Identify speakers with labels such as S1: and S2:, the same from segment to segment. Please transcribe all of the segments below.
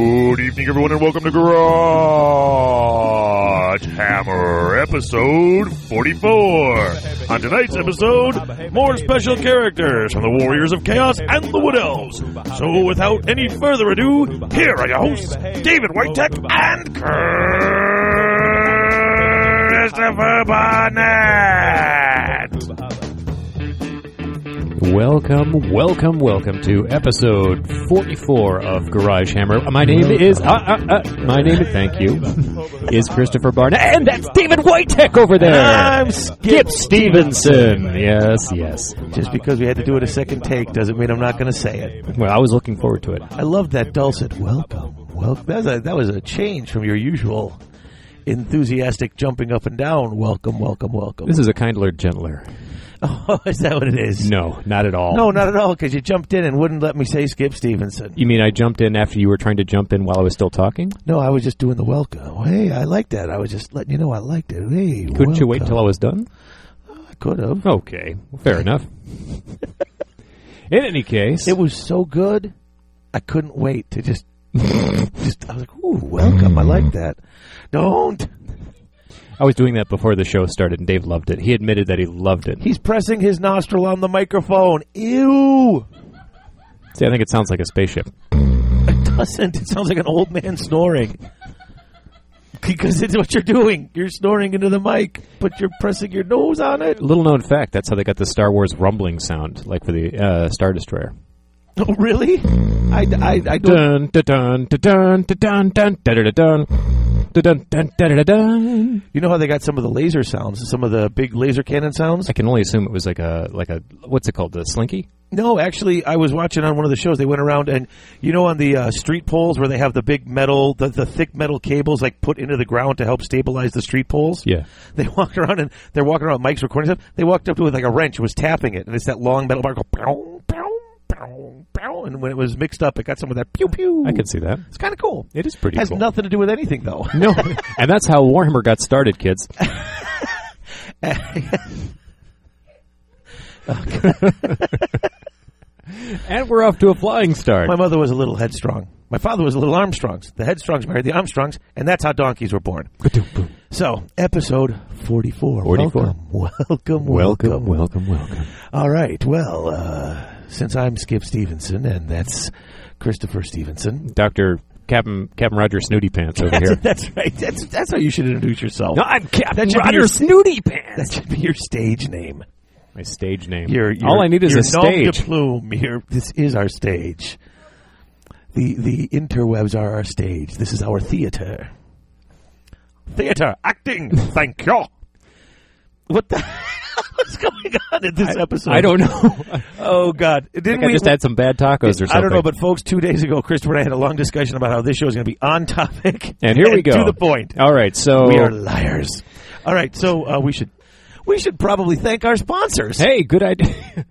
S1: evening, everyone, and welcome to Garage Hammer, episode 44. On tonight's episode, more special characters from the Warriors of Chaos and the Wood Elves. So, without any further ado, here are your hosts, David Whitetek and Christopher Barnett.
S2: Welcome, welcome, welcome to episode 44 of Garage Hammer. My name is, uh, uh, uh, my name is, thank you, is Christopher Barnett, and that's David Whiteheck over there. I'm Skip Stevenson. Yes, yes.
S3: Just because we had to do it a second take doesn't mean I'm not going to say it.
S2: Well, I was looking forward to it.
S3: I love that dulcet welcome. Welcome. That was a, that was a change from your usual enthusiastic jumping up and down. Welcome, welcome, welcome.
S2: This is a kindler, gentler.
S3: oh, is that what it is?
S2: No, not at all.
S3: No, not at all. Because you jumped in and wouldn't let me say Skip Stevenson.
S2: You mean I jumped in after you were trying to jump in while I was still talking?
S3: No, I was just doing the welcome. Hey, I like that. I was just letting you know I liked it. Hey,
S2: Couldn't you wait till I was done?
S3: I could have?
S2: Okay, well, fair enough. in any case,
S3: It was so good, I couldn't wait to just. just I was like, ooh, welcome. I like that. Don't.
S2: I was doing that before the show started, and Dave loved it. He admitted that he loved it.
S3: He's pressing his nostril on the microphone. Ew.
S2: See, I think it sounds like a spaceship.
S3: Doesn't. It sounds like an old man snoring. Because it's what you're doing. You're snoring into the mic, but you're pressing your nose on it.
S2: Little known fact, that's how they got the Star Wars rumbling sound, like for the uh, Star Destroyer.
S3: Oh, really? I, I, I don't.
S2: Dun dun dun dun dun dun dun dun dun dun dun dun dun.
S3: You know how they got some of the laser sounds, some of the big laser cannon sounds?
S2: I can only assume it was like a like a what's it called the slinky.
S3: No, actually, I was watching on one of the shows. They went around and you know on the uh, street poles where they have the big metal, the, the thick metal cables like put into the ground to help stabilize the street poles.
S2: Yeah.
S3: they walk around and they're walking around. Mike's recording stuff. They walked up to it with like a wrench, was tapping it, and it's that long metal bar. Go, pow, pow, pow, pow, and when it was mixed up, it got some of that pew pew.
S2: I could see that.
S3: It's kind of cool.
S2: It is pretty
S3: Has
S2: cool.
S3: nothing to do with anything though.
S2: No, and that's how Warhammer got started, kids. and we're off to a flying start.
S3: My mother was a little headstrong. My father was a little Armstrongs. The Headstrongs married the Armstrongs, and that's how donkeys were born. So, episode 44.
S2: 44.
S3: Welcome, welcome, welcome.
S2: Welcome, welcome, welcome.
S3: All right, well, uh, since I'm Skip Stevenson, and that's Christopher Stevenson.
S2: Doctor Captain Captain Roger Snooty Pants over
S3: That's,
S2: here.
S3: that's right. That's, that's how you should introduce yourself.
S2: I'm Captain
S3: That should be your-
S2: Snooty
S3: That
S2: Pants.
S3: should be your stage name.
S2: My stage name.
S3: Your, your,
S2: All I need is
S3: your
S2: a
S3: nom de
S2: stage.
S3: plume. Your, this is our stage. The the interwebs are our stage. This is our theater. Theater acting. Thank you. What the what's going on in this episode?
S2: I don't know.
S3: Oh God! Didn't
S2: I
S3: we?
S2: just had some bad tacos or something.
S3: I don't know, but folks, two days ago, Christopher and I had a long discussion about how this show is going to be on topic.
S2: and here we go.
S3: To the point.
S2: All right, so
S3: We are liars. All right, so uh, we should we should probably thank our sponsors.
S2: hey, good idea.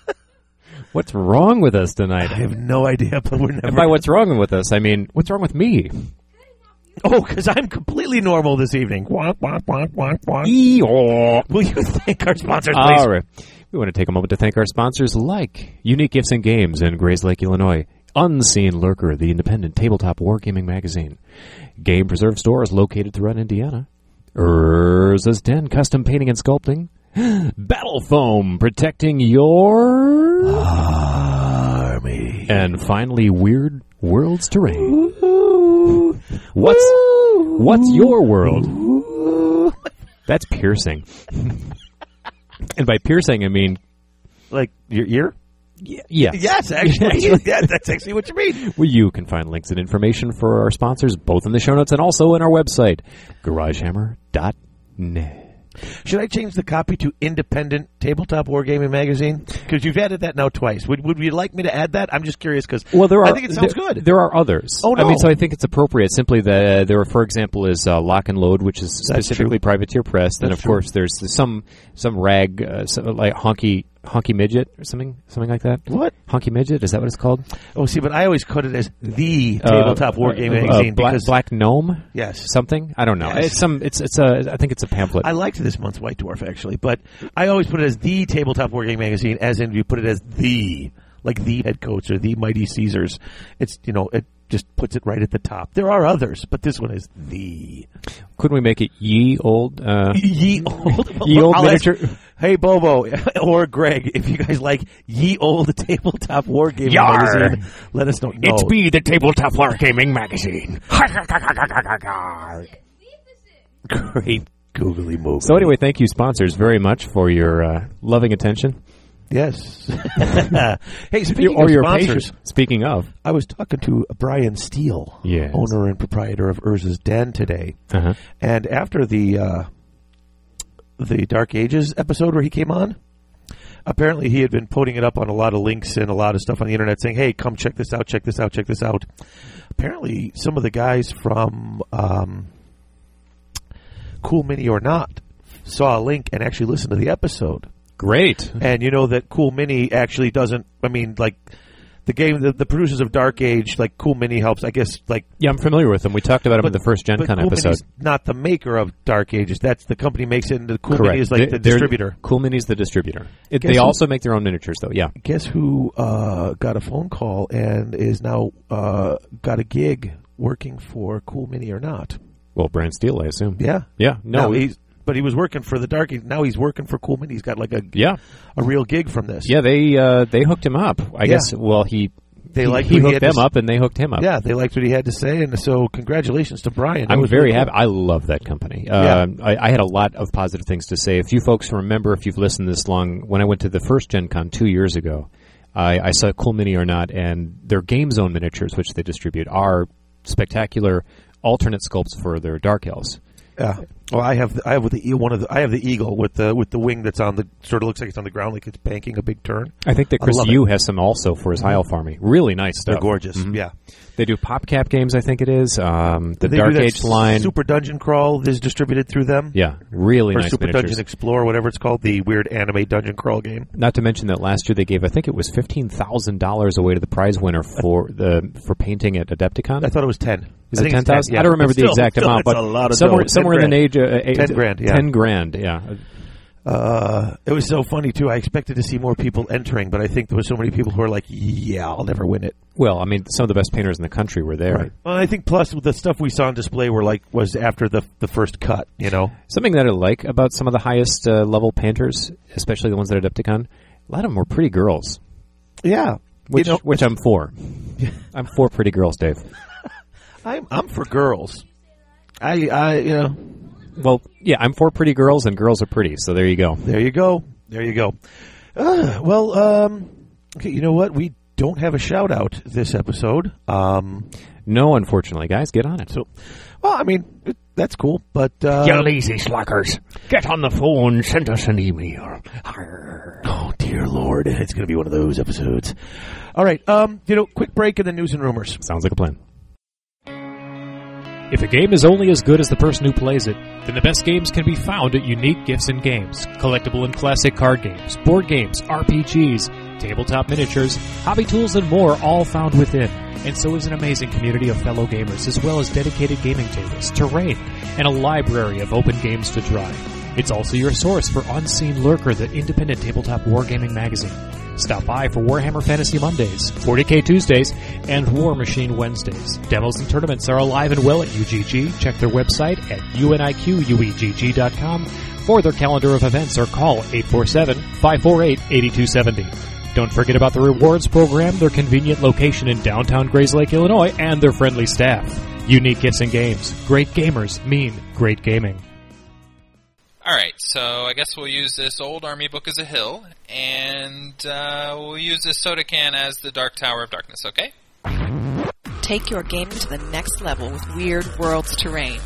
S2: what's wrong with us tonight?
S3: I have no idea, but we're never.
S2: And by what's wrong with us, I mean what's wrong with me?
S3: Oh, because I'm completely normal this evening. Womp, womp, womp, womp, womp.
S2: Eeyore.
S3: Will you thank our sponsors, please?
S2: All right. We want to take a moment to thank our sponsors like Unique Gifts and Games in Grays Lake, Illinois, Unseen Lurker, the independent tabletop wargaming magazine, Game Preserve Stores located throughout Indiana, Urza's Den Custom Painting and Sculpting, Battle Foam protecting your.
S3: Army.
S2: And finally, Weird Worlds Terrain. What's, what's your world? That's piercing. and by piercing, I mean.
S3: Like your ear?
S2: Yes.
S3: Yes, actually. yeah, that's actually what you mean.
S2: where you can find links and information for our sponsors both in the show notes and also in our website, garagehammer.net.
S3: Should I change the copy to Independent Tabletop Wargaming Magazine? Because you've added that now twice. Would, would you like me to add that? I'm just curious because I think it sounds
S2: there,
S3: good.
S2: There are others.
S3: Oh,
S2: I
S3: no.
S2: mean, so I think it's appropriate. Simply that uh, there, are, for example, is uh, Lock and Load, which is specifically privateer press. Then,
S3: That's
S2: of
S3: true.
S2: course, there's some some rag, uh, some, like honky honky midget or something something like that.
S3: What?
S2: honky midget? Is that what it's called?
S3: Oh, see, but I always cut it as the
S2: Uh,
S3: Tabletop Wargaming
S2: uh,
S3: Magazine
S2: black,
S3: because
S2: black gnome.
S3: yes,
S2: Something I don't know.
S3: Yes.
S2: It's some. It's it's a. I think it's a pamphlet.
S3: I liked this month's White Dwarf actually, but I always put it as the tabletop wargaming magazine, as in you put it as the like the head coach or the mighty Caesars. It's you know it just puts it right at the top. There are others, but this one is the
S2: Couldn't we make it ye old? Uh,
S3: ye old,
S2: Ye Olde
S3: I'll ask-
S2: miniature-
S3: hey, Bobo or Greg, if you guys like ye old tabletop wargaming
S2: Yar.
S3: magazine, let us know. No,
S2: be the tabletop wargaming magazine.
S3: great googly movie.
S2: so anyway, thank you sponsors very much for your uh, loving attention
S3: yes. hey, speaking
S2: or
S3: of
S2: your
S3: sponsors,
S2: patience. Speaking of,
S3: I was talking to Brian Steele,
S2: Yes.
S3: owner and proprietor of Urza's Den today,
S2: uh-huh.
S3: and after the uh, the Dark Ages episode where he came on, apparently he had been putting it up on a lot of links and a lot of stuff on the internet, saying, "Hey, come check this out, check this out, check this out." Apparently, some of the guys from um, Cool Mini or Not saw a link and actually listened to the episode.
S2: great.
S3: And you know that Cool Mini actually doesn't. I mean, like the game, the, the producers of Dark Age, like Cool Mini helps. I guess like
S2: Yeah, I'm familiar with them. We talked about them in the first Gen
S3: but
S2: Con
S3: Cool
S2: episode.
S3: Mini's not the maker of Dark Ages. That's the company makes it, and the Cool Mini is
S2: They-
S3: like the
S2: they're-
S3: distributor.
S2: Cool Mini's the distributor. It,
S3: Guess
S2: they
S3: who-
S2: also make their own miniatures, though. Yeah,
S3: Guess who uh, got a phone call and is now uh, got a gig working for Cool Mini or not?
S2: well, Brand Steel, I assume.
S3: Yeah,
S2: yeah, no,
S3: Now he's but he was working for the Dark Age. Now he's working for Cool Mini. He's got like a
S2: yeah,
S3: a real gig from this.
S2: yeah. They uh, they hooked him up. I
S3: Yeah.
S2: guess. Well, he
S3: They
S2: he,
S3: liked
S2: he
S3: what he
S2: hooked
S3: had
S2: them
S3: to s-
S2: up, and they hooked him up.
S3: Yeah, they liked what he had to say, and so congratulations to Brian. It
S2: I'm
S3: was
S2: very
S3: really cool.
S2: happy. I love that company. Um, I, I had a lot of positive things to say. If you folks remember, if you've listened this long, when I went to the first Gen Con two years ago, I, I saw Cool Mini or Not, and their Game Zone miniatures, which they distribute, are spectacular alternate sculpts for their Dark Elves.
S3: Yeah. Well, I have the, I have the e- one of the I have the eagle with the with the wing that's on the sort of looks like it's on the ground, like it's banking a big turn.
S2: I Mm-hmm. think that
S3: I
S2: Chris
S3: love it.
S2: Yu has some also for his High Elf army. Really nice stuff. Mm-hmm.
S3: They're gorgeous. Yeah.
S2: They do PopCap games, I think it is. Um, the
S3: They do
S2: Dark
S3: that
S2: Age line.
S3: Super Dungeon Crawl is distributed through them.
S2: yeah, really
S3: Or
S2: nice
S3: Super
S2: miniatures.
S3: Dungeon Explore, whatever it's called, the weird anime dungeon crawl game.
S2: Not to mention that last year they gave, I think it was fifteen thousand dollars away to the prize winner for the for painting at Adepticon.
S3: I thought it was ten.
S2: Is it
S3: I think
S2: ten
S3: it's
S2: thousand?
S3: yeah.
S2: I don't remember
S3: But still-
S2: the exact
S3: still,
S2: amount,
S3: it's
S2: but
S3: a lot of
S2: somewhere
S3: dough.
S2: somewhere in the
S3: Ten
S2: age, uh, age
S3: 10 grand, yeah.
S2: ten grand, yeah.
S3: grand. Uh, it was so funny too. I expected to see more people entering, but I think there were so many people who were like, "Yeah, I'll never win it."
S2: Well, I mean, some of the best painters in the country were there.
S3: Well, I think plus the stuff we saw on display were like was after the the first cut. You know,
S2: Something that I like about some of the highest uh, level painters, especially the ones at Adepticon, a lot of them were pretty girls,
S3: yeah.
S2: which
S3: you know,
S2: which I'm for. I'm for pretty girls, Dave.
S3: I'm I'm for girls. I I you know
S2: Well, yeah, I'm for pretty girls, and girls are pretty, so there you go.
S3: there you go there you go. Uh, well, um, okay, you know what we don't have a shout out this episode. Um,
S2: No, unfortunately, guys, get on it.
S3: so well I mean it, that's cool, but uh,
S4: You lazy slackers. Get on the phone, send us an email. Arr.
S3: oh dear lord, it's gonna be one of those episodes. All right, um, you know, quick break and then news and rumors.
S2: Sounds like a plan. If a game is only as good as the person who plays it, then the best games can be found at Unique Gifts and Games, collectible and classic card games, board games, RPGs, tabletop miniatures, hobby tools, and more, all found within. And so is an amazing community of fellow gamers, as well as dedicated gaming tables, terrain, and a library of open games to try. It's also your source for Unseen Lurker, the independent tabletop wargaming magazine. Stop by for Warhammer Fantasy Mondays, 40k Tuesdays, and War Machine Wednesdays. Demos and tournaments are alive and well at UGG. Check their website at uniqueugg.com for their calendar of events or call 847-548-8270. Don't forget about the rewards program, their convenient location in downtown Grayslake, Illinois, and their friendly staff. Unique gifts and games. Great gamers mean great gaming.
S5: Alright, so I guess we'll use this old army book as a hill, and uh, we'll use this soda can as the Dark Tower of Darkness, okay?
S6: Take your gaming to the next level with Weird Worlds Terrain.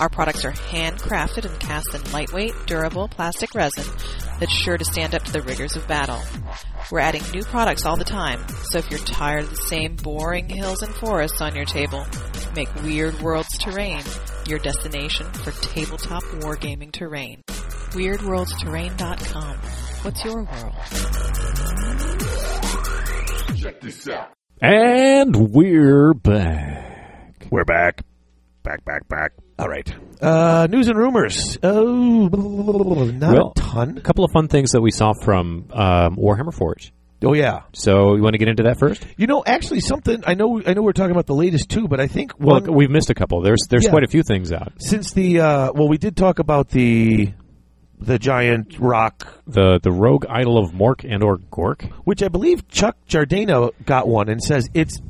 S6: Our products are handcrafted and cast in lightweight, durable plastic resin that's sure to stand up to the rigors of battle. We're adding new products all the time, so if you're tired of the same boring hills and forests on your table, make Weird Worlds Terrain your destination for tabletop wargaming terrain. WeirdWorldsTerrain.com. What's your world?
S2: And we're back.
S3: We're back. Back, back, back. All right. Uh, news and rumors. Oh, not
S2: Well-
S3: a ton.
S2: A couple of fun things that we saw from um, Warhammer Forge.
S3: Oh yeah.
S2: So you want to get into that first?
S3: You know, actually, something I know. I know we're talking about the latest too, but I think
S2: Well,
S3: one,
S2: we've missed a couple. There's there's
S3: Yeah.
S2: quite a few things out.
S3: since the uh, well, we did talk about the the giant rock,
S2: The the Rogue Idol of Mork and or Gork.
S3: which I believe Chuck Giardano got one and says it's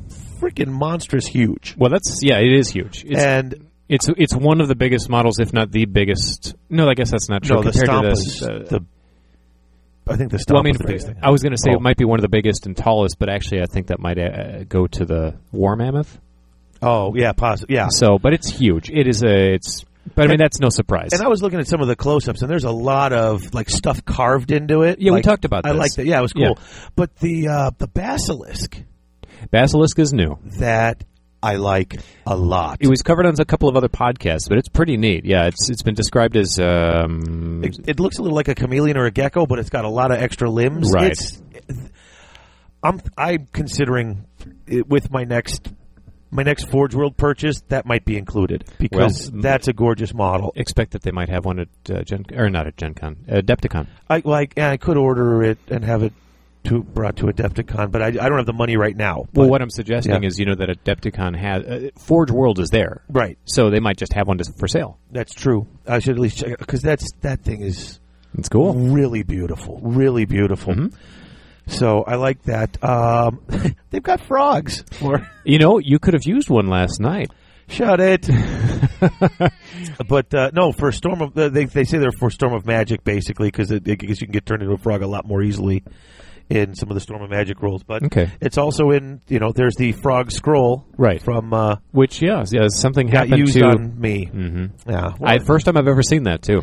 S3: freaking monstrous huge.
S2: Well, that's yeah, it is huge. It's
S3: and
S2: it's it's one of the biggest models, if not the biggest. No, I guess that's not true.
S3: no, the
S2: compared
S3: stomp
S2: to this,
S3: is
S2: uh,
S3: the. I think the stomp
S2: well, I mean,
S3: was the biggest thing.
S2: I was going to say
S3: Oh.
S2: it might be one of the biggest and tallest, but actually, I think that might uh, go to the War Mammoth.
S3: Oh yeah, positive. Yeah,
S2: So, but it's huge. It is a. It's. But I mean, that's no surprise.
S3: And I was looking at some of the close-ups, and there's a lot of like stuff carved into it.
S2: Yeah, we
S3: Like,
S2: talked about
S3: I
S2: this.
S3: like that. Yeah, it was cool.
S2: Yeah.
S3: But the uh, the basilisk
S2: Basilisk is new.
S3: that I like a lot.
S2: It was covered on a couple of other podcasts, but it's pretty neat. Yeah, it's it's been described as um,
S3: it, it looks a little like a chameleon or a gecko, but it's got a lot of extra limbs.
S2: Right.
S3: It's, I'm I'm considering it with my next my next Forge World purchase that might be included because
S2: Well,
S3: that's a gorgeous model.
S2: expect that they might have one at uh, Gen or not at Gen Con, uh, Adepticon.
S3: I like and I could order it and have it to brought to Adepticon, but I, I don't have the money right now.
S2: Well,
S3: But-
S2: what I'm suggesting
S3: yeah.
S2: is, you know, that Adepticon has uh, Forge World is there,
S3: right.
S2: so they might just have one just for sale.
S3: That's true. I should at least check because that's that thing is
S2: It's cool.
S3: really beautiful, really beautiful.
S2: Mm-hmm.
S3: So I like that. Um, they've got frogs. Or
S2: You know, you could have used one last night.
S3: shut it. but uh, no, for storm of they they say they're for storm of magic basically because it, it, 'cause you can get turned into a frog a lot more easily in some of the storm of magic rules. But
S2: Okay.
S3: it's also in you know there's the frog scroll
S2: Right.
S3: from uh,
S2: Which, yeah, yeah something
S3: got
S2: happened
S3: used
S2: to.
S3: on me.
S2: Mhm.
S3: Yeah, well,
S2: I, first time I've ever seen that too.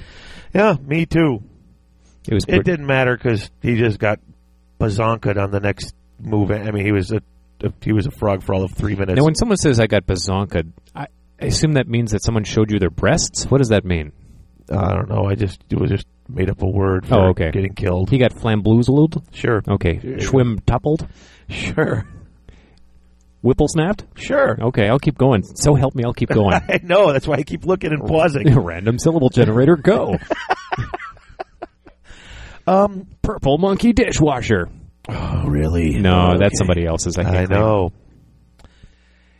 S3: yeah, me too.
S2: It was.
S3: It
S2: pretty-
S3: didn't matter because he just got bazonkaed on the next move. I mean, he was a, a- he was a frog for all of three minutes.
S2: Now, when someone says I got bazonka, I I assume that means that someone showed you their breasts. What does that mean?
S3: Uh, I don't know. I just it was just made up a word for
S2: Oh, okay.
S3: getting killed.
S2: He got flamboozled.
S3: sure,
S2: Okay, schwim toppled,
S3: sure,
S2: whipple snapped.
S3: sure.
S2: Okay, I'll keep going. So help me, I'll keep going.
S3: I know. That's why I keep looking and pausing.
S2: Random syllable generator, go. um, purple monkey dishwasher.
S3: oh, really?
S2: No, that's
S3: Okay.
S2: somebody else's. I, can't
S3: I
S2: claim.
S3: know.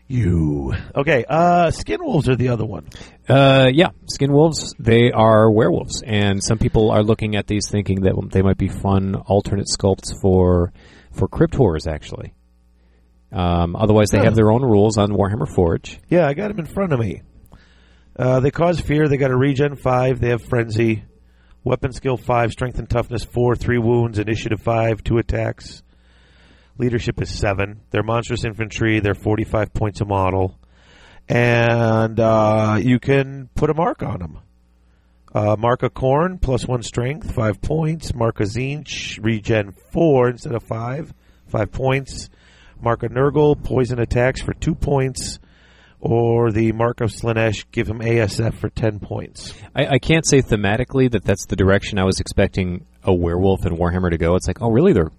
S3: You okay? Uh, skin wolves are the other one.
S2: Uh, yeah, skin wolves. They are werewolves, and some people are looking at these thinking that they might be fun alternate sculpts for for crypt horrors. Actually, um, otherwise they
S3: Huh.
S2: have their own rules on Warhammer Forge.
S3: Yeah, I got them in front of me. Uh, they cause fear. They got a regen five. They have frenzy, weapon skill five, strength and toughness four, three wounds, initiative five, two attacks. Leadership is seven. They're monstrous infantry. They're forty-five points a model, and uh, you can put a mark on them. Uh, mark a corn plus one strength, five points. Mark a zinch, regen four instead of five, five points. Mark a Nurgle, poison attacks for two points or the Mark of Slanesh, give him ASF for 10 points.
S2: I, I can't say thematically that that's the direction I was expecting a werewolf and Warhammer to go. It's like, oh, really? They're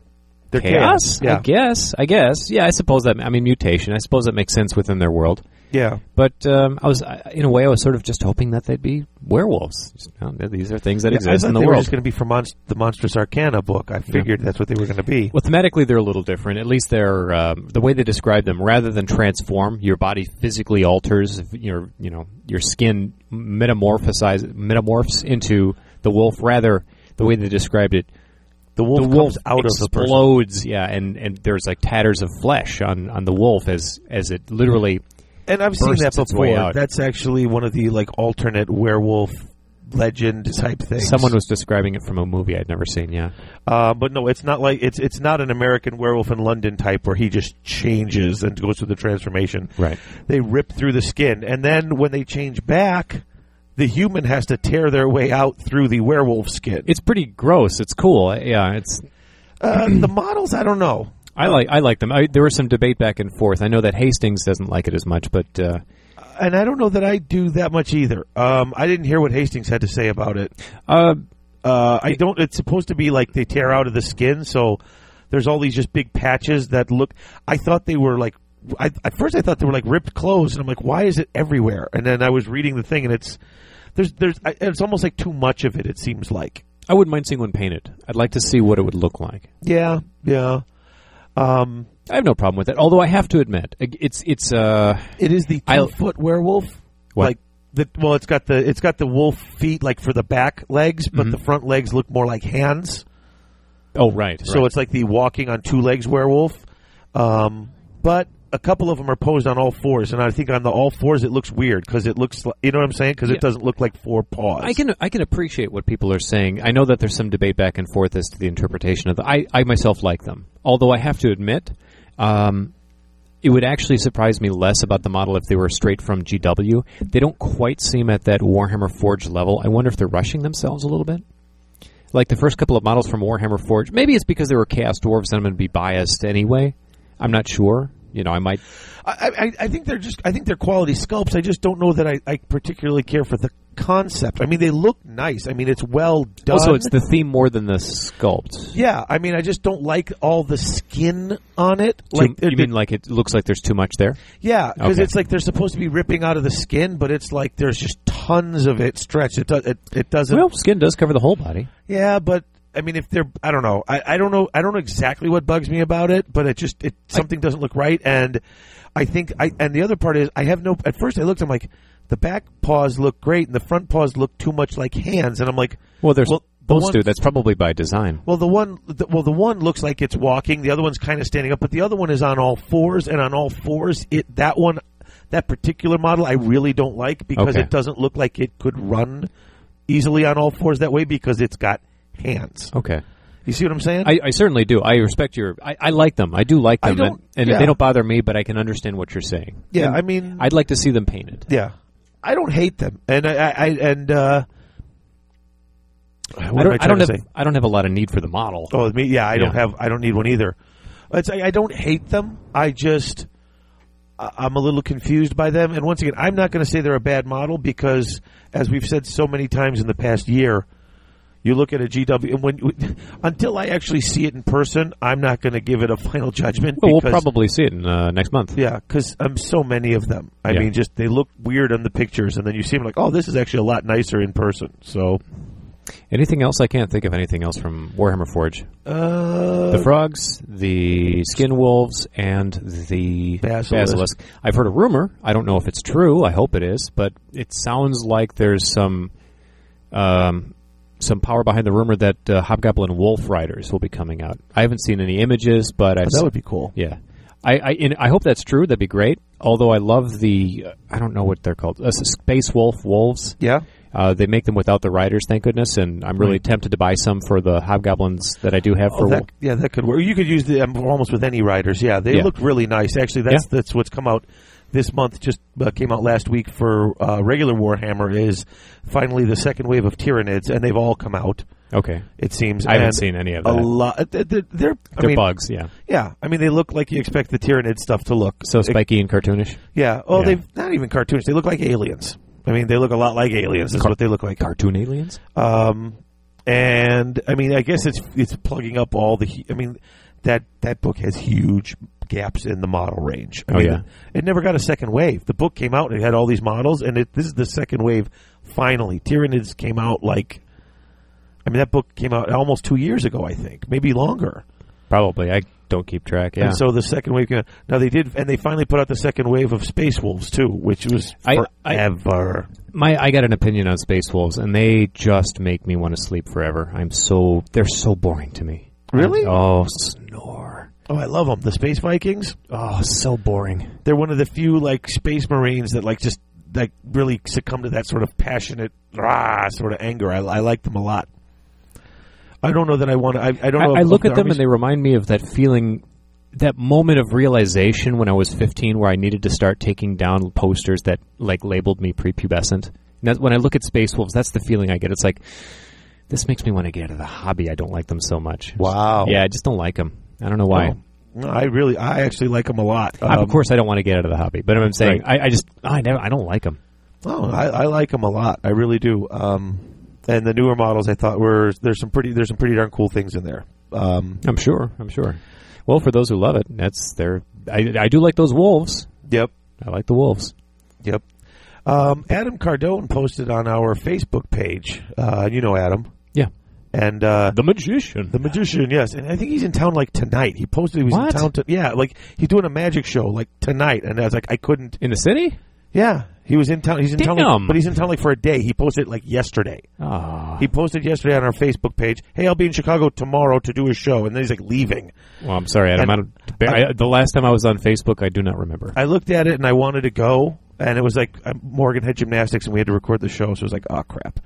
S3: They're
S2: chaos. I
S3: Yeah.
S2: guess. I guess. Yeah, I suppose that. I mean, mutation. I suppose that makes sense within their world.
S3: Yeah.
S2: But um, I was, I- in a way, I was sort of just hoping that they'd be werewolves. Just, you know, these are things that
S3: Yeah, I
S2: exist
S3: thought
S2: in the
S3: they were
S2: world.
S3: just going to be from Monst- the Monstrous Arcana book. I figured that's what they were going to be.
S2: Well, thematically, they're a little different. At least they're um, the way they describe them. Rather than transform, your body physically alters. Your you know your skin metamorphosizes metamorphs into the wolf. Rather, the way they described it,
S3: The wolf,
S2: the wolf
S3: comes out of the person.
S2: explodes. yeah, and, and there's like tatters of flesh on, on the wolf as as it literally.
S3: And I've seen
S2: bursts
S3: that
S2: its way
S3: before.
S2: out.
S3: That's actually one of the like alternate werewolf legend type things.
S2: Someone was describing it from a movie I'd never seen. Yeah,
S3: uh, but no, it's not like it's it's not an American werewolf in London type where he just changes and goes through the transformation.
S2: Right.
S3: They rip through the skin, and then when they change back, the human has to tear their way out through the werewolf skin.
S2: it's pretty gross. It's cool. Yeah, it's
S3: Uh, the models, I don't know.
S2: I like I like them. I, there was some debate back and forth. I know that Hastings doesn't like it as much, but uh,
S3: And I don't know that I do that much either. Um, I didn't hear what Hastings had to say about it.
S2: uh,
S3: Uh, I don't. It's supposed to be like they tear out of the skin, so there's all these just big patches that look. I thought they were like. I, at first, I thought they were like ripped clothes, and I'm like, why is it everywhere? And then I was reading the thing, and it's there's there's I, it's almost like too much of it. It seems like.
S2: I wouldn't mind seeing one painted. I'd like to see what it would look like.
S3: Yeah, yeah. Um,
S2: I have no problem with that. Although I have to admit, it's it's uh
S3: it is the
S2: I'll-
S3: two foot werewolf.
S2: What?
S3: Like the well, it's got the it's got the wolf feet like for the back legs,
S2: Mm-hmm.
S3: but the front legs look more like hands.
S2: oh right.
S3: So it's like the walking on two legs werewolf. Um, but a couple of them are posed on all fours, and I think on the all fours it looks weird because it looks like, you know what I'm saying because
S2: Yeah.
S3: it doesn't look like four paws.
S2: I can I can appreciate what people are saying. I know that there's some debate back and forth as to the interpretation of the. I I myself like them, although I have to admit, um, it would actually surprise me less about the model if they were straight from GW. They don't quite seem at that Warhammer Forge level. I wonder if they're rushing themselves a little bit. Like the first couple of models from Warhammer Forge, maybe it's because they were Chaos Dwarves, and I'm going to be biased anyway. I'm not sure. You know, I might.
S3: I, I, I think they're just I think they're quality sculpts. I just don't know that I, I particularly care for the concept. I mean, they look nice. I mean, it's well done.
S2: Also, Oh, it's the theme more than the sculpt.
S3: yeah. I mean, I just don't like all the skin on it. Like
S2: Too- you mean like it looks like there's too much there?
S3: yeah, because
S2: Okay.
S3: it's like they're supposed to be ripping out of the skin, but it's like there's just tons of it stretched. It do, it, it doesn't.
S2: Well, skin does cover the whole body.
S3: yeah, but. I mean, if they're, I don't know, I, I don't know, I don't know exactly what bugs me about it, but it just, it something doesn't look right, and I think, I and the other part is, I have no. At first, I looked, I'm like, the back paws look great, and the front paws look too much like hands, and I'm like,
S2: Well, there's
S3: Well, the
S2: both
S3: one-
S2: do. That's probably by design.
S3: Well, the one, the, well, the one looks like it's walking. The other one's kind of standing up, but the other one is on all fours, and on all fours, it that one, that particular model, I really don't like because
S2: Okay.
S3: it doesn't look like it could run easily on all fours that way because it's got hands.
S2: Okay,
S3: You see what I'm saying?
S2: I, I certainly do. I respect your. I, I like them. I do like
S3: I
S2: them, and,
S3: don't-
S2: and
S3: yeah.
S2: they don't bother me. But I can understand what you're saying.
S3: yeah, I mean,
S2: I'd like to see them painted.
S3: yeah, I don't hate them, and I, I, I and uh,
S2: I
S3: what am
S2: don't. I,
S3: trying
S2: don't
S3: to
S2: have.
S3: say?
S2: I don't have a lot of need for the model.
S3: Oh, me? Yeah, I don't
S2: Yeah.
S3: have. I don't need one either. It's, I, I don't hate them. I just I- I'm a little confused by them. And once again, I'm not going to say they're a bad model because, as we've said so many times in the past year, you look at a GW and when until I actually see it in person, I'm not going to give it a final judgment.
S2: well, we'll
S3: because,
S2: probably see it in uh, next month.
S3: yeah, because um, so many of them. I
S2: Yeah.
S3: mean, just they look weird on the pictures, and then you see them like, oh, this is actually a lot nicer in person. So
S2: Anything else? I can't think of anything else from Warhammer Forge.
S3: uh,
S2: The frogs, the skin wolves, and the
S3: Basilisk.
S2: I've heard a rumor. I don't know if it's true. I hope it is, but it sounds like there's some um, some power behind the rumor that uh, Hobgoblin Wolf Riders will be coming out. I haven't seen any images, but I've
S3: that
S2: se-
S3: would be cool.
S2: yeah. I I, and I hope that's true. That'd be great. Although I love the uh, I don't know what they're called. Uh, s- space wolf wolves.
S3: Yeah.
S2: Uh, they make them without the riders, thank goodness, and I'm really tempted to buy some for the hobgoblins that I do have for
S3: Oh, that, yeah, that could work. You could use the um, almost with any riders. Yeah, they
S2: Yeah.
S3: look really nice. Actually, that's
S2: Yeah.
S3: that's what's come out this month. Just uh, came out last week for uh, regular Warhammer. Is finally the second wave of Tyranids, and they've all come out.
S2: Okay.
S3: It seems
S2: I haven't
S3: And
S2: seen any of
S3: A
S2: that.
S3: lot. They're, they're, I
S2: They're
S3: mean,
S2: bugs, yeah.
S3: yeah. I mean, they look like you expect the Tyranid stuff to look.
S2: So spiky and cartoonish.
S3: yeah. Oh,
S2: Yeah.
S3: they've not even cartoons. They look like aliens. I mean, they look a lot like aliens. That's what they look like.
S2: Cartoon aliens?
S3: Um, and I mean, I guess it's it's plugging up all the. hu- I mean, that that book has huge gaps in the model range. I
S2: Oh,
S3: mean,
S2: yeah.
S3: it never got a second wave. The book came out and it had all these models, and it, this is the second wave. Finally, Tyranids came out like. I mean, that book came out almost two years ago, I think, maybe longer.
S2: Probably. I don't keep track. Yeah.
S3: And so the second wave came out. Now they did, and they finally put out the second wave of Space Wolves too, which was
S2: I- I-
S3: forever.
S2: my I got an opinion on Space Wolves and they just make me want to sleep forever. I'm so they're so boring to me.
S3: Really?
S2: Oh, snore.
S3: oh, I love them. The Space Vikings.
S2: Oh, so boring.
S3: they're one of the few like space marines that like just like really succumb to that sort of passionate rah, sort of anger. I, I like them a lot. I don't know that I want to. I, I don't.
S2: I,
S3: know
S2: I
S3: if-
S2: look
S3: if
S2: at them and
S3: armies-
S2: they remind me of that feeling, that moment of realization when I was 15, where I needed to start taking down posters that like labeled me prepubescent. And that, when I look at Space Wolves, that's the feeling I get. It's like this makes me want to get out of the hobby. I don't like them so much.
S3: Wow.
S2: Yeah, I just don't like them. I don't know why.
S3: No, I really, I actually like them a lot.
S2: Oh. I-
S3: Um,
S2: of course, I don't want to get out of the hobby, but I'm saying I, I just I never I don't like them.
S3: Oh, I, I like them a lot. I really do. Um, and the newer models, I thought were there's some pretty there's some pretty darn cool things in there. Um,
S2: I'm sure. I'm sure. Well, for those who love it, that's their. I, I do like those wolves.
S3: yep.
S2: I like the wolves.
S3: Yep. Um, Adam Cardone posted on our Facebook page. Uh, you know Adam.
S2: Yeah.
S3: and uh,
S2: The magician.
S3: the magician, yes, and I think he's in town like tonight. He posted he was
S2: What?
S3: in town. To, yeah, like he's doing a magic show like tonight, and I was like, I couldn't.
S2: in the city?
S3: Yeah, he was in town. He's in town,
S2: Damn.
S3: like, but he's in town like for a day. He posted like yesterday.
S2: Oh.
S3: He posted yesterday on our Facebook page. Hey, I'll be in Chicago tomorrow to do a show, and then he's like leaving.
S2: Well, I'm sorry, Adam. I don't, I, the last time I was on Facebook, I do not remember.
S3: I looked at it and I wanted to go, and it was like uh, Morgan had gymnastics, and we had to record the show, so it was like, oh crap.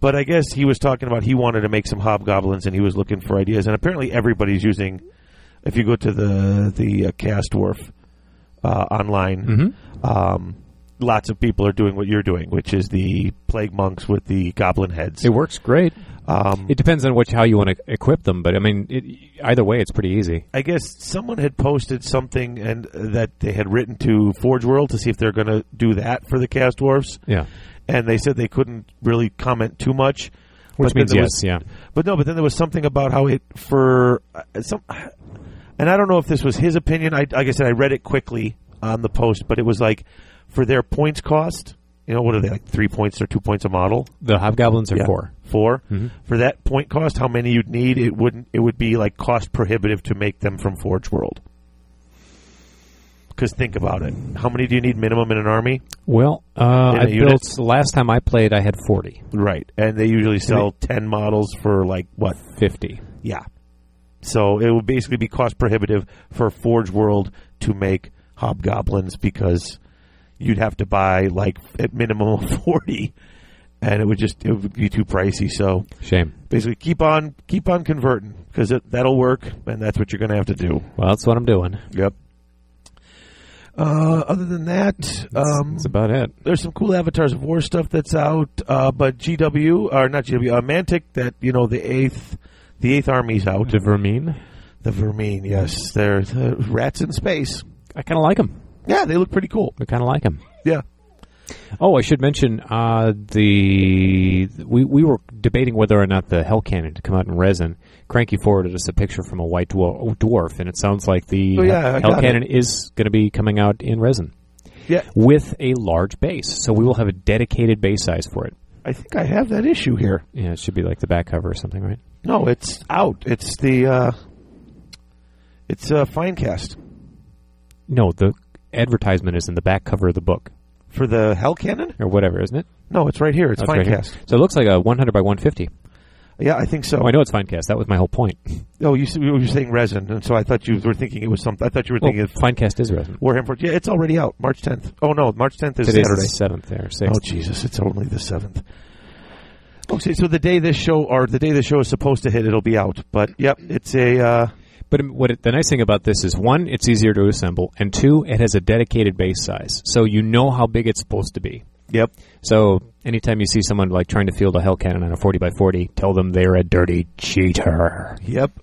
S3: But I guess he was talking about he wanted to make some hobgoblins, and he was looking for ideas, and apparently everybody's using. If you go to the the uh, Cast Dwarf uh, online, um, lots of people are doing what you're doing, which is the plague monks with the goblin heads.
S2: it works great.
S3: Um,
S2: It depends on which how you want to equip them, but I mean, it, either way, it's pretty easy.
S3: I guess someone had posted something and uh, that they had written to Forge World to see if they're going to do that for the cast dwarfs,
S2: Yeah,
S3: and they said they couldn't really comment too much.
S2: which
S3: But then
S2: means
S3: there
S2: yes,
S3: was-
S2: yeah.
S3: But no, but then there was something about how it for uh, some, and I don't know if this was his opinion. I like I said, I read it quickly on the post, but it was like for their points cost. You know, what are they like three points or two points a model?
S2: The hobgoblins are
S3: Yeah.
S2: four.
S3: 4 For that point cost, how many you'd need, it wouldn't. It would be like cost prohibitive to make them from Forge World. Because think about it, how many do you need minimum in an army?
S2: Well, uh,
S3: In
S2: I
S3: a unit.
S2: built last time I played, I had 40,
S3: Right, and they usually sell ten models for like what?
S2: 50.
S3: Yeah. So it would basically be cost prohibitive for Forge World to make hobgoblins because you'd have to buy like at minimum forty, and it would just it would be too pricey. So
S2: Shame.
S3: basically keep on keep on converting because that'll work and that's what you're going to have to do
S2: Well, that's what I'm doing.
S3: yep uh, other than that um,
S2: That's about it.
S3: there's some cool avatars of war stuff that's out uh, but gw or not gw uh, mantic that you know the eighth the eighth army's out
S2: The vermine,
S3: the vermine yes they're uh, rats in space
S2: I kind of like them.
S3: yeah they look pretty cool
S2: I kind of like them.
S3: yeah
S2: Oh, I should mention uh, the we, we were debating whether or not the Hell Cannon to come out in resin. Cranky forwarded us a picture from a white dwar- dwarf, and it sounds like the
S3: Oh, yeah, I
S2: Hell
S3: got
S2: Cannon is going to be coming out in resin
S3: yeah
S2: with a large base. So we will have a dedicated base size for it.
S3: i think i have that issue here
S2: Yeah, it should be like the back cover or something, right?
S3: no it's out it's the uh, it's uh, finecast
S2: No, the advertisement is in the back cover of the book
S3: for the hell cannon
S2: or whatever, isn't it?
S3: No, it's right here. It's
S2: That's right here.
S3: Finecast.
S2: So it looks like a 100 by 150.
S3: yeah, I think so.
S2: Oh, I know it's Finecast. That was my whole point.
S3: Oh, you, s- you were saying resin, and so I thought you were thinking it was something. I thought you were
S2: Well,
S3: thinking of
S2: Finecast is resin.
S3: Warhammer. 14. Yeah, it's already out. March 10th. Oh no, March 10th is
S2: Today's
S3: Saturday.
S2: the seventh there, sixth.
S3: Oh Jesus, it's only the seventh. Okay, so the day this show or the day this show is supposed to hit, it'll be out. But yep, it's a uh,
S2: But um, what it, the nice thing about this is one, it's easier to assemble, and two, it has a dedicated base size, so you know how big it's supposed to be.
S3: yep.
S2: So anytime you see someone like trying to field a hell cannon on a forty by forty, tell them they're a dirty cheater.
S3: Yep.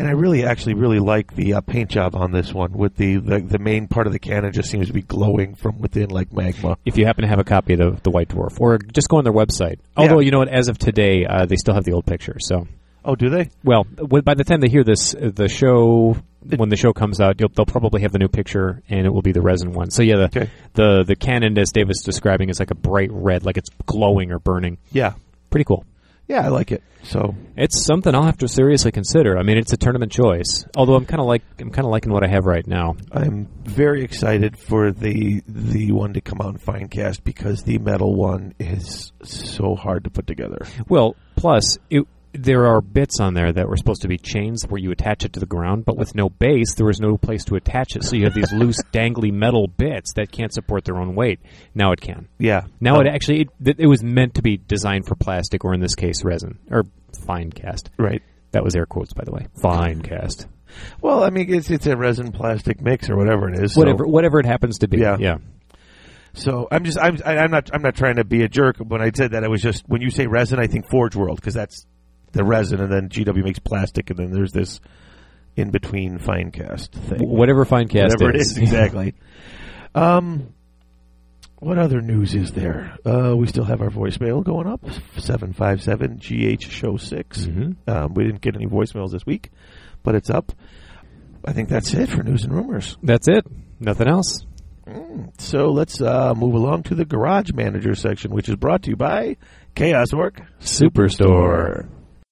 S3: And I really, actually, really like the uh, paint job on this one. With the, the the main part of the cannon just seems to be glowing from within like magma.
S2: If you happen to have a copy of the, the White Dwarf, or just go on their website. Although you know what, as of today, uh, they still have the old picture. So,
S3: Oh, do they?
S2: well, w- by the time they hear this, uh, the show when the show comes out, you'll, they'll probably have the new picture, and it will be the resin one. So yeah, the
S3: Okay.
S2: the the cannon as Dave was describing is like a bright red, like it's glowing or burning.
S3: Yeah,
S2: pretty cool.
S3: yeah, I like it. So
S2: It's something I'll have to seriously consider. I mean, it's a tournament choice. Although I'm kind of like I'm kind of liking what I have right now.
S3: I'm very excited for the the one to come out in Finecast because the metal one is so hard to put together.
S2: Well, plus it, there are bits on there that were supposed to be chains where you attach it to the ground, but with no base, there was no place to attach it. So you have these loose, dangly metal bits that can't support their own weight. Now it can.
S3: Yeah.
S2: Now it actually it, th- it was meant to be designed for plastic, or in this case, resin or fine cast.
S3: right.
S2: That was air quotes, by the way. Fine cast.
S3: Well, I mean it's it's a resin plastic mix or whatever it is. so-
S2: Whatever, whatever it happens to be.
S3: Yeah.
S2: yeah.
S3: So I'm just I'm I- I'm not I'm not trying to be a jerk. When I said that, I was just when you say resin, I think Forge World because that's the resin, and then GW makes plastic, and then there's this in between Finecast thing.
S2: Whatever fine cast
S3: whatever
S2: is.
S3: it is exactly. um, what other news is there? Uh, we still have our voicemail going up seven five seven GH show 6 Um, we didn't get any voicemails this week, but it's up. I think that's it for news and rumors.
S2: That's it. Nothing else.
S3: So let's uh, move along to the garage manager section, which is brought to you by Chaos Work
S2: Superstore.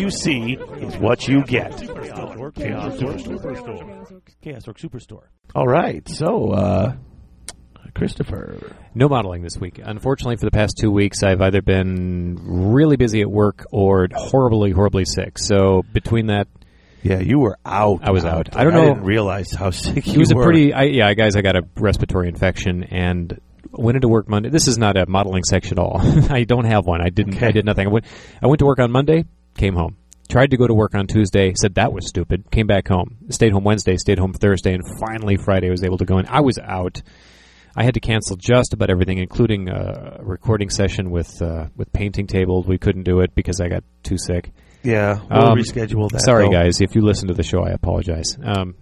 S3: you see is what you get. Chaos Org Superstore. Chaos Org Superstore. All right, so, uh, Christopher.
S2: No modeling this week. Unfortunately, for the past two weeks, I've either been really busy at work or horribly, horribly sick. So between that,
S3: Yeah, you were out.
S2: I was out. I don't know-
S3: didn't realize how sick
S2: it was a pretty. I, yeah, guys, I got a respiratory infection and went into work Monday. This is not a modeling section at all. I don't have one. I didn't. I
S3: Okay.
S2: did nothing. I went. I went to work on Monday. Came home. Tried to go to work on Tuesday. Said that was stupid. Came back home. Stayed home Wednesday. Stayed home Thursday, and finally Friday I was able to go in. I was out. I had to cancel just about everything, including uh, a recording session with uh, with painting table. We couldn't do it because I got too sick.
S3: Yeah, we'll
S2: Um,
S3: reschedule that.
S2: Sorry,
S3: though.
S2: guys. If you listen to the show, I apologize. Um,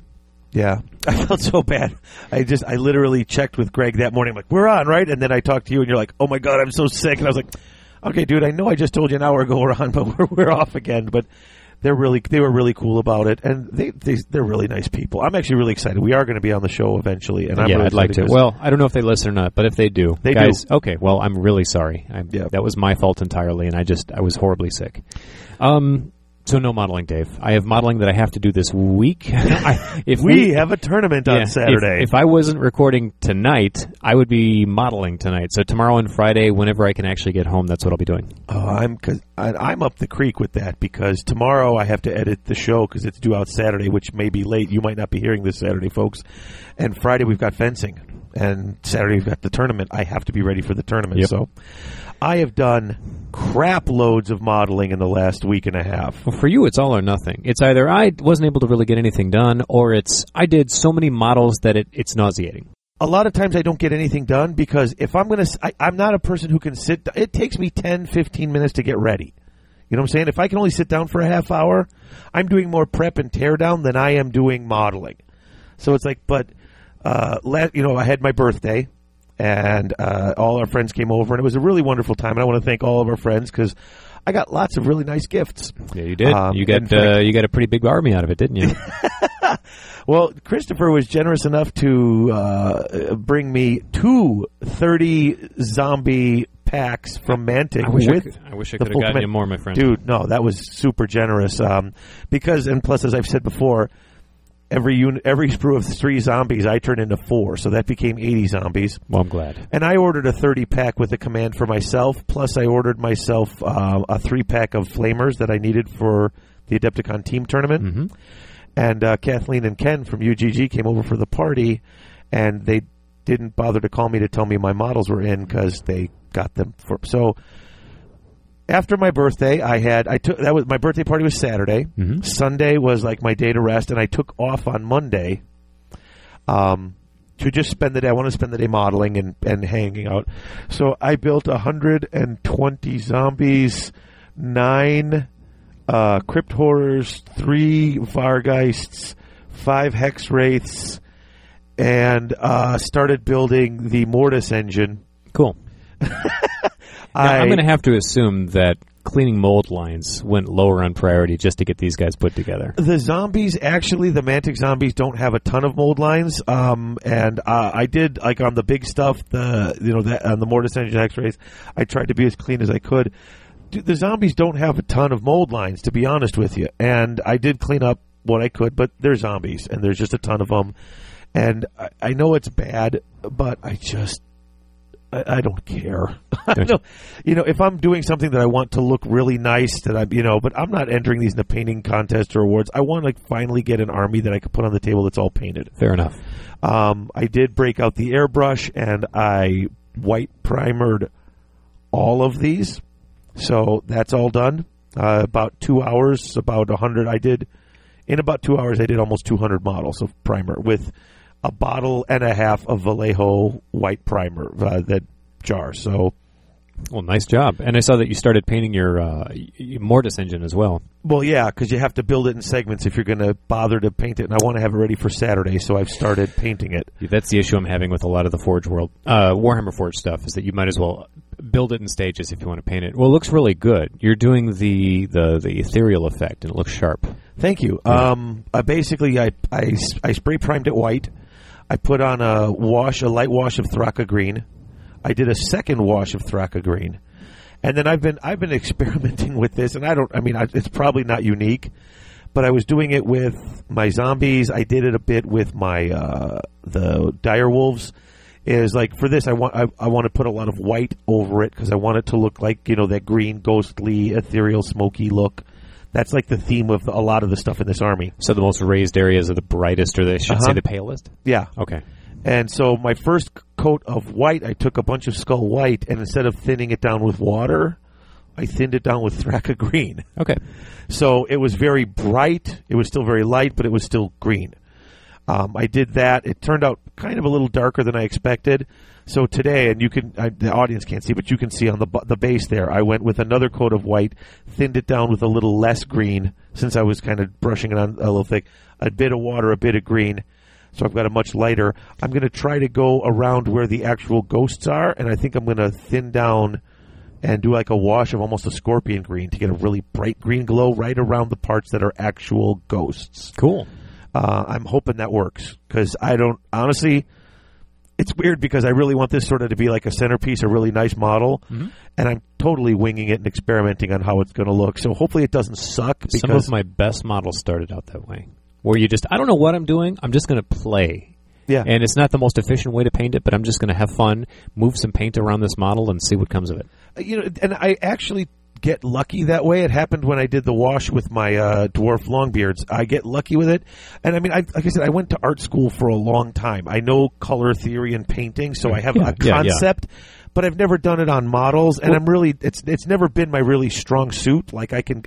S3: Yeah, I felt so bad. I just, I literally checked with Greg that morning. like, we're on, right? And then I talked to you, and you're like, "Oh my god, I'm so sick." And I was like, "Okay, dude, I know I just told you an hour ago we're on, but we're, we're off again." But they're really, they were really cool about it, and they, they they're really nice people. I'm actually really excited. We are going to be on the show eventually, and I'm
S2: yeah,
S3: really
S2: I'd like
S3: excited
S2: to.
S3: 'cause-
S2: Well, I don't know if they listen or not, but if they do,
S3: They
S2: guys, okay. Well, I'm really sorry. I,
S3: Yeah.
S2: That was my fault entirely, and I just I was horribly sick. Um, so no modeling, Dave. I have modeling that I have to do this week. I, if
S3: we have a tournament
S2: yeah,
S3: on
S2: if-
S3: Saturday.
S2: If, I wasn't recording tonight, I would be modeling tonight. So tomorrow and Friday, whenever I can actually get home, that's what I'll be doing.
S3: Oh, I'm cause I, I'm up the creek with that because tomorrow I have to edit the show because it's due out Saturday, which may be late. You might not be hearing this Saturday, folks. And Friday we've got fencing, and Saturday we've got the tournament. I have to be ready for the tournament.
S2: Yep.
S3: So I have done crap loads of modeling in the last week and a half.
S2: Well, for you, it's all or nothing. It's either I wasn't able to really get anything done, or it's I did so many models that it, it's nauseating.
S3: a lot of times I don't get anything done because if I'm going to, I'm not a person who can sit, it takes me 10, 15 minutes to get ready. You know what I'm saying? If I can only sit down for a half hour, I'm doing more prep and teardown than I am doing modeling. So it's like, but, uh, la you know, I had my birthday and, uh, all our friends came over and it was a really wonderful time. And I want to thank all of our friends because I got lots of really nice gifts.
S2: Yeah, you did.
S3: Um,
S2: you
S3: in
S2: got
S3: fact-
S2: uh, you got a pretty big army out of it, didn't you?
S3: Well, Christopher was generous enough to uh, bring me two 30 zombie packs from Mantic
S2: I wish I
S3: with
S2: could, I wish I
S3: the
S2: could have
S3: full
S2: gotten
S3: commit-
S2: you more, my friend.
S3: Dude, no, that was super generous. Um, because, and plus, as I've said before, every unit, every sprue of three zombies, I turned into four, so that became eighty zombies.
S2: Well, I'm glad.
S3: And I ordered a thirty pack with a command for myself. Plus, I ordered myself uh, a three pack of flamers that I needed for the Adepticon team tournament.
S2: hmm
S3: And uh, Kathleen and Ken from UGG came over for the party, and they didn't bother to call me to tell me my models were in because they got them for. So after my birthday, I had I took that was my birthday party was Saturday.
S2: Mhm.
S3: Sunday was like my day to rest, and I took off on Monday. Um. To just spend the day, I want to spend the day modeling and, and hanging out. So I built 120 zombies, nine uh, Crypt Horrors, three Vargeists, five Hex Wraiths, and uh, started building the Mortis engine.
S2: Cool. Now,
S3: I,
S2: I'm going to have to assume that cleaning mold lines went lower on priority just to get these guys put together.
S3: the zombies actually the mantic zombies don't have a ton of mold lines um, and uh, i did like on the big stuff the you know that on the mortis engine x-rays i tried to be as clean as i could Dude, the zombies don't have a ton of mold lines to be honest with you and i did clean up what i could but they're zombies and there's just a ton of them and i, I know it's bad but i just I, I don't care. I know, you know, if I'm doing something that I want to look really nice, that I'm, you know, but I'm not entering these in a painting contest or awards. I want to like, finally get an army that I could put on the table that's all painted.
S2: Fair enough.
S3: Um, I did break out the airbrush and I white primered all of these, so that's all done. Uh, about two hours, about a hundred. I did in about two hours. I did almost two hundred models of primer with a bottle and a half of Vallejo white primer uh, that jar. So
S2: Well, nice job. And I saw that you started painting your uh, y- y- mortise engine as well.
S3: Well, yeah, because you have to build it in segments if you're going to bother to paint it, and I want to have it ready for Saturday, so I've started painting it.
S2: That's the issue I'm having with a lot of the Forge world, uh, Warhammer Forge stuff, is that you might as well build it in stages if you want to paint it. Well, it looks really good. You're doing the the, the ethereal effect, and it looks sharp.
S3: Thank you. Um, I basically I, I, s- I spray primed it white. I put on a wash, a light wash of Thraka green. I did a second wash of Thraka green, and then I've been I've been experimenting with this, and I don't. I mean, I, it's probably not unique, but I was doing it with my zombies. I did it a bit with my uh, the dire wolves. Is like for this, I want I, I want to put a lot of white over it because I want it to look like you know that green, ghostly, ethereal, smoky look. That's like the theme of a lot of the stuff in this army.
S2: So the most raised areas are the brightest, or they should say
S3: Uh-huh.
S2: the palest?
S3: Yeah.
S2: Okay.
S3: And so my first coat of white, I took a bunch of skull white, and instead of thinning it down with water, I thinned it down with Thraka green.
S2: Okay.
S3: So it was very bright. It was still very light, but it was still green. Um, I did that. It turned out kind of a little darker than I expected. So today, and you can I, the audience can't see, but you can see on the bu- the base there. I went with another coat of white, thinned it down with a little less green since I was kind of brushing it on a little thick. A bit of water, a bit of green. So I've got a much lighter. I'm going to try to go around where the actual ghosts are, and I think I'm going to thin down and do like a wash of almost a scorpion green to get a really bright green glow right around the parts that are actual ghosts.
S2: Cool.
S3: Uh, I'm hoping that works because I don't honestly. It's weird because I really want this sort of to be like a centerpiece, a really nice model,
S2: Mm-hmm.
S3: and I'm totally winging it and experimenting on how it's going to look. So hopefully it doesn't suck. Because
S2: Some of my best models started out that way, where you just, I don't know what I'm doing, I'm just going to play.
S3: yeah,
S2: And it's not the most efficient way to paint it, but I'm just going to have fun, move some paint around this model, and see what comes of it.
S3: Uh, you know, and I actually get lucky that way. It happened when I did the wash with my uh, dwarf longbeards. I get lucky with it, and I mean, I, like I said, I went to art school for a long time. I know color theory and painting, so I have
S2: Yeah,
S3: a
S2: yeah, yeah.
S3: concept. But I've never done it on models, and I'm really it's it's never been my really strong suit. Like I can,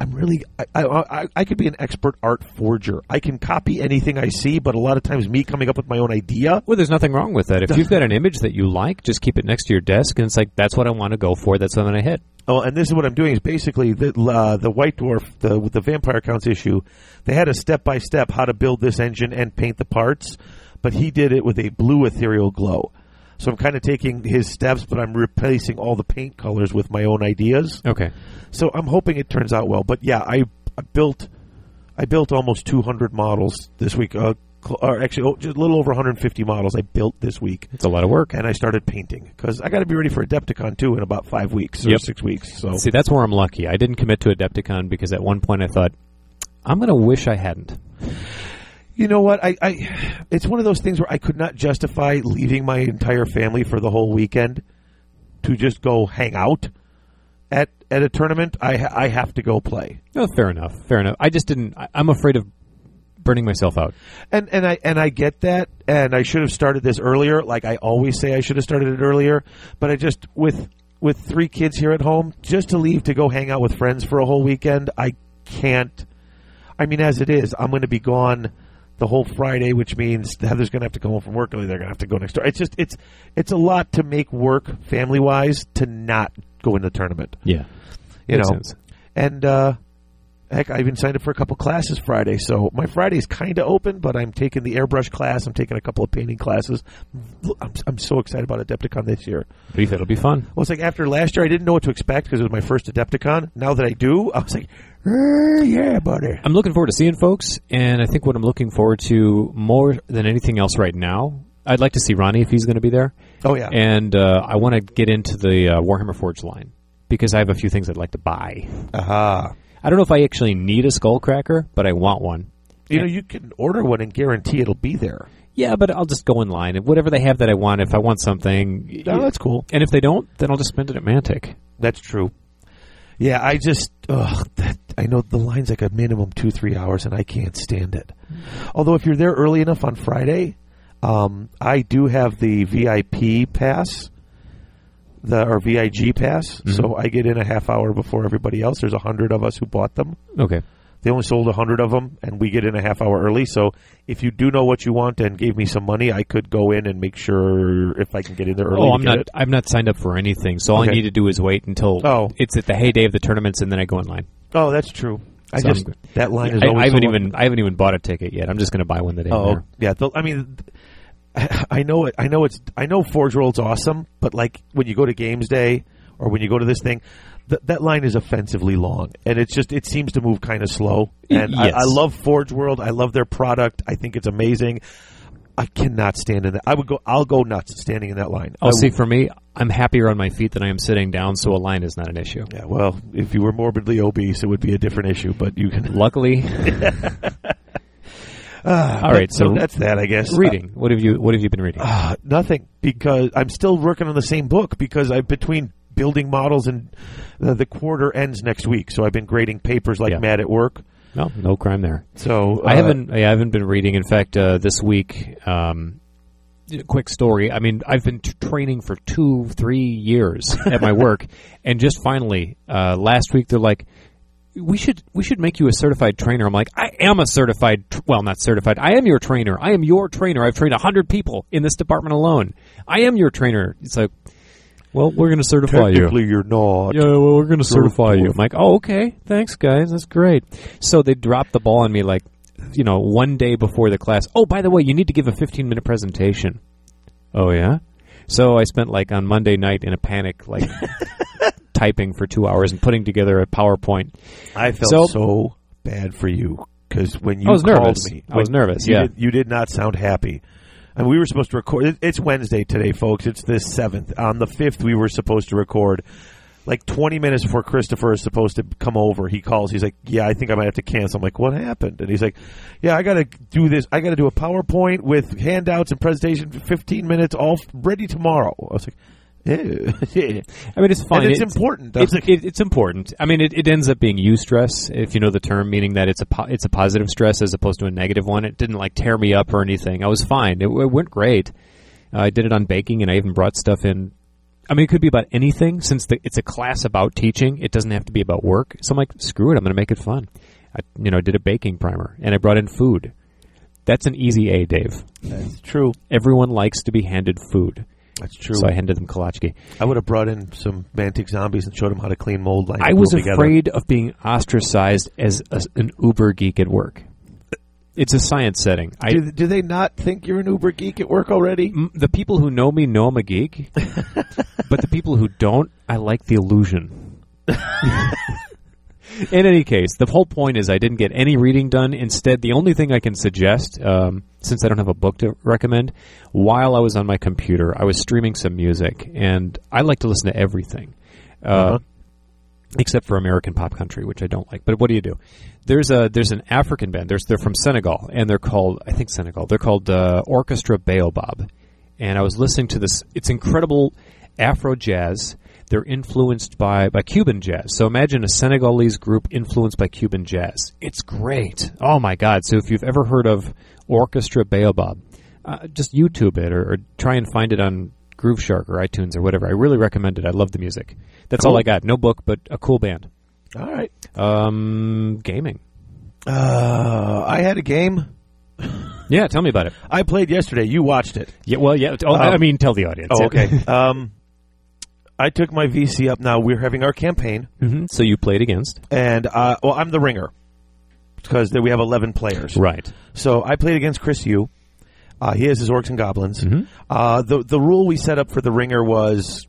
S3: I'm really I, I I- I could be an expert art forger. I can copy anything I see, but a lot of times me coming up with my own idea
S2: Well, there's nothing wrong with that. If you've got an image that you like, just keep it next to your desk, and it's like that's what I want to go for. That's something I hit.
S3: Oh, and this is what I'm doing is basically the uh, the White Dwarf the with the Vampire Counts issue. They had a step by step how to build this engine and paint the parts, but he did it with a blue ethereal glow. So I'm kind of taking his steps, but I'm replacing all the paint colors with my own ideas.
S2: Okay.
S3: So I'm hoping it turns out well. But yeah, I, I built I built almost 200 models this week. Uh, cl- or actually, oh, just a little over 150 models I built this week.
S2: It's a lot of work.
S3: And I started painting because I got to be ready for Adepticon too in about five weeks or
S2: Yep.
S3: six weeks. So
S2: See, that's where I'm lucky. I didn't commit to Adepticon because at one point I thought, I'm going to wish I hadn't.
S3: You know what? I, I it's one of those things where I could not justify leaving my entire family for the whole weekend to just go hang out at at a tournament. I ha- I have to go play.
S2: No, Oh, fair enough. Fair enough. I just didn't. I, I'm afraid of burning myself out.
S3: And and I and I get that and I should have started this earlier. Like I always say I should have started it earlier, but I just with with three kids here at home, just to leave to go hang out with friends for a whole weekend, I can't I mean, as it is, I'm going to be gone the whole Friday, which means Heather's going to have to come home from work early. They're going to have to go next door. It's just it's it's a lot to make work family wise to not go in the tournament.
S2: Yeah.
S3: You
S2: Makes
S3: know,
S2: sense.
S3: and uh, heck, I even signed up for a couple classes Friday, so my Friday's kind of open. But I'm taking the airbrush class. I'm taking a couple of painting classes. I'm, I'm so excited about Adepticon this year.
S2: Believe it'll be fun.
S3: Well, it's like after last year, I didn't know what to expect because it was my first Adepticon. Now that I do, I was like, "Eh, yeah, buddy.
S2: I'm looking forward to seeing folks, and I think what I'm looking forward to more than anything else right now, I'd like to see Ronnie if he's going to be there.
S3: Oh yeah.
S2: And uh, I want to get into the uh, Warhammer Forge line because I have a few things I'd like to buy.
S3: Aha.
S2: I don't know if I actually need a Skullcracker, but I want one.
S3: You know, you can order one and guarantee it'll be there.
S2: Yeah, but I'll just go in line. And whatever they have that I want, if I want something.
S3: No, that's cool.
S2: And if they don't, then I'll just spend it at Mantic.
S3: That's true. Yeah, I just ugh, that, I know the line's like a minimum two three hours, and I can't stand it. Although if you're there early enough on Friday, um, I do have the VIP pass, the or
S2: Mm-hmm.
S3: VIG pass, so I get in a half hour before everybody else. There's a hundred of us who bought them,
S2: Okay.
S3: They only sold 100 of them, and we get in a half hour early. So if you do know what you want and gave me some money, I could go in and make sure if I can get in there early.
S2: Oh,
S3: to
S2: I'm
S3: get
S2: not.
S3: it.
S2: I'm not signed up for anything. So all I
S3: Okay.
S2: need to do is wait until
S3: Oh.
S2: it's at the heyday of the tournaments, and then I go online.
S3: Oh, that's true. I
S2: So I'm
S3: just
S2: good.
S3: that line is.
S2: I,
S3: always
S2: I
S3: so
S2: haven't
S3: long.
S2: even. I haven't even bought a ticket yet. I'm just going to buy one the day. I'm
S3: Oh
S2: there.
S3: yeah, the, I mean, th- I know it. I know it's. I know Forge World's awesome, but like when you go to Games Day or when you go to this thing, th- that line is offensively long, and it's just it seems to move kind of slow. And
S2: yes.
S3: I, I love Forge World. I love their product. I think it's amazing. I cannot stand in that. I would go. I'll go nuts standing in that line.
S2: Oh,
S3: I
S2: see, for me, I'm happier on my feet than I am sitting down, so a line is not an issue.
S3: w- yeah, well, if you were morbidly obese, it would be a different issue. But you can.
S2: Luckily. All right, so,
S3: So that's that, I guess.
S2: reading. What have you What have you been reading?
S3: Uh, nothing because I'm still working on the same book because I'm between building models and the, the quarter ends next week, so I've been grading papers like
S2: Yeah.
S3: mad at work.
S2: no, no crime there.
S3: So
S2: I
S3: uh,
S2: haven't. I haven't been reading. In fact, uh, this week, um, quick story. I mean, I've been t- training for two, three years at my work, and just finally uh, last week they're like, "We should, we should make you a certified trainer." I'm like, "I am a certified. Tr- well, not certified. I am your trainer. I am your trainer. I've trained hundred people in this department alone. I am your trainer." It's like, "Well, we're going to certify you."
S3: uh, Technically, you're not.
S2: Yeah, well, we're going to
S3: Sure.
S2: certify you. I'm like, oh, okay, thanks, guys, that's great. So they dropped the ball on me, like, you know, one day before the class. Oh, by the way, you need to give a 15 minute presentation. Oh yeah. So I spent like on Monday night in a panic, like typing for two hours and putting together a PowerPoint.
S3: I felt
S2: So-
S3: so, bad for you because when you
S2: I was
S3: called
S2: nervous.
S3: me,
S2: I was
S3: when-
S2: nervous,
S3: You
S2: yeah.
S3: did, you did not sound happy. And we were supposed to record. it- It's Wednesday today, folks. It's the seventh. On the fifth, we were supposed to record. Like twenty minutes before Christopher is supposed to come over, he calls. He's like, "Yeah, I think I might have to cancel." I'm like, "What happened?" And he's like, "Yeah, I got to do this. I got to do a PowerPoint with handouts and presentation, for 15 minutes, all f- ready tomorrow." I was like, "Eh, "Yeah,
S2: I mean, it's fine.
S3: And it's important. I
S2: It's,
S3: was like-
S2: it, it's important. I mean, it, it ends up being eustress, if you know the term, meaning that it's a po- it's a positive stress as opposed to a negative one. It didn't like tear me up or anything. I was fine. It, it went great. Uh, I did it on baking, and I even brought stuff in. I mean, it could be about anything. Since the, it's a class about teaching, it doesn't have to be about work. So I'm like, screw it. I'm going to make it fun. I, you know, I did a baking primer, and I brought in food. That's an easy A, Dave.
S3: "That's true.
S2: Everyone likes to be handed food.
S3: That's true."
S2: So I handed them kolachki.
S3: I would have brought in some Mantic zombies and showed them how to clean mold. Line
S2: I was afraid of being ostracized as a, an Uber geek at work. It's a science setting. I,
S3: Do, do they not think you're an Uber geek at work already?
S2: m- the people who know me know I'm a geek, but the people who don't, I like the illusion. In any case, the whole point is I didn't get any reading done. Instead, the only thing I can suggest, um, since I don't have a book to recommend, while I was on my computer, I was streaming some music, and I like to listen to everything. Uh, except for American pop country, which I don't like. But what do you do? There's a there's an African band. There's they're from Senegal, and they're called I think Senegal. They're called uh, Orchestra Baobab. And I was listening to this. It's incredible Afro jazz. They're influenced by, by Cuban jazz. So imagine a Senegalese group influenced by Cuban jazz. It's great. Oh my God. So if you've ever heard of Orchestra Baobab, uh, just YouTube it or, or try and find it on Groove Shark or iTunes or whatever. I really recommend it. I love the music. That's all I got. No book, but a cool band.
S3: All right.
S2: Um, gaming.
S3: Uh, I had a game
S2: Yeah, tell me about it.
S3: I played yesterday. You watched it.
S2: Yeah, well, yeah. Oh, I
S3: Um,
S2: mean, tell the audience.
S3: Oh, okay. um, I took my VC up now. We're having our campaign,
S2: hmm So you played against,
S3: and uh, well, I'm the ringer because we have 11 players.
S2: right?
S3: So I played against Chris Yu. Uh, he has his orcs and goblins. Uh, the the rule we set up for the ringer was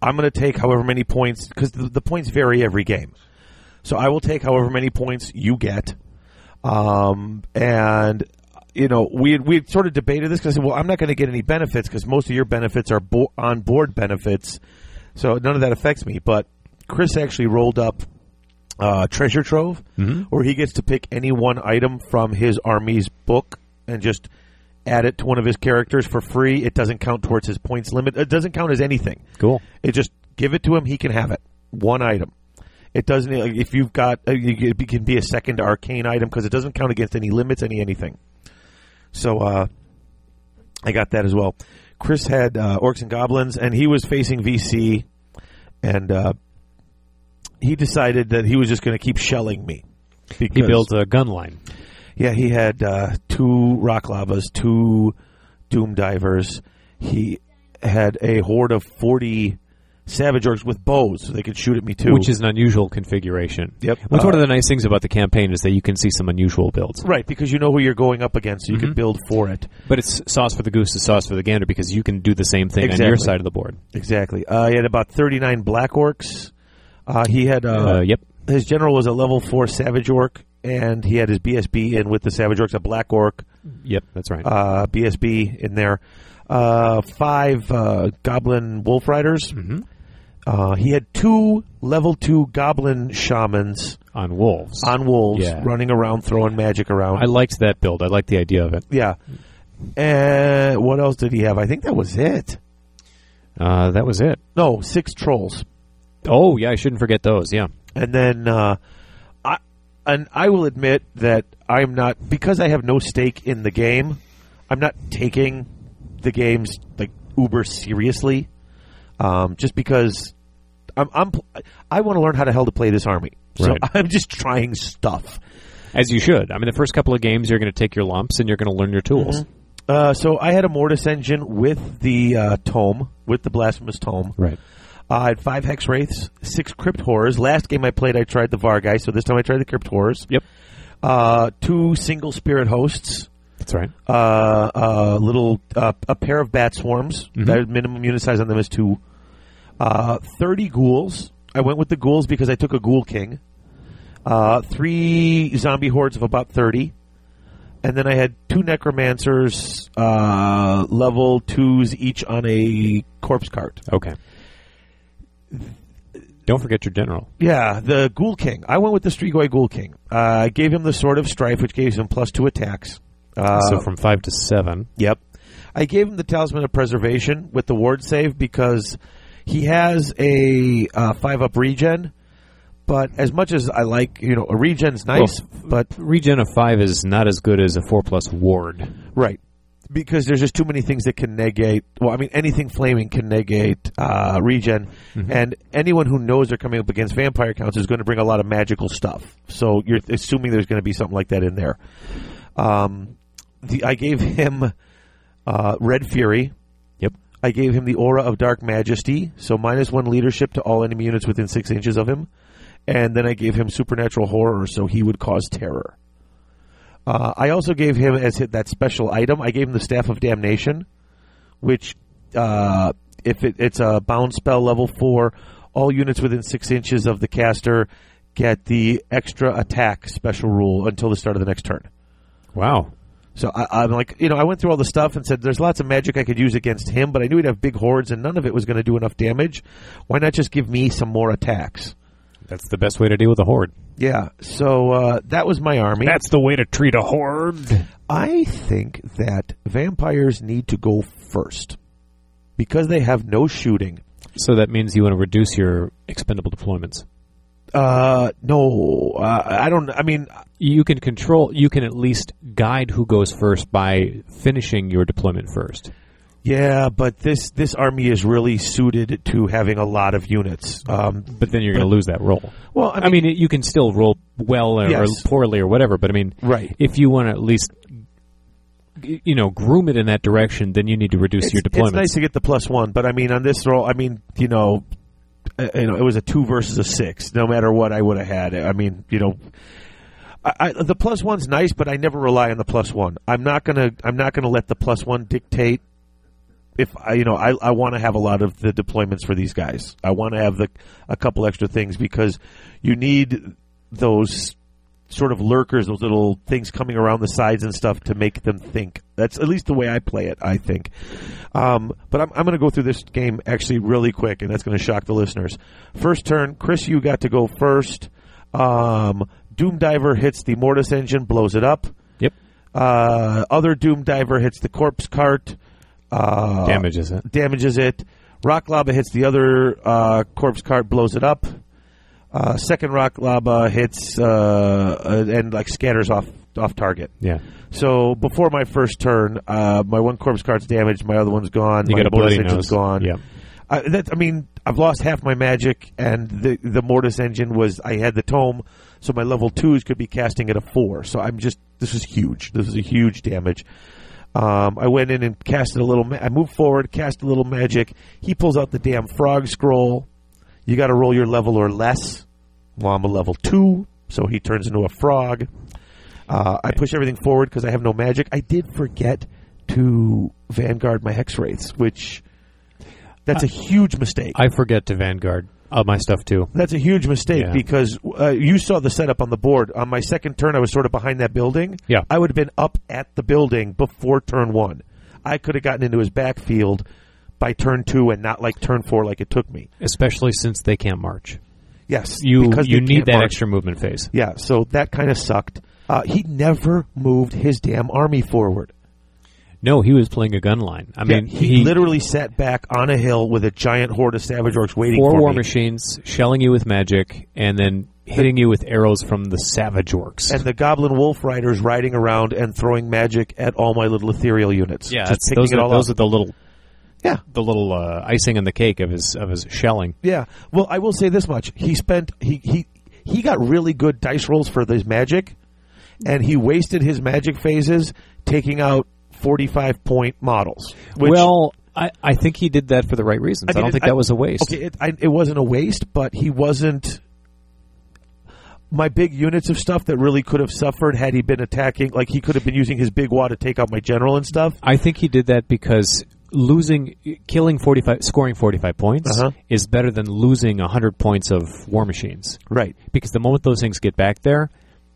S3: I'm going to take however many points because the, the points vary every game. So I will take however many points you get. Um, and you know we had, we had sort of debated this because well I'm not going to get any benefits because most of your benefits are bo- on board benefits, so none of that affects me. But Chris actually rolled up uh, treasure trove, where he gets to pick any one item from his army's book and just add it to one of his characters for free. It doesn't count towards his points limit. It doesn't count as anything.
S2: Cool.
S3: It just give it to him. He can have it. One item. It doesn't. like, If you've got, uh, you- it can be a second arcane item because it doesn't count against any limits, any anything. So uh, I got that as well. Chris had uh, orcs and goblins, and he was facing VC, and uh, he decided that he was just going to keep shelling me. Because,
S2: He built a gun line.
S3: Yeah, he had uh, two rock lavas, two doom divers. He had a horde of forty savage orcs with bows, so they could shoot at me too.
S2: Which is an unusual configuration.
S3: Yep.
S2: That's one
S3: Uh,
S2: of the nice things about the campaign is that you can see some unusual builds.
S3: right because you know who you're going up against, so you
S2: Mm-hmm.
S3: can build for it.
S2: But it's sauce for the goose is sauce for the gander because you can do the same thing on your
S3: Exactly.
S2: side of the board.
S3: Exactly. Uh, he had about thirty nine black orcs. Uh, he had
S2: Uh,
S3: uh,
S2: yep.
S3: his general was a level four savage orc, and he had his BSB in with the savage orcs, a black orc,
S2: Yep, that's right.
S3: uh, BSB in there. Uh, five uh, goblin wolf riders.
S2: Mm-hmm.
S3: Uh, he had two level two goblin shamans
S2: on wolves.
S3: on wolves
S2: Yeah.
S3: running around, throwing magic around.
S2: I liked that build. I liked the idea of it.
S3: yeah. And what else did he have? I think that was it.
S2: Uh, that was it.
S3: No, six trolls.
S2: Oh, yeah, I shouldn't forget those. Yeah.
S3: And then uh, I and I will admit that I'm not because I have no stake in the game. I'm not taking the games like uber seriously, um, just because I'm, I'm pl- I want to learn how the hell to play this army.
S2: Right.
S3: So I'm just trying stuff.
S2: As you should. I mean, the first couple of games, you're going to take your lumps and you're going to learn your tools.
S3: Uh, so I had a mortis engine with the uh, tome, with the blasphemous tome.
S2: Right.
S3: Uh, I had five hex wraiths, six crypt horrors. Last game I played, I tried the var guy, so this time I tried the crypt horrors.
S2: Yep.
S3: Uh, two single spirit hosts,
S2: That's right.
S3: uh, a little uh, a pair of bat swarms. That minimum unit size on them is two. Uh, Thirty ghouls. I went with the ghouls because I took a ghoul king. Uh, three zombie hordes of about thirty, and then I had two necromancers, uh, level twos each on a corpse cart.
S2: Okay. Don't forget your general.
S3: Yeah, the Ghoul King. I went with the Strigoi Ghoul King. Uh, I gave him the Sword of Strife, which gives him plus two attacks. Uh,
S2: so from five to seven.
S3: yep. I gave him the Talisman of Preservation with the Ward save because he has a uh, five up regen. But as much as I like, you know, a regen's nice, but
S2: Regen of five is not as good as a four plus ward.
S3: right because there's just too many things that can negate. Well, I mean, anything flaming can negate uh, regen, and anyone who knows they're coming up against vampire counts is going to bring a lot of magical stuff. So you're assuming there's going to be something like that in there. Um, the, I gave him uh, Red Fury.
S2: Yep.
S3: I gave him the Aura of Dark Majesty, so minus one leadership to all enemy units within six inches of him. And then I gave him Supernatural Horror, so he would cause terror. Uh, I also gave him as hit that special item. I gave him the Staff of Damnation, which, uh, if it, it's a bound spell level four, all units within six inches of the caster get the extra attack special rule until the start of the next turn.
S2: Wow.
S3: So I, I'm like, you know, I went through all the stuff and said, there's lots of magic I could use against him, but I knew he'd have big hordes and none of it was going to do enough damage. Why not just give me some more attacks?
S2: That's the best way to deal with a horde.
S3: Yeah. So uh, that was my army.
S4: That's the way to treat a horde.
S3: I think that vampires need to go first because they have no shooting.
S2: So that means you want to reduce your expendable deployments.
S3: Uh, no, uh, I don't. I mean,
S2: You can control. You can at least guide who goes first by finishing your deployment first.
S3: yeah, but this this army is really suited to having a lot of units. Um,
S2: But then you're going to lose that roll.
S3: well,
S2: I mean, you can still roll well or,
S3: Yes.
S2: or poorly or whatever. But I mean,
S3: Right.
S2: If you want to at least, g- you know, groom it in that direction, then you need to reduce your
S3: it's, it's
S2: deployments.
S3: nice to get the plus one, but I mean, on this roll, I mean, you know, uh, you know, it was a two versus a six. No matter what, I would have had. I mean, you know, I, I, the plus one's nice, but I never rely on the plus one. I'm not gonna. I'm not gonna let the plus one dictate. If I, you know, I, I want to have a lot of the deployments for these guys. I want to have the a couple extra things because you need those sort of lurkers, those little things coming around the sides and stuff to make them think. That's at least the way I play it, I think. Um, but I'm, I'm going to go through this game actually really quick, and that's going to shock the listeners. First turn, Chris, you got to go first. Um, Doom Diver hits the Mortis engine, blows it up.
S2: Yep.
S3: Uh, other Doom Diver hits the corpse cart, uh,
S2: Damages it.
S3: damages it. Rock Lava hits the other uh, corpse cart, blows it up. Uh, second Rock Lava hits uh, uh, and like scatters off off target.
S2: Yeah.
S3: So before my first turn, uh, my one corpse card's damaged, my other one's gone,
S2: You
S3: my
S2: got a bloody
S3: bonus action's
S2: nose.
S3: gone.
S2: Yeah.
S3: I, that, I mean, I've lost half my magic, and the the mortis engine was I had the tome, so my level twos could be casting at a four. So I'm just this is huge. This is a huge damage. Um, I went in and casted a little. Ma- I moved forward, cast a little magic. He pulls out the damn frog scroll. You got to roll your level or less. Well, I'm a level two, so he turns into a frog. Uh, I push everything forward because I have no magic. I did forget to vanguard my hex wraiths, which that's a huge mistake.
S2: I forget to Vanguard uh, my stuff too.
S3: That's a huge mistake
S2: Yeah.
S3: because uh, you saw the setup on the board. On my second turn, I was sort of behind that building.
S2: Yeah.
S3: I would have been up at the building before turn one. I could have gotten into his backfield by turn two and not like turn four like it took me.
S2: Especially since they can't march.
S3: Yes,
S2: You
S3: because
S2: you
S3: they
S2: need
S3: can't
S2: that
S3: march.
S2: extra movement phase.
S3: Yeah, so that kind of sucked. Uh, he never moved his damn army forward.
S2: No, he was playing a gun line. I mean,
S3: Yeah, he, literally sat back on a hill with a giant horde of savage orcs waiting
S2: four
S3: for
S2: war
S3: me.
S2: machines shelling you with magic and then hitting you with arrows from the savage orcs.
S3: and the goblin wolf riders riding around and throwing magic at all my little ethereal units.
S2: yeah,
S3: just
S2: that's-
S3: picking
S2: those
S3: it
S2: are
S3: all
S2: those
S3: up.
S2: are the little
S3: yeah,
S2: the little uh, icing on the cake of his of his shelling.
S3: yeah. Well, I will say this much: he spent he he he got really good dice rolls for this magic, and he wasted his magic phases taking out forty-five point models. Which
S2: well, I, I think he did that for the right reasons. I,
S3: mean,
S2: don't
S3: it-
S2: think that was a waste.
S3: Okay, it, I, it wasn't a waste, but he wasn't. My big units of stuff that really could have suffered had he been attacking, like he could have been using his big wad to take out my general and stuff.
S2: I think he did that because losing, killing forty five, scoring forty five points
S3: Uh-huh.
S2: is better than losing hundred points of war machines.
S3: Right.
S2: Because the moment those things get back there,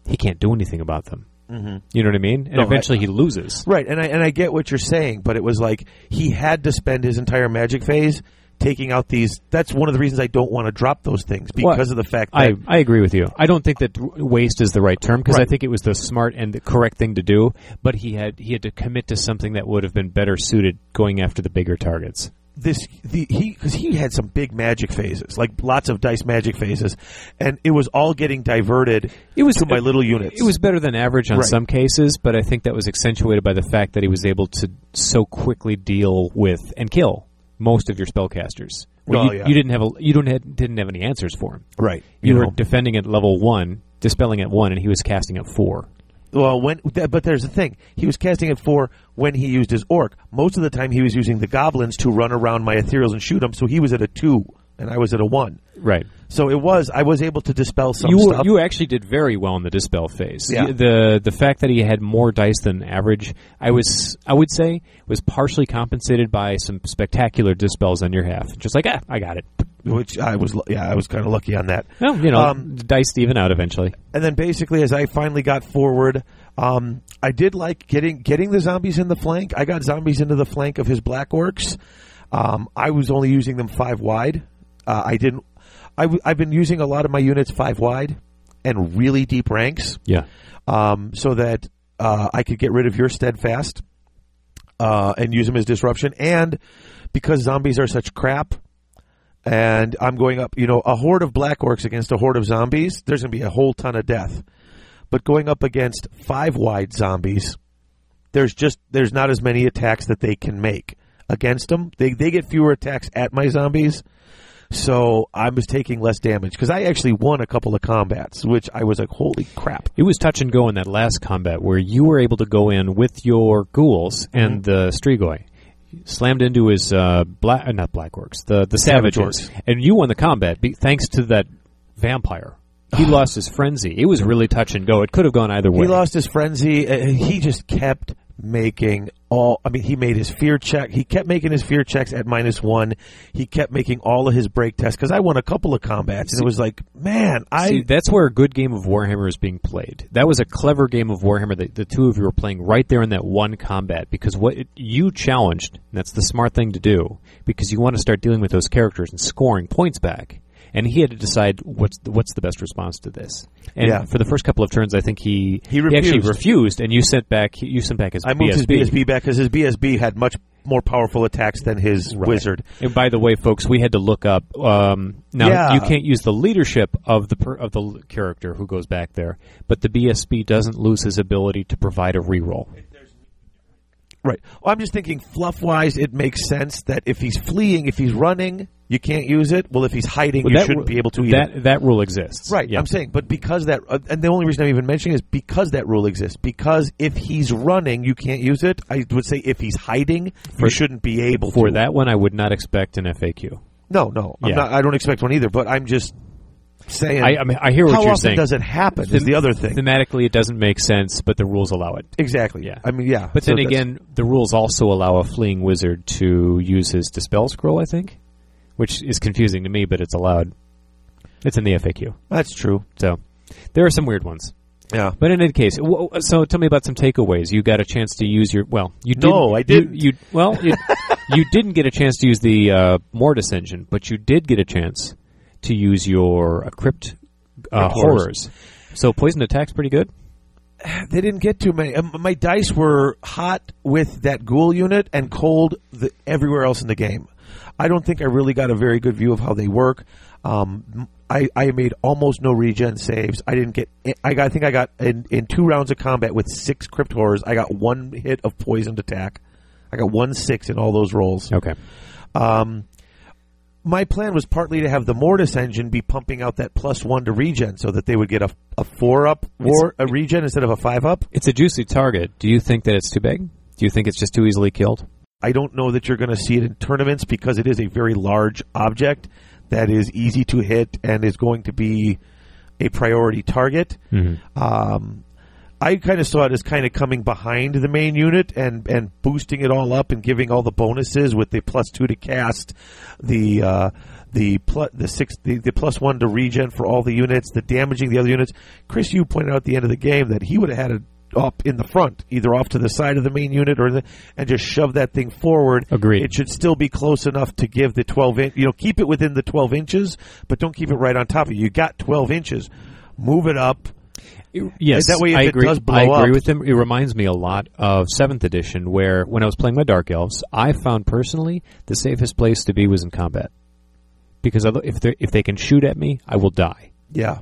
S2: he can't do anything about them. Mm-hmm. You know what I mean? And
S3: No, I-
S2: eventually he loses.
S3: Right, and I and I get what you're saying, but it was like he had to spend his entire magic phase taking out these. That's one of the reasons I don't want to drop those things because
S2: Well,
S3: of the fact that
S2: I, I agree with you. I don't think that w- waste is the right term because I
S3: Right.
S2: think it was the smart and the correct thing to do. But he had he had to commit to something that would have been better suited going after the bigger targets.
S3: this the he because he had some big magic phases, like lots of dice magic phases, and it was all getting diverted.
S2: It was
S3: to my little units.
S2: It was better than average on
S3: Right.
S2: some cases, but I think that was accentuated by the fact that he was able to so quickly deal with and kill most of your spellcasters. Where
S3: Well,
S2: you,
S3: yeah.
S2: you didn't have a, you don't had, didn't have any answers for him.
S3: right.
S2: You, were
S3: know?
S2: defending at level one, dispelling at one, and he was casting at four.
S3: Well, when th- but there's the thing. He was casting it for when he used his orc. Most of the time, he was using the goblins to run around my ethereals and shoot them. So he was at a two, and I was at a one.
S2: Right.
S3: So it was I was able to dispel some
S2: you, were-
S3: stuff.
S2: you actually did very well in the dispel phase.
S3: Yeah.
S2: Y- The the fact that he had more dice than average, I was I would say was partially compensated by some spectacular dispels on your half. Just like ah, I got it.
S3: which I was lu- yeah I was kind of lucky on that.
S2: Well, you know,
S3: Um,
S2: the dice even out eventually.
S3: and then basically as I finally got forward, um, I did like getting getting the zombies in the flank. I got zombies into the flank of his black orcs. Um, I was only using them five wide. Uh, I didn't. I w- I've been using a lot of my units five wide and really deep ranks
S2: Yeah.
S3: um, so that uh, I could get rid of your steadfast uh, and use them as disruption. And because zombies are such crap, and I'm going up, you know, a horde of black orcs against a horde of zombies, there's going to be a whole ton of death. But going up against five wide zombies, there's just there's not as many attacks that they can make against them. They they get fewer attacks at my zombies. So I was taking less damage because I actually won a couple of combats, which I was like, "Holy crap!"
S2: It was touch and go in that last combat where you were able to go in with your ghouls
S3: Mm-hmm.
S2: and the Strigoi. Slammed into his uh, black, uh, not black orcs, the the
S3: Savage
S2: savages, and you won the combat be- thanks to that vampire. He lost his frenzy. It was really touch and go. It could have gone either way.
S3: He lost his frenzy. Uh, he just kept making all. I mean, he made his fear check. He kept making his fear checks at minus one. He kept making all of his break tests because I won a couple of combats, and it was like, man, I
S2: See, that's where a good game of Warhammer is being played. That was a clever game of Warhammer that the two of you were playing right there in that one combat because what it, you challenged, and that's the smart thing to do because you want to start dealing with those characters and scoring points back. And he had to decide what's the, what's the best response to this. And
S3: Yeah.
S2: for the first couple of turns, I think he
S3: He
S2: actually
S3: refused.
S2: refused, and you sent back you sent back his
S3: I moved
S2: BSB.
S3: his BSB back because his BSB had much more powerful attacks than his wizard.
S2: And by the way, folks, we had to look up. Um, now
S3: Yeah.
S2: you can't use the leadership of the per, of the l- character who goes back there, but the BSB doesn't lose his ability to provide a reroll.
S3: Right. Well, I'm just thinking fluff wise, it makes sense that if he's fleeing, if he's running, You can't use it. Well, if he's hiding, you
S2: that
S3: shouldn't
S2: ru-
S3: be able to either.
S2: That that rule exists,
S3: Right,
S2: Yeah.
S3: I'm saying, but because that, uh, and the only reason I'm even mentioning is because that rule exists. Because if he's running, you can't use it. I would say if he's hiding, you shouldn't be able
S2: for
S3: to.
S2: that one, I would not expect an FAQ.
S3: No, no, I'm
S2: Yeah.
S3: not, I don't expect one either. But I'm just saying.
S2: I, I mean, I hear what
S3: how
S2: you're
S3: often
S2: saying.
S3: does it happen? is the other thing
S2: Thematically, it doesn't make sense, but the rules allow it.
S3: exactly?
S2: Yeah.
S3: I mean, yeah.
S2: But
S3: so
S2: then
S3: that's-
S2: again, the rules also allow a fleeing wizard to use his dispel scroll. I think, which is confusing to me, but it's allowed. It's in the FAQ,
S3: that's true.
S2: so there are some weird ones.
S3: Yeah.
S2: But in any case, w- so tell me about some takeaways. You got a chance to use your well, you didn't,
S3: No, I
S2: you-
S3: didn't.
S2: You, well, you, you didn't get a chance to use the uh, Mortis engine, but you did get a chance to use your uh, crypt uh, horrors. So poison attack's pretty good.
S3: They didn't get too many. Um, my dice were hot with that ghoul unit and cold the, everywhere else in the game. I don't think I really got a very good view of how they work. Um, I, I made almost no regen saves. I didn't get. eh, I, got, I think I got in, in two rounds of combat with six crypt horrors. I got one hit of poisoned attack. I got one six in all those rolls.
S2: Okay,
S3: Um, my plan was partly to have the Mortis engine be pumping out that plus one to regen so that they would get a, a four up or a regen instead of a five up.
S2: it's a juicy target. Do you think that it's too big? Do you think it's just too easily killed?
S3: I don't know that you're going to see it in tournaments because it is a very large object that is easy to hit and is going to be a priority target. Um, I kind of saw it as kind of coming behind the main unit and, and boosting it all up and giving all the bonuses with the plus two to cast, the uh, the plus the six the, the plus one to regen for all the units, the damaging the other units. Chris, you pointed out at the end of the game that he would have had it up in the front, either off to the side of the main unit or the, and just shove that thing forward.
S2: Agreed.
S3: It should still be close enough to give the twelve inch. You know, keep it within the twelve inches, but don't keep it right on top of you. You got twelve inches. Move it up.
S2: Yes,
S3: That way if
S2: I
S3: it
S2: agree.
S3: does blow
S2: I agree
S3: up-
S2: with him. It reminds me a lot of Seventh Edition, where when I was playing my Dark Elves, I found personally the safest place to be was in combat, because other- if they if they can shoot at me, I will die.
S3: Yeah.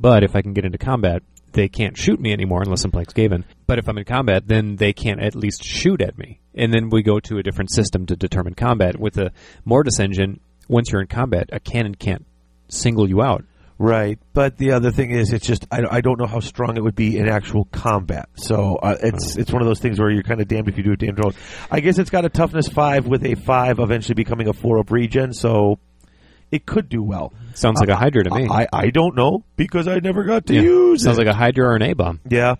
S2: But if I can get into combat, they can't shoot me anymore unless I'm Plexgaven. But if I'm in combat, then they can't at least shoot at me. And then we go to a different system to determine combat. With the Mortis engine, once you're in combat, a cannon can't single you out.
S3: Right, but the other thing is, it's just I, I don't know how strong it would be in actual combat. So uh, it's
S2: Hmm.
S3: it's one of those things where you're kind of damned if you do, damned if you don't. I guess it's got a toughness five with a five eventually becoming a four up regen, so it could do well.
S2: Sounds like a Hydra to me.
S3: I, I don't know because I never got to
S2: Yeah.
S3: use
S2: Sounds
S3: it.
S2: like a Hydra or an A bomb.
S3: yeah.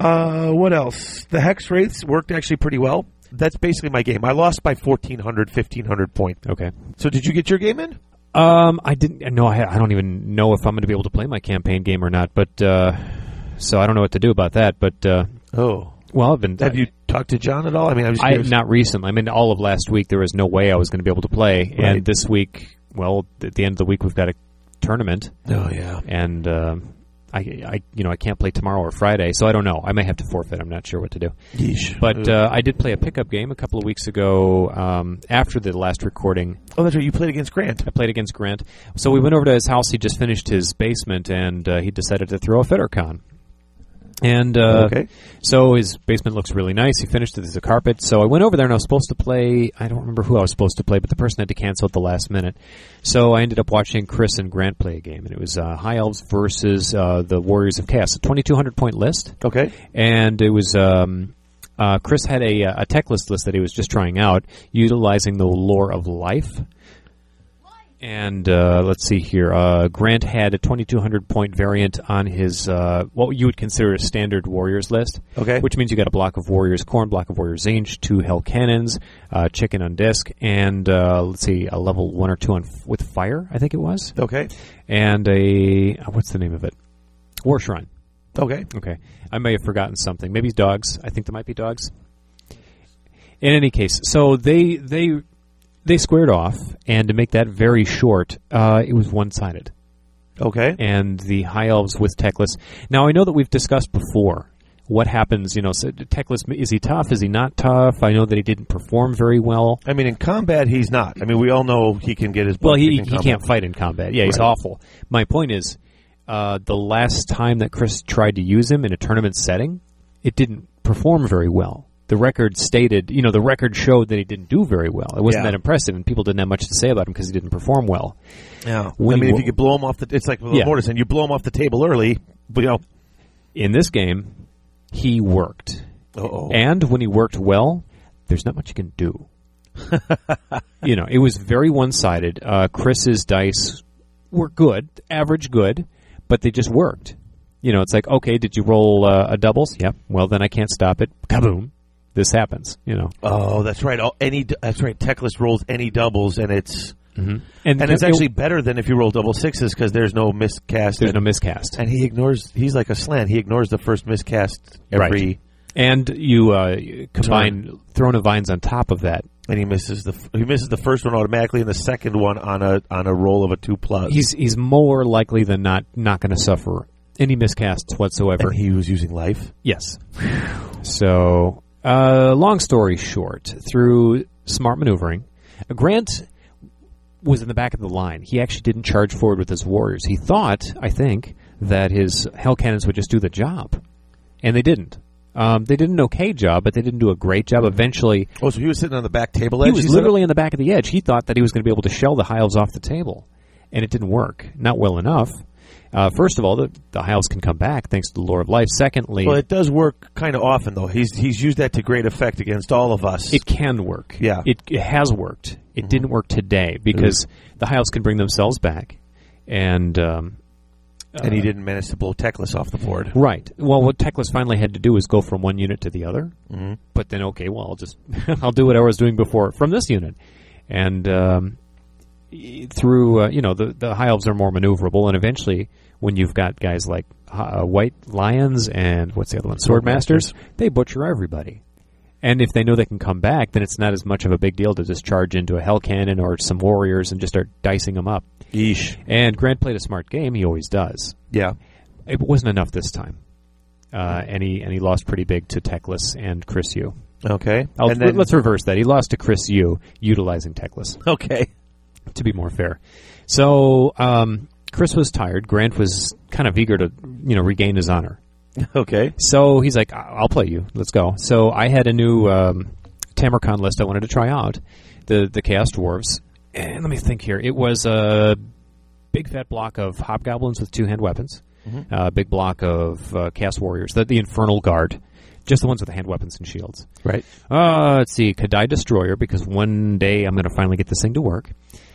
S3: Uh, what else? The hex wraiths worked actually pretty well. That's basically my game. I lost by 1,400, 1,500 point.
S2: Okay.
S3: So did you get your game in?
S2: Um, I didn't. No, I, I don't even know if I'm going to be able to play my campaign game or not. But uh, so I don't know what to do about that. But uh,
S3: Oh,
S2: well, I've been.
S3: have you talked to John at all? I mean, I'm just
S2: I
S3: curious.
S2: not recently. I mean, all of last week there was no way I was going to be able to play,
S3: Right.
S2: and this week, well, at the end of the week we've got a tournament,
S3: oh yeah.
S2: and um I, I, you know, I can't play tomorrow or Friday, so I don't know. I may have to forfeit. I'm not sure what to do.
S3: Yeesh.
S2: But uh, I did play a pickup game a couple of weeks ago um, after the last recording.
S3: Oh, that's right. You played against Grant.
S2: I played against Grant. So we went over to his house. He just finished his basement, and uh, he decided to throw a Federcon. And uh,
S3: Okay.
S2: so his basement looks really nice. He finished it as a carpet. So I went over there and I was supposed to play. I don't remember who I was supposed to play, but the person had to cancel at the last minute. So I ended up watching Chris and Grant play a game, and it was uh, High Elves versus uh, the Warriors of Chaos, a 2,200 point list
S3: Okay.
S2: and it was um, uh, Chris had a, uh, a tech list list that he was just trying out, utilizing the lore of life. And uh, let's see here. Uh, Grant had a 2200 point variant on his uh, what you would consider a standard warriors list.
S3: Okay.
S2: Which means you got a block of warriors corn, block of warriors zinch, two hell cannons, uh, chicken on disc, and uh, let's see, a level one or two on f- with fire. I think it was,
S3: Okay.
S2: and a uh, what's the name of it? War shrine.
S3: Okay.
S2: Okay. I may have forgotten something. Maybe dogs. I think there might be dogs. In any case, so they they they squared off, and to make that very short, uh, it was one sided.
S3: Okay.
S2: And the high elves with Teclis. Now I know that we've discussed before what happens. You know, so Teclis is he tough? Is he not tough? I know that he didn't perform very well.
S3: I mean, in combat, he's not. I mean, we all know he can get his.
S2: Well,
S3: butt
S2: he,
S3: kicked
S2: he
S3: in combat.
S2: can't fight in combat. Yeah, he's awful. My point is, uh, the last time that Chris tried to use him in a tournament setting, it didn't perform very well. the record stated, you know, the record showed that he didn't do very well. It wasn't
S3: Yeah.
S2: that impressive, and people didn't have much to say about him because he didn't perform well.
S3: Yeah.
S2: We
S3: I mean, if
S2: will-
S3: you could blow him off the, it's like with
S2: Yeah.
S3: Mortison, you blow him off the table early, you know.
S2: In this game, he worked,
S3: Uh-oh.
S2: and when he worked well, there's not much you can do. you know, it was very one-sided. Uh, Chris's dice were good, average good, but they just worked. You know, it's like, okay, did you roll uh, a doubles? Yep. Well, then I can't stop it. Kaboom! This happens. You know,
S3: oh, that's right. All, any d- that's right. Techless rolls any doubles, and it's and
S2: because
S3: it's
S2: it-
S3: actually better than if you roll double sixes because there's no miscast.
S2: there's
S3: and,
S2: no miscast.
S3: and he ignores. He's like a slant. He ignores the first miscast every,
S2: Right. And you uh, combine Throne of Vines on top of that.
S3: and he misses the f- he misses the first one automatically, and the second one on a on a roll of a two plus.
S2: He's he's more likely than not not going to suffer any miscasts whatsoever.
S3: and he was using life.
S2: yes. So, uh, long story short, through smart maneuvering, Grant was in the back of the line. He actually didn't charge forward with his warriors. He thought, I think, that his hell cannons would just do the job, and they didn't. Um, they did an okay job, but they didn't do a great job. Eventually,
S3: Oh, so he was sitting on the back table edge.
S2: He was
S3: you said?
S2: literally on the back of the edge. He thought that he was going to be able to shell the high elves off the table, and it didn't work. Not well enough. Uh, first of all, the, the high elves can come back thanks to the Lord of Life. Secondly,
S3: Well, it does work kind of often though. He's he's used that to great effect against all of us.
S2: it can work.
S3: Yeah.
S2: it, it has worked. It didn't work today because the high elves can bring themselves back, and um,
S3: and he
S2: uh,
S3: didn't manage to blow Teclis off the board.
S2: Right. Well, what Teclis finally had to do was go from one unit to the other. Mm-hmm. But then, okay, well, I'll just I'll do what I was doing before from this unit, and um, y- through uh, you know the the high elves are more maneuverable, and eventually, when you've got guys like uh, white lions and what's the other one, sword masters, they butcher everybody. And if they know they can come back, then it's not as much of a big deal to just charge into a hell cannon or some warriors and just start dicing them up.
S3: Yeesh.
S2: And Grant played a smart game; he always does
S3: Yeah.
S2: it wasn't enough this time. Uh, and he and he lost pretty big to Teclis and Chris Yu.
S3: Okay.
S2: I'll,
S3: and then,
S2: let's reverse that. He lost to Chris Yu utilizing Teclis
S3: okay.
S2: to be more fair. So um, Chris was tired. Grant was kind of eager to you know regain his honor.
S3: Okay.
S2: So he's like, "I- "I'll play you. Let's go." So I had a new um, Tamarcon list I wanted to try out, the the Chaos Dwarves. And let me think here. It was a big fat block of hobgoblins with two hand weapons, a big block of uh, Chaos Warriors, the, the Infernal Guard, just the ones with the hand weapons and shields.
S3: Right.
S2: Uh, let's see, Kadai Destroyer because one day I'm going to finally get this thing to work.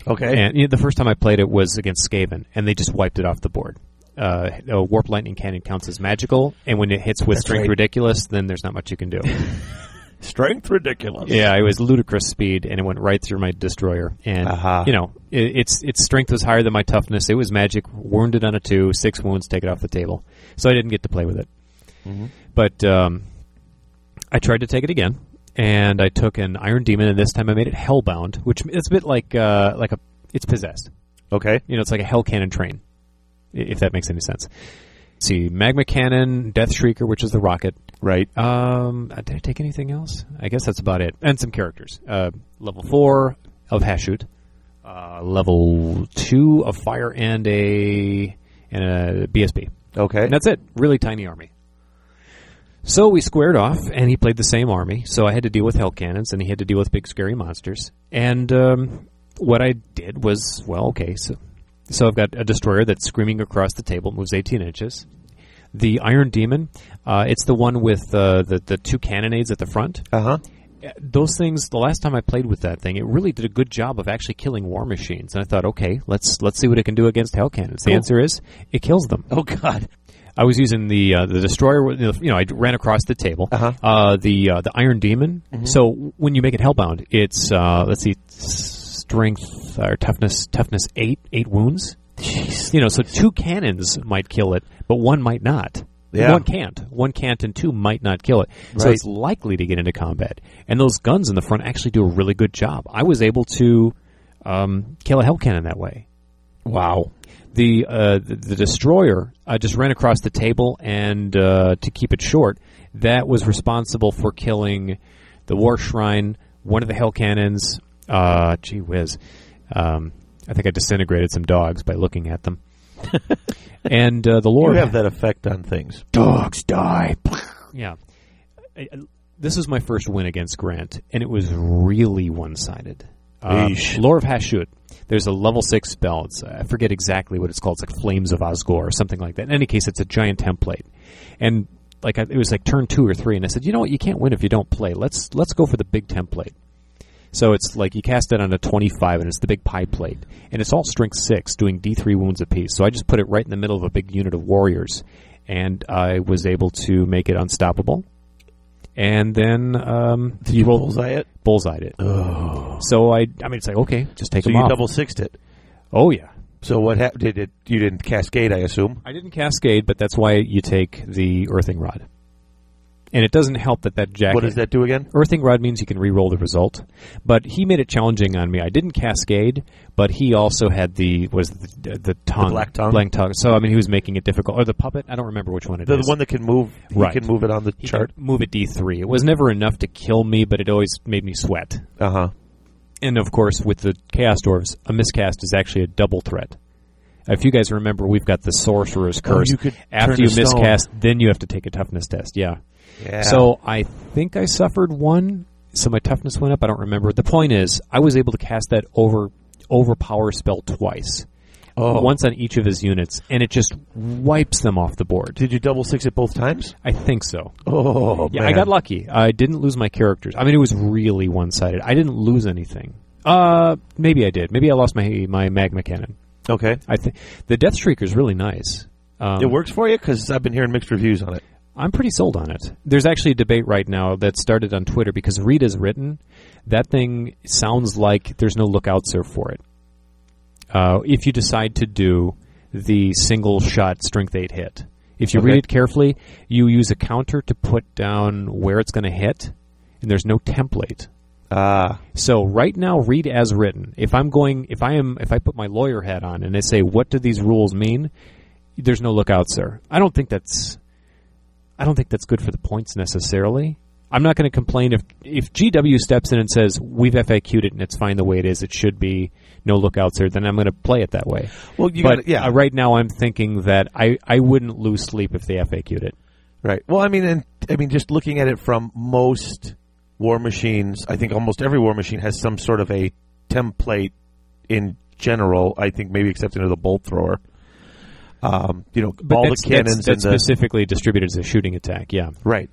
S3: Okay.
S2: And you know, the first time I played it was against Skaven, and they just wiped it off the board. Uh, a warp lightning cannon counts as magical, and when it hits with strength
S3: right.
S2: ridiculous, then there's not much you can do.
S3: Strength ridiculous.
S2: yeah, it was ludicrous speed, and it went right through my destroyer. And
S3: Uh-huh.
S2: you know, it, its its strength was higher than my toughness. It was magic, wounded on a two, six wounds, take it off the table. So I didn't get to play with it. But um, I tried to take it again, and I took an Iron Demon, and this time I made it Hellbound, which it's a bit like uh, like a it's possessed.
S3: Okay.
S2: You know, it's like a hell cannon train, i- if that makes any sense. See, magma cannon, death shrieker, which is the rocket.
S3: Right.
S2: Um, uh, did I take anything else? I guess that's about it. And some characters. Uh, level four of Hashut. Uh, level two of fire and a and a BSB.
S3: Okay.
S2: And that's it. Really tiny army. So we squared off, and he played the same army. So I had to deal with hell cannons, and he had to deal with big scary monsters. And um, what I did was, well, okay, so so I've got a destroyer that's screaming across the table, moves 18 inches. The Iron Demon, uh, it's the one with uh, the the two cannonades at the front.
S3: Uh huh.
S2: Those things. The last time I played with that thing, it really did a good job of actually killing war machines. And I thought, okay, let's let's see what it can do against hell cannons. The answer is, it kills them.
S3: Oh God. I
S2: I was using the uh, the destroyer. with- You know, I ran across the table.
S3: Uh-huh. Mm-hmm.
S2: Uh, the uh, the Iron Demon. So when you make it Hellbound, it's uh, let's see, strength or toughness toughness eight eight wounds. Jeez. You know, so two cannons might kill it, but one might not.
S3: Yeah.
S2: One can't. One can't, and two might not kill it. So
S3: Right.
S2: it's likely to get into combat. And those guns in the front actually do a really good job. I was able to um, kill a hell cannon that way
S3: wow.
S2: the uh, the, the destroyer uh, just ran across the table, and uh, to keep it short, that was responsible for killing the war shrine, one of the hell cannons. Uh, gee whiz, um, I think I disintegrated some dogs by looking at them. and uh, the
S3: You
S2: Lord
S3: have that effect on things.
S2: dogs die. yeah. I- I- this was my first win against Grant, and it was really one-sided. Um,
S3: Eesh.
S2: Lore of Hashut. There's a level six spell. It's, uh, I forget exactly what it's called. It's like Flames of Osgore or something like that. In any case, it's a giant template, and like I, it was like turn two or three, and I said, you know what, you can't win if you don't play. Let's let's go for the big template. So it's like you cast it on a 25, and it's the big pie plate, and it's all strength six, doing D3 wounds apiece. So I just put it right in the middle of a big unit of warriors, and I was able to make it unstoppable. And then um,
S3: Did you bullseye it?
S2: bullseyed it. So I, I mean, it's like okay, just take
S3: So
S2: them
S3: you
S2: off.
S3: double sixed it.
S2: oh yeah,
S3: So what happened? Did it? You didn't cascade, I assume.
S2: I didn't cascade, but that's why you take the earthing rod. And it doesn't help that that jacket.
S3: What does that do again?
S2: Earthing Rod means you can re-roll the result, but he made it challenging on me. I didn't cascade, but he also had the was the, the tongue,
S3: black tongue?
S2: blank tongue. So I mean, he was making it difficult. Or the puppet? I don't remember which one it is.
S3: The one that can move. You
S2: Right.
S3: can move it on the
S2: He
S3: chart.
S2: could move a D three. It was never enough to kill me, but it always made me sweat.
S3: Uh huh.
S2: And of course, with the Chaos Dwarves, a miscast is actually a double threat. If you guys remember, we've got the Sorcerer's
S3: Oh,
S2: Curse.
S3: you could
S2: After
S3: turn
S2: you
S3: to stone.
S2: miscast, then you have to take a toughness test. Yeah.
S3: Yeah.
S2: So I think I suffered one, so my toughness went up. I don't remember. The point is, I was able to cast that over overpower spell twice,
S3: Oh.
S2: once on each of his units, and it just wipes them off the board.
S3: did you double six it both times?
S2: I think so.
S3: Oh
S2: Yeah,
S3: man.
S2: I got lucky. I didn't lose my characters. I mean, it was really one sided. I didn't lose anything. Uh, maybe I did. Maybe I lost my my magma cannon.
S3: Okay.
S2: I think the Death Streaker is really nice. Um,
S3: It works for you because I've been hearing mixed reviews on it.
S2: I'm pretty sold on it. There's actually a debate right now that started on Twitter because Rita's written. That thing sounds like there's no lookout serve for it. Uh, if you decide to do the single shot strength eight hit, if you read
S3: Okay.
S2: it carefully, you use a counter to put down where it's going to hit, and there's no template.
S3: Ah,
S2: So right now, read as written. If I'm going, if I am, if I put my lawyer hat on and I say, "What do these rules mean?" There's no lookout, sir. I don't think that's, I don't think that's good for the points necessarily. I'm not going to complain if if GW steps in and says we've FAQ'd it and it's fine the way it is. It should be no lookout, sir. Then I'm going to play it that way.
S3: Well, you
S2: but
S3: gotta- yeah.
S2: uh, right now I'm thinking that I I wouldn't lose sleep if they FAQ'd it.
S3: right. Well, I mean, and I mean, just looking at it from most war machines, I think almost every war machine has some sort of a template in general. I think maybe except under the bolt thrower. Um, you know,
S2: But
S3: all
S2: that's,
S3: the cannons
S2: that's, that's
S3: and the
S2: specifically distributed as a shooting attack. Yeah.
S3: right,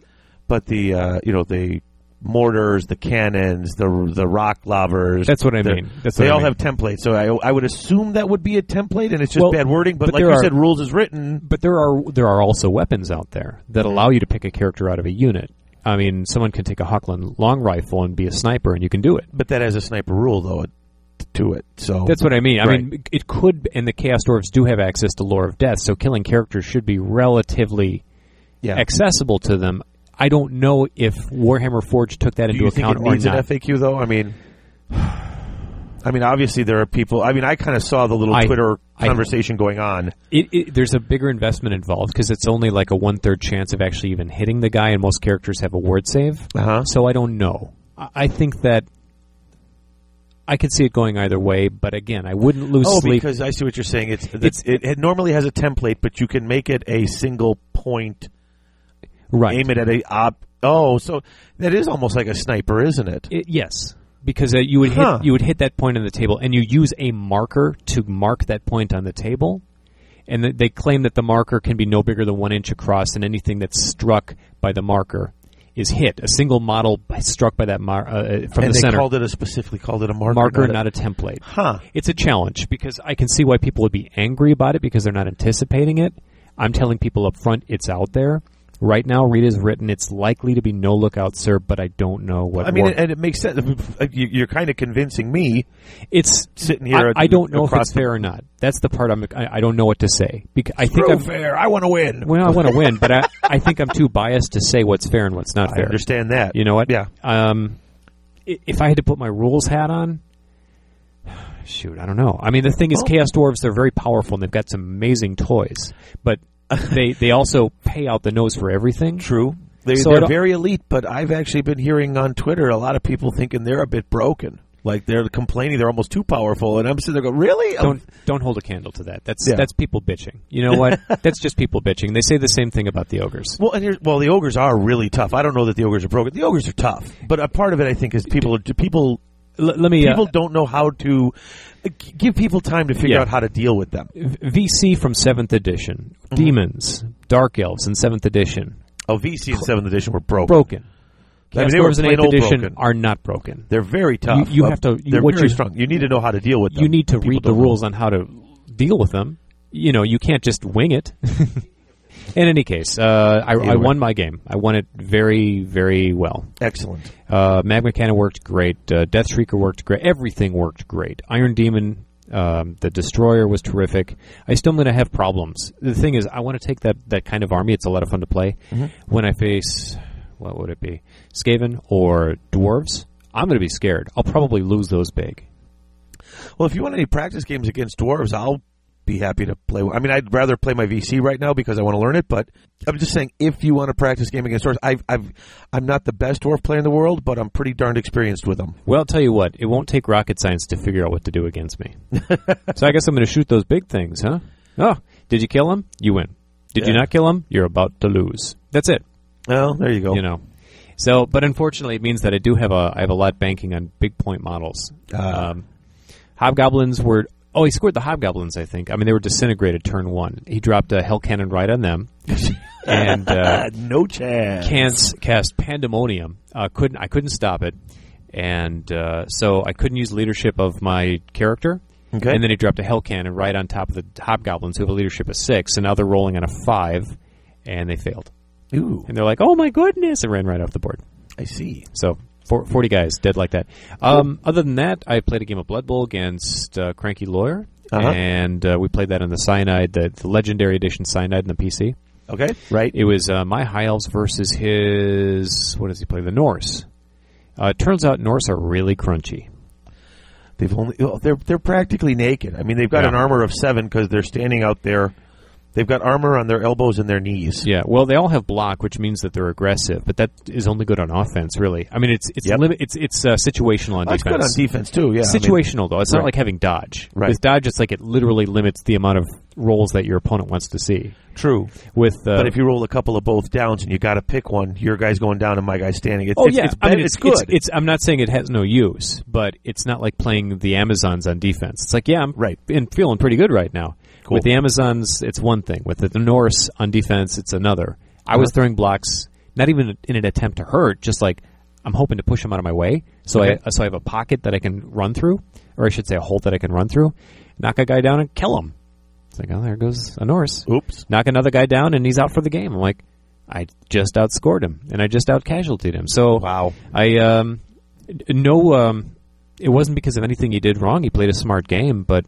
S3: but the uh, you know the mortars, the cannons, the the rock lobbers.
S2: That's what I
S3: They're-
S2: mean. That's what
S3: they
S2: I
S3: all
S2: mean.
S3: have templates, so I, I would assume that would be a template, and it's just
S2: Well,
S3: bad wording. But,
S2: but
S3: like you
S2: there are-
S3: said, rules is written.
S2: But there are there are also weapons out there that allow you to pick a character out of a unit. I mean, someone can take a Hawkland long rifle and be a sniper, and you can do it.
S3: But that has a sniper rule though uh, to it. So
S2: That's what I mean. I mean, it could, and the Chaos Dwarves do have access to Lore of Death, so killing characters should be relatively
S3: yeah.
S2: accessible to them. I don't know if Warhammer Forge took that
S3: Do
S2: into
S3: you think
S2: account
S3: it
S2: or
S3: needs an
S2: not.
S3: FAQ though? I mean, I mean, obviously there are people. I mean, I kind of saw the little
S2: I-
S3: Twitter
S2: I-
S3: conversation going on.
S2: it, it, there's a bigger investment involved because it's only like a one third chance of actually even hitting the guy, and most characters have a ward save.
S3: Uh-huh.
S2: So I don't know. I, I think that I could see it going either way, but again, I wouldn't lose
S3: Oh,
S2: sleep.
S3: because I see what you're saying. It's,
S2: It's-
S3: it, it normally has a template, but you can make it a single point.
S2: right?
S3: Aim it at a op. Oh, so that is almost like a sniper, isn't it?
S2: It- yes, because uh, you would
S3: Huh.
S2: hit you would hit that point on the table, and you use a marker to mark that point on the table. And th- they claim that the marker can be no bigger than one inch across, and anything that's struck by the marker is hit. A single model by- struck by that mar- uh, from
S3: and
S2: the
S3: they
S2: center
S3: called it a specifically called it a marker,
S2: marker,
S3: not
S2: not a template.
S3: Huh.
S2: It's a challenge because I can see why people would be angry about it because they're not anticipating it. I'm telling people up front it's out there. Right now, Rita's written it's likely to be no lookout, sir, but I don't know what.
S3: I mean,
S2: war-
S3: and it makes sense. Uh, You- You're kind of convincing me
S2: it's
S3: sitting here.
S2: I, I don't know if
S3: across
S2: it's fair or not. That's the part I'm. I, I don't know what to say because I think
S3: True
S2: I'm.
S3: fair. I want to win.
S2: Well, I want to win, but I, I think I'm too biased to say what's fair and what's not
S3: I
S2: fair.
S3: understand that.
S2: You know what?
S3: Yeah.
S2: Um, i- if I had to put my rules hat on, shoot, I don't know. I mean, the thing is, Chaos Dwarves they're very powerful and they've got some amazing toys, but they they also pay out the nose for everything.
S3: True. They,
S2: So I
S3: they're
S2: don't-
S3: very elite, but I've actually been hearing on Twitter a lot of people thinking they're a bit broken. Like they're complaining they're almost too powerful, and I'm sitting there going, "Really?
S2: Don't don't hold a candle to that. That's
S3: Yeah.
S2: that's people bitching. You know what? that's just people bitching. They say the same thing about the ogres.
S3: Well, and here's, well, the ogres are really tough. I don't know that the ogres are broken. The ogres are tough, but a part of it, I think, is people people
S2: L- let me uh,
S3: people don't know how to uh, g- give people time to figure
S2: Yeah.
S3: out how to deal with them.
S2: V- VC from seventh edition,
S3: Mm-hmm.
S2: demons, dark elves in seventh edition,
S3: Oh, VC and Seventh Edition were broken.
S2: broken.
S3: I mean,
S2: Chaos
S3: they were
S2: Dwarves in
S3: plain
S2: eighth
S3: old
S2: edition
S3: broken.
S2: are not broken.
S3: They're very tough.
S2: You- you
S3: but
S2: have to- you-
S3: they're
S2: what
S3: very
S2: you-
S3: strong. You need to know how to deal with them.
S2: You need to
S3: People
S2: read the
S3: don't know.
S2: rules on how to deal with them. You know, you can't just wing it. in any case, uh, I, I
S3: way.
S2: won my game. I won it very, very well.
S3: Excellent.
S2: Uh, Magma Cannon worked great. Uh, Death Shrieker worked great. Everything worked great. Iron Demon, um, the Destroyer was terrific. I still am going to have problems. The thing is, I want to take that, that kind of army. It's a lot of fun to play. When I face, what would it be? Skaven or Dwarves, I'm going to be scared. I'll probably lose those big.
S3: Well, if you want any practice games against dwarves, I'll be happy to play. I mean, I'd rather play my VC right now because I want to learn it. But I'm just saying, if you want to practice game against dwarves, I've, I've I'm not the best dwarf player in the world, but I'm pretty darned experienced with them.
S2: Well, I'll tell you what, it won't take rocket science to figure out what to do against me. so I guess I'm going to shoot those big things, huh? Oh, did you kill him? You win. Did you
S3: Yeah.
S2: not kill him? You're about to lose. That's it.
S3: Well, there you go.
S2: you know. So, but unfortunately, it means that I do have a I have a lot banking on big point models.
S3: Ah.
S2: Um, hobgoblins were oh he scored the hobgoblins I think I mean they were disintegrated turn one. He dropped a hell cannon right on them and uh,
S3: no chance.
S2: cans, cast pandemonium. Uh, couldn't I couldn't stop it, and uh, so I couldn't use leadership of my character.
S3: Okay.
S2: And then he dropped a hell cannon right on top of the hobgoblins who have a leadership of six, and now they're rolling on a five, and they failed.
S3: Ooh,
S2: And they're like, "Oh my goodness!" and ran right off the board.
S3: I see.
S2: So for, 40 guys dead like that. Um, other than that, I played a game of Blood Bowl against uh, Cranky Lawyer,
S3: Uh-huh.
S2: and uh, we played that on the Cyanide, the, the Legendary Edition Cyanide on the PC.
S3: Okay, right.
S2: It was uh, my High Elves versus his what does he play? The Norse. Uh, it turns out Norse are really crunchy.
S3: They've only oh, they're they're practically naked. I mean, they've got
S2: Yeah.
S3: an armor of seven because they're standing out there. They've got armor on their elbows and their knees.
S2: Yeah, well, they all have block, which means that they're aggressive, but that is only good on offense, really. I mean, it's it's
S3: Yep.
S2: limit, it's it's uh, situational on
S3: That's
S2: defense.
S3: good on defense too. Yeah, I mean,
S2: situational though. It's
S3: Right.
S2: not like having dodge.
S3: Right.
S2: With dodge, it's like it literally limits the amount of rolls that your opponent wants to see.
S3: true.
S2: With uh,
S3: But if you roll a couple of both downs and you got to pick one, your guy's going down and my guy's standing. It's,
S2: oh
S3: it's,
S2: yeah,
S3: it's,
S2: I mean
S3: better-
S2: it's,
S3: it's good.
S2: It's, it's- I'm not saying it has no use, but it's not like playing the Amazons on defense. It's like yeah, I'm
S3: Right.
S2: and feeling pretty good right now.
S3: Cool.
S2: With the Amazons, it's one thing. With the, the Norse on defense, it's another. I was throwing blocks, not even in an attempt to hurt, just like I'm hoping to push them out of my way. So I so I have a pocket that I can run through, or I should say a hole that I can run through, knock a guy down and kill him. It's like oh, there goes a Norse.
S3: Oops.
S2: knock another guy down and he's out for the game. I'm like, I just outscored him and I just out casualtied him. So
S3: Wow.
S2: I um, n- no, um, it wasn't because of anything he did wrong. He played a smart game, but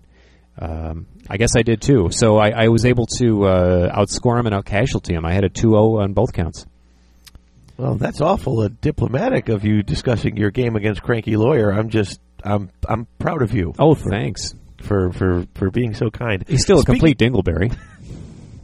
S2: um, I guess I did too. So I, I was able to uh, outscore him and out casualty him. I had a 2-0 on both counts.
S3: Well, that's awful uh, diplomatic of you discussing your game against Cranky Lawyer. I'm just, I'm, I'm proud of you
S2: Oh, thanks.
S3: for for for being so kind.
S2: He's still a
S3: Speaking-
S2: complete dingleberry.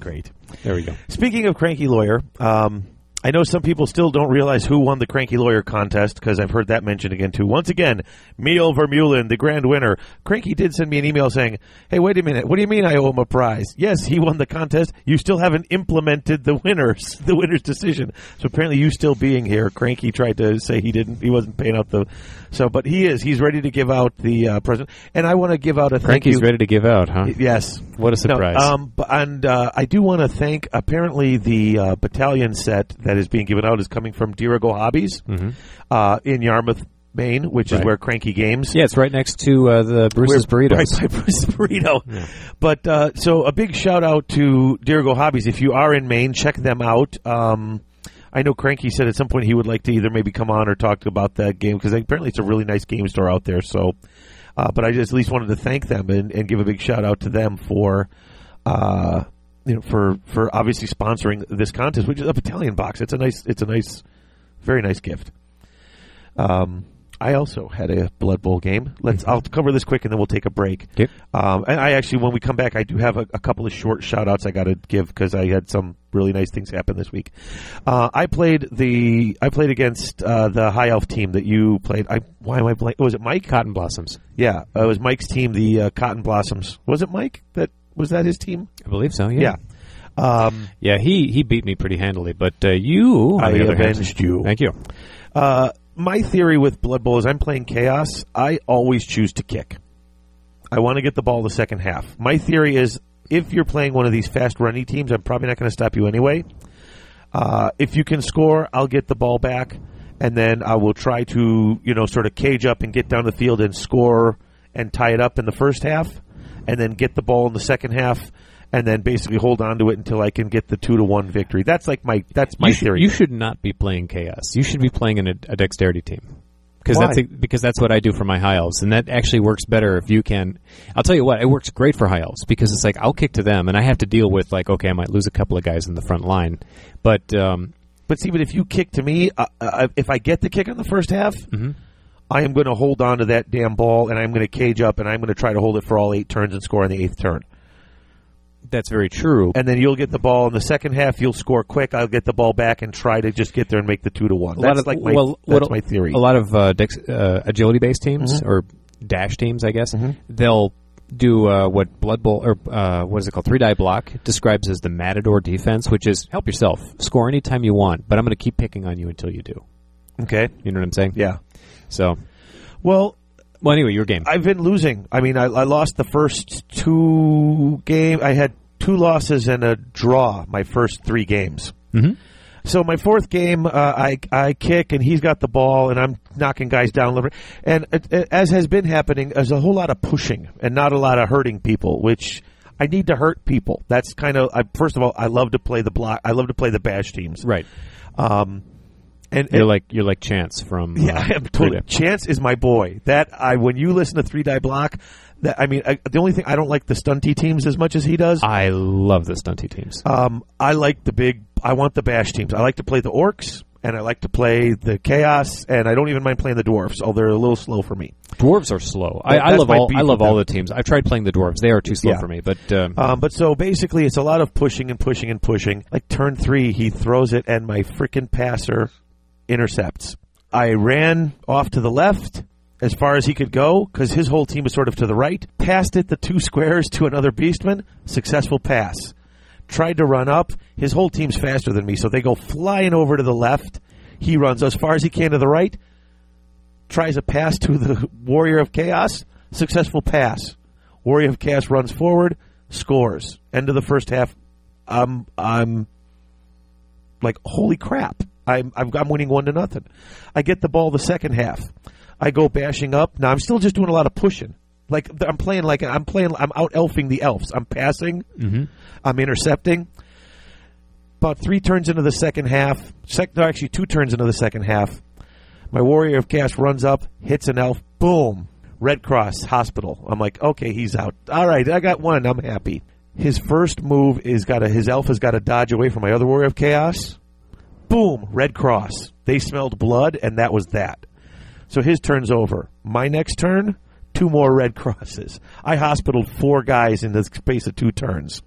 S3: Great.
S2: There we go.
S3: Speaking of Cranky Lawyer, um, I know some people still don't realize who won the Cranky Lawyer contest because I've heard that mentioned again too. Once again, Miel Vermeulen, the grand winner. Cranky did send me an email saying, "Hey, wait a minute. What do you mean I owe him a prize? Yes, he won the contest. You still haven't implemented the winners, the winner's decision. So apparently, you still being here, Cranky tried to say he didn't, he wasn't paying out the. So, but he is. He's ready to give out the uh, present, and I want to give out a thank
S2: Frankie's
S3: you.
S2: ready to give out, huh?
S3: Yes.
S2: What a surprise.
S3: No, um, b- and uh, I do want to thank. Apparently, the uh, battalion set that is being given out is coming from Dirigo Hobbies uh, in Yarmouth, Maine, which is
S2: Mm-hmm. Right.
S3: where Cranky Games.
S2: Yeah, it's right next to uh, the Bruce's
S3: We're
S2: Burritos.
S3: Right by Bruce Burrito. But uh, so a big shout out to Dirigo Hobbies. If you are in Maine, check them out. Um, I know Cranky said at some point he would like to either maybe come on or talk about that game because apparently it's a really nice game store out there. So, uh, but I just at least wanted to thank them and, and give a big shout out to them for. Uh, you know, for for obviously sponsoring this contest, which is a battalion box. It's a nice, it's a nice, very nice gift. Um, I also had a Blood Bowl game.
S2: Mm-hmm.
S3: Let's. I'll cover this quick, and then we'll take a break.
S2: Okay.
S3: Um, and I actually, when we come back, I do have a, a couple of short shout outs I got to give because I had some really nice things happen this week. Uh, I played the. I played against uh, the High Elf team that you played. I. Why am I playing? Was it Mike?
S2: Cotton blossoms.
S3: Yeah, uh, it was Mike's team, the uh, Cotton Blossoms. Was it Mike? That was that his team?
S2: I believe so. Yeah.
S3: Yeah. Um,
S2: Yeah. he he beat me pretty handily, but uh, you on
S3: I
S2: the other hand-
S3: avenged you.
S2: Thank you.
S3: Uh, my theory with Blood Bowl is I'm playing Chaos. I always choose to kick. I want to get the ball the second half. My theory is if you're playing one of these fast running teams, I'm probably not going to stop you anyway. Uh, if you can score, I'll get the ball back, and then I will try to you know sort of cage up and get down the field and score and tie it up in the first half, and then get the ball in the second half. And then basically hold on to it until I can get the two to one victory. That's like my that's my
S2: you, should,
S3: theory.
S2: you should not be playing chaos. You should be playing an, a dexterity team. Because
S3: Why?
S2: that's a, because that's what I do for my high elves, and that actually works better if you can. I'll tell you what, it works great for high elves because it's like I'll kick to them, and I have to deal with like okay, I might lose a couple of guys in the front line, but um,
S3: But see, but if you kick to me, uh, uh, if I get the kick in the first half,
S2: Mm-hmm.
S3: I am going to hold on to that damn ball and I'm going to cage up and I'm going to try to hold it for all eight turns and score on the eighth turn.
S2: that's very true.
S3: And then you'll get the ball in the second half. You'll score quick. I'll get the ball back and try to just get there and make the two to one.
S2: a lot
S3: That's
S2: of
S3: like my
S2: well,
S3: that's
S2: what-
S3: my theory. Mm-hmm.
S2: A lot of uh, dex, uh, agility based teams or dash teams, I guess, they'll do uh, what Blood Bowl or uh, what is it called? Three die block describes as the Matador defense, which is help yourself, score anytime you want, but I'm going to keep picking on you until you do.
S3: Okay,
S2: You know what I'm saying?
S3: yeah.
S2: So,
S3: Well,
S2: well, anyway, your game.
S3: I've been losing. I mean, I, I lost the first two game. I had two losses and a draw. My first three games.
S2: Mhm.
S3: So my fourth game, uh, I I kick and he's got the ball and I'm knocking guys down. liver- And it, it- as has been happening, there's a whole lot of pushing and not a lot of hurting people, which. I need to hurt people. That's kind of. I, first of all, I love to play the block. I love to play the bash teams.
S2: right.
S3: Um, and, and
S2: You're like you're like Chance from.
S3: yeah,
S2: uh,
S3: I am totally.
S2: Three Day.
S3: Chance is my boy. That I when you listen to Three Die Block, that I mean, I, the only thing I don't like the stunty teams as much as he does.
S2: I love the stunty teams.
S3: Um, I like the big. I want the bash teams. I like to play the orcs, and I like to play the chaos, and I don't even mind playing the dwarfs. Although they're a little slow for me.
S2: dwarves are slow. I,
S3: that-
S2: I
S3: that's
S2: love
S3: my
S2: all.
S3: beef
S2: I love
S3: with
S2: all
S3: them.
S2: the teams. I've tried playing the dwarves. They are too slow
S3: Yeah.
S2: for me. But um,
S3: Um, but so basically, it's a lot of pushing and pushing and pushing. Like turn three, he throws it, and my freaking passer intercepts. I ran off to the left as far as he could go because his whole team was sort of to the right. Passed it the two squares to another beastman. Successful pass. Tried to run up. His whole team's faster than me, so they go flying over to the left. He runs as far as he can to the right. Tries a pass to the Warrior of Chaos. Successful pass. Warrior of Chaos runs forward, scores. End of the first half. I'm I'm like holy crap. I'm I'm, I'm winning one to nothing. I get the ball the second half. I go bashing up. Now I'm still just doing a lot of pushing. Like th- I'm playing like I'm playing. I'm out elfing the elves. I'm passing. I'm intercepting. About three turns into the second half, sec- no, actually two turns into the second half, my warrior of chaos runs up, hits an elf, boom, Red Cross hospital. I'm like, okay, he's out. All right, I got one. I'm happy. His first move is got to his elf has got to dodge away from my other warrior of chaos. Boom, Red Cross. They smelled blood, and that was that. So his turn's over. My next turn, two more Red Crosses. I hospitaled four guys in the space of two turns.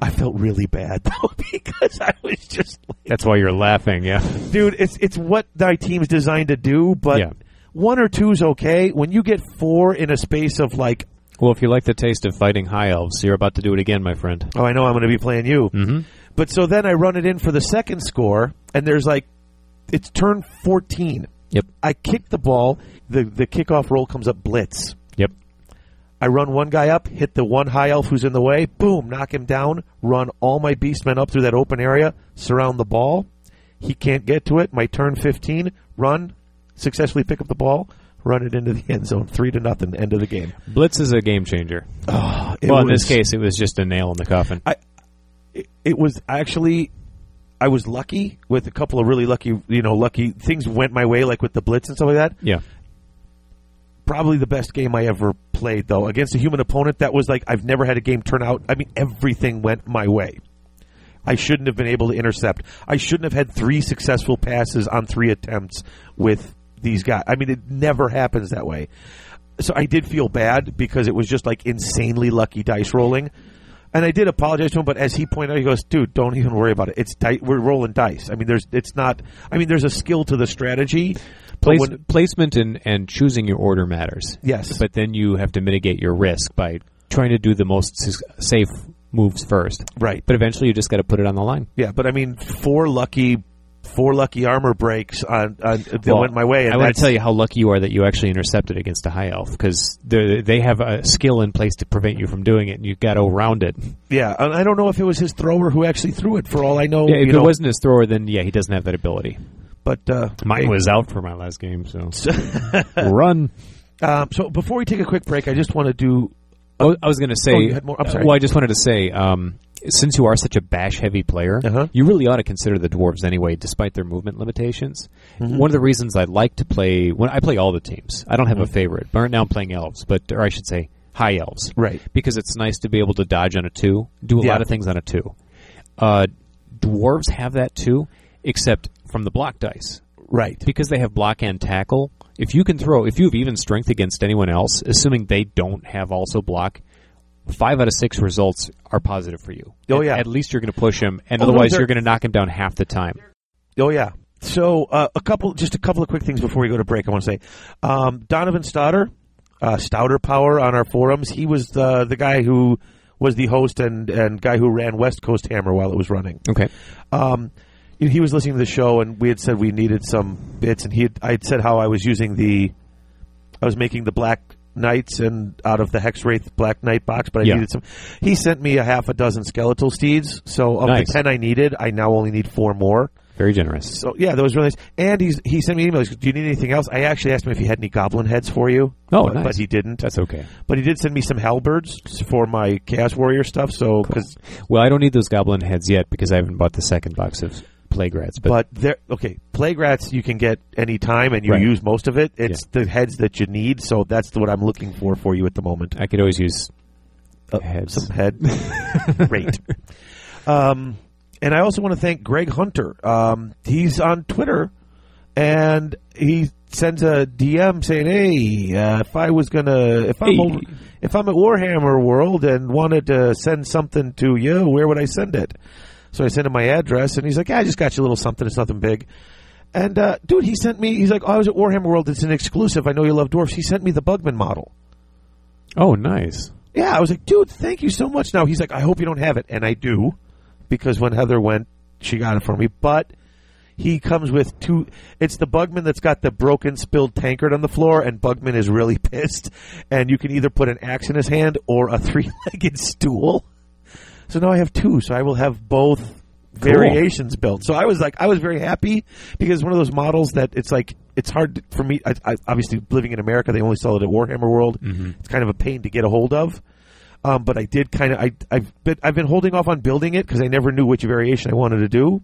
S3: I felt really bad though because I was just like,
S2: that's why you're laughing. Yeah.
S3: dude. It's it's what my team's designed to do, but
S2: Yeah.
S3: one or two's okay. When you get four in a space of like,
S2: Well, if you like the taste of fighting high elves, you're about to do it again, my friend.
S3: oh, I know I'm going to be playing you, mm-hmm. but so then I run it in for the second score, and there's like, it's turn fourteen.
S2: Yep.
S3: I kick the ball. the The kickoff roll comes up blitz.
S2: Yep.
S3: I run one guy up, hit the one high elf who's in the way, boom, knock him down, run all my beastmen up through that open area, surround the ball. He can't get to it. My turn 15, run, successfully pick up the ball, run it into the end zone, 3 to nothing, end of the game.
S2: Blitz is a game changer.
S3: It
S2: well, in
S3: was-
S2: this case, it was just a nail in the coffin.
S3: it was actually I was lucky with a couple of really lucky, you know, lucky things went my way like with the blitz and stuff like that.
S2: yeah.
S3: probably the best game I ever played, though. Against a human opponent, that was like I've never had a game turn out. I mean, everything went my way. I shouldn't have been able to intercept. I shouldn't have had three successful passes on three attempts with these guys. I mean, it never happens that way. So I did feel bad because it was just like insanely lucky dice rolling. And I did apologize to him, but as he pointed out, he goes, "Dude, don't even worry about it. It's di- we're rolling dice. I mean, there's it's not. I mean, there's a skill to the strategy. but
S2: Place,
S3: when-
S2: placement and, and choosing your order matters.
S3: yes,
S2: But then you have to mitigate your risk by trying to do the most s- safe moves first.
S3: right.
S2: But eventually you just got to put it on the line.
S3: Yeah, but I mean, four lucky, four lucky armor breaks on, on that
S2: Well,
S3: went my way. And
S2: I want
S3: that's-
S2: to tell you how lucky you are that you actually intercepted against a high elf because they have a skill in place to prevent you from doing it, and you've got to round it.
S3: Yeah, and I don't know if it was his thrower who actually threw it. For all I know,
S2: Yeah, if
S3: you
S2: it
S3: know,
S2: wasn't his thrower, then yeah, he doesn't have that ability.
S3: But uh,
S2: Mine was out for my last game, so run.
S3: um, so before we take a quick break, I just want to do.
S2: Oh, I was going to say.
S3: Oh, you had more? I'm sorry.
S2: Well, I just wanted to say, um, since you are such a bash-heavy player,
S3: Uh-huh.
S2: you really ought to consider the dwarves anyway, despite their movement limitations.
S3: Mm-hmm.
S2: One of the reasons I like to play when I play all the teams, I don't have
S3: Mm-hmm.
S2: a favorite. But right now, I'm playing elves, but or I should say high elves,
S3: Right.
S2: Because it's nice to be able to dodge on a two, do a
S3: Yeah.
S2: lot of things on a two. Uh, dwarves have that too, except from the block dice
S3: Right.
S2: because they have block and tackle, if you can throw, if you have even strength against anyone else, assuming they don't have also block, five out of six results are positive for you.
S3: Oh,
S2: At-
S3: yeah.
S2: At least you're going to push him, and
S3: Oh, no,
S2: otherwise
S3: they're-
S2: you're going to knock him down half the time.
S3: Oh yeah. So uh, a couple, just a couple of quick things before we go to break. I want to say, um, Donovan Stouter, uh, Stouter Power on our forums. He was the the guy who was the host and and guy who ran West Coast Hammer while it was running.
S2: Okay.
S3: um, you know, he was listening to the show, and we had said we needed some bits, and he had, I had said how I was using the, I was making the Black Knights and out of the Hex Wraith Black Knight box, but I
S2: Yeah.
S3: needed some. He sent me a half a dozen skeletal steeds, so of
S2: Nice.
S3: the ten I needed, I now only need four more.
S2: Very generous.
S3: So yeah, that was really nice. And he's he sent me an email. He's, Do you need anything else? I actually asked him if he had any goblin heads for you.
S2: Oh,
S3: but,
S2: nice.
S3: but he didn't.
S2: That's okay.
S3: But he did send me some halberds for my Chaos Warrior stuff. So because
S2: Well, I don't need those goblin heads yet because I haven't bought the second box of plague rats. But,
S3: But there, okay, plague rats you can get any time, and you
S2: Right.
S3: use most of it. It's the heads that you need, so that's what I'm looking for for you at the moment.
S2: I could always use
S3: Uh,
S2: heads.
S3: Some head, great. Um, and I also want to thank Greg Hunter. Um, he's on Twitter, and he sends a DM saying, "Hey, uh, if I was gonna, if I'm
S2: Hey.
S3: over, if I'm at Warhammer World and wanted to send something to you, where would I send it?" So I sent him my address, and he's like, "Yeah, I just got you a little something. It's nothing big." And uh, dude, he sent me. He's like, oh, "I was at Warhammer World. It's an exclusive. I know you love dwarfs." He sent me the Bugman model.
S2: Oh, nice.
S3: Yeah, I was like, dude, thank you so much. Now he's like, I hope you don't have it, and I do, because when Heather went, she got it for me. But he comes with two. It's the Bugman that's got the broken, spilled tankard on the floor, and Bugman is really pissed. And you can either put an axe in his hand or a three-legged stool. So now I have two. So I will have both variations built. So I was like, I was very happy because it's one of those models that it's like it's hard for me. I, I obviously living in America, they only sell it at Warhammer World. It's kind of a pain to get a hold of. Um, but I did kind of I I've been, I've been holding off on building it because I never knew which variation I wanted to do.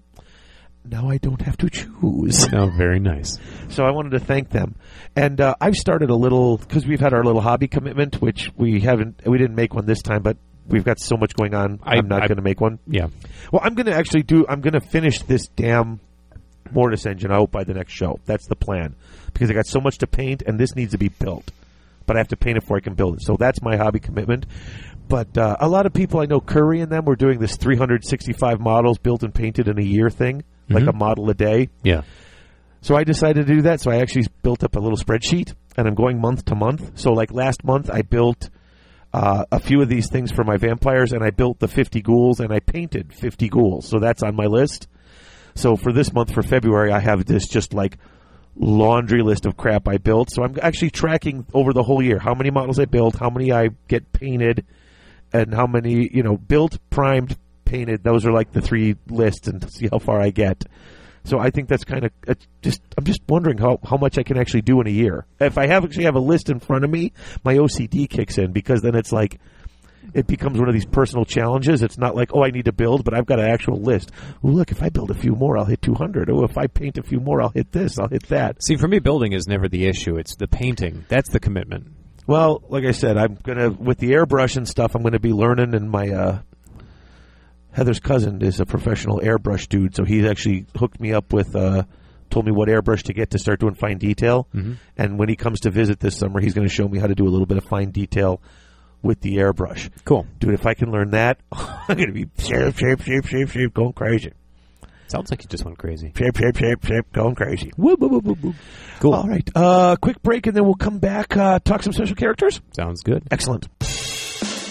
S3: Now I don't have to choose.
S2: Oh, very nice.
S3: So I wanted to thank them, and uh, I've started a little because we've had our little hobby commitment, which we haven't, we didn't make one this time, but we've got so much going on.
S2: I-
S3: I, am not
S2: I-
S3: going to make one.
S2: Yeah.
S3: Well, I'm going to actually do. I'm going to finish this damn mortise engine. I hope by the next show. That's the plan because I got so much to paint, and this needs to be built. But I have to paint it before I can build it. So that's my hobby commitment. But uh, a lot of people I know, Curry and them, were doing this 365 models built and painted in a year thing, like a model a day.
S2: Yeah.
S3: So I decided to do that. So I actually built up a little spreadsheet, and I'm going month to month. So like last month, I built uh, a few of these things for my vampires, and I built the 50 ghouls, and I painted 50 ghouls. So that's on my list. So for this month, for February, I have this just like laundry list of crap I built. So I'm actually tracking over the whole year how many models I built, how many I get painted, and how many you know built, primed, painted. Those are like the three lists, and see how far I get. So I think that's kind of it's just. I'm just wondering how, how much I can actually do in a year. If I have actually have a list in front of me, my OCD kicks in because then it's like it becomes one of these personal challenges. It's not like oh I need to build, but I've got an actual list. Ooh, look, if I build a few more, I'll hit 200. Oh, if I paint a few more, I'll hit this. I'll hit that.
S2: See, for me, building is never the issue. It's the painting. That's the commitment.
S3: Well, like I said, I'm gonna with the airbrush and stuff. I'm gonna be learning, and my uh, Heather's cousin is a professional airbrush dude, so he's actually hooked me up with uh, told me what airbrush to get to start doing fine detail.
S2: Mm-hmm.
S3: And when he comes to visit this summer, he's going to show me how to do a little bit of fine detail with the airbrush.
S2: Cool.
S3: Dude, if I can learn that, I'm going to be shape, shape, shape, shape, shape, going crazy.
S2: Sounds like you just went crazy.
S3: Shape, shape, shape, shape, going crazy.
S2: Whoop, whoop, whoop, whoop, whoop. Cool.
S3: All right. Uh, quick break, and then we'll come back, uh, talk some special characters.
S2: Sounds good.
S3: Excellent.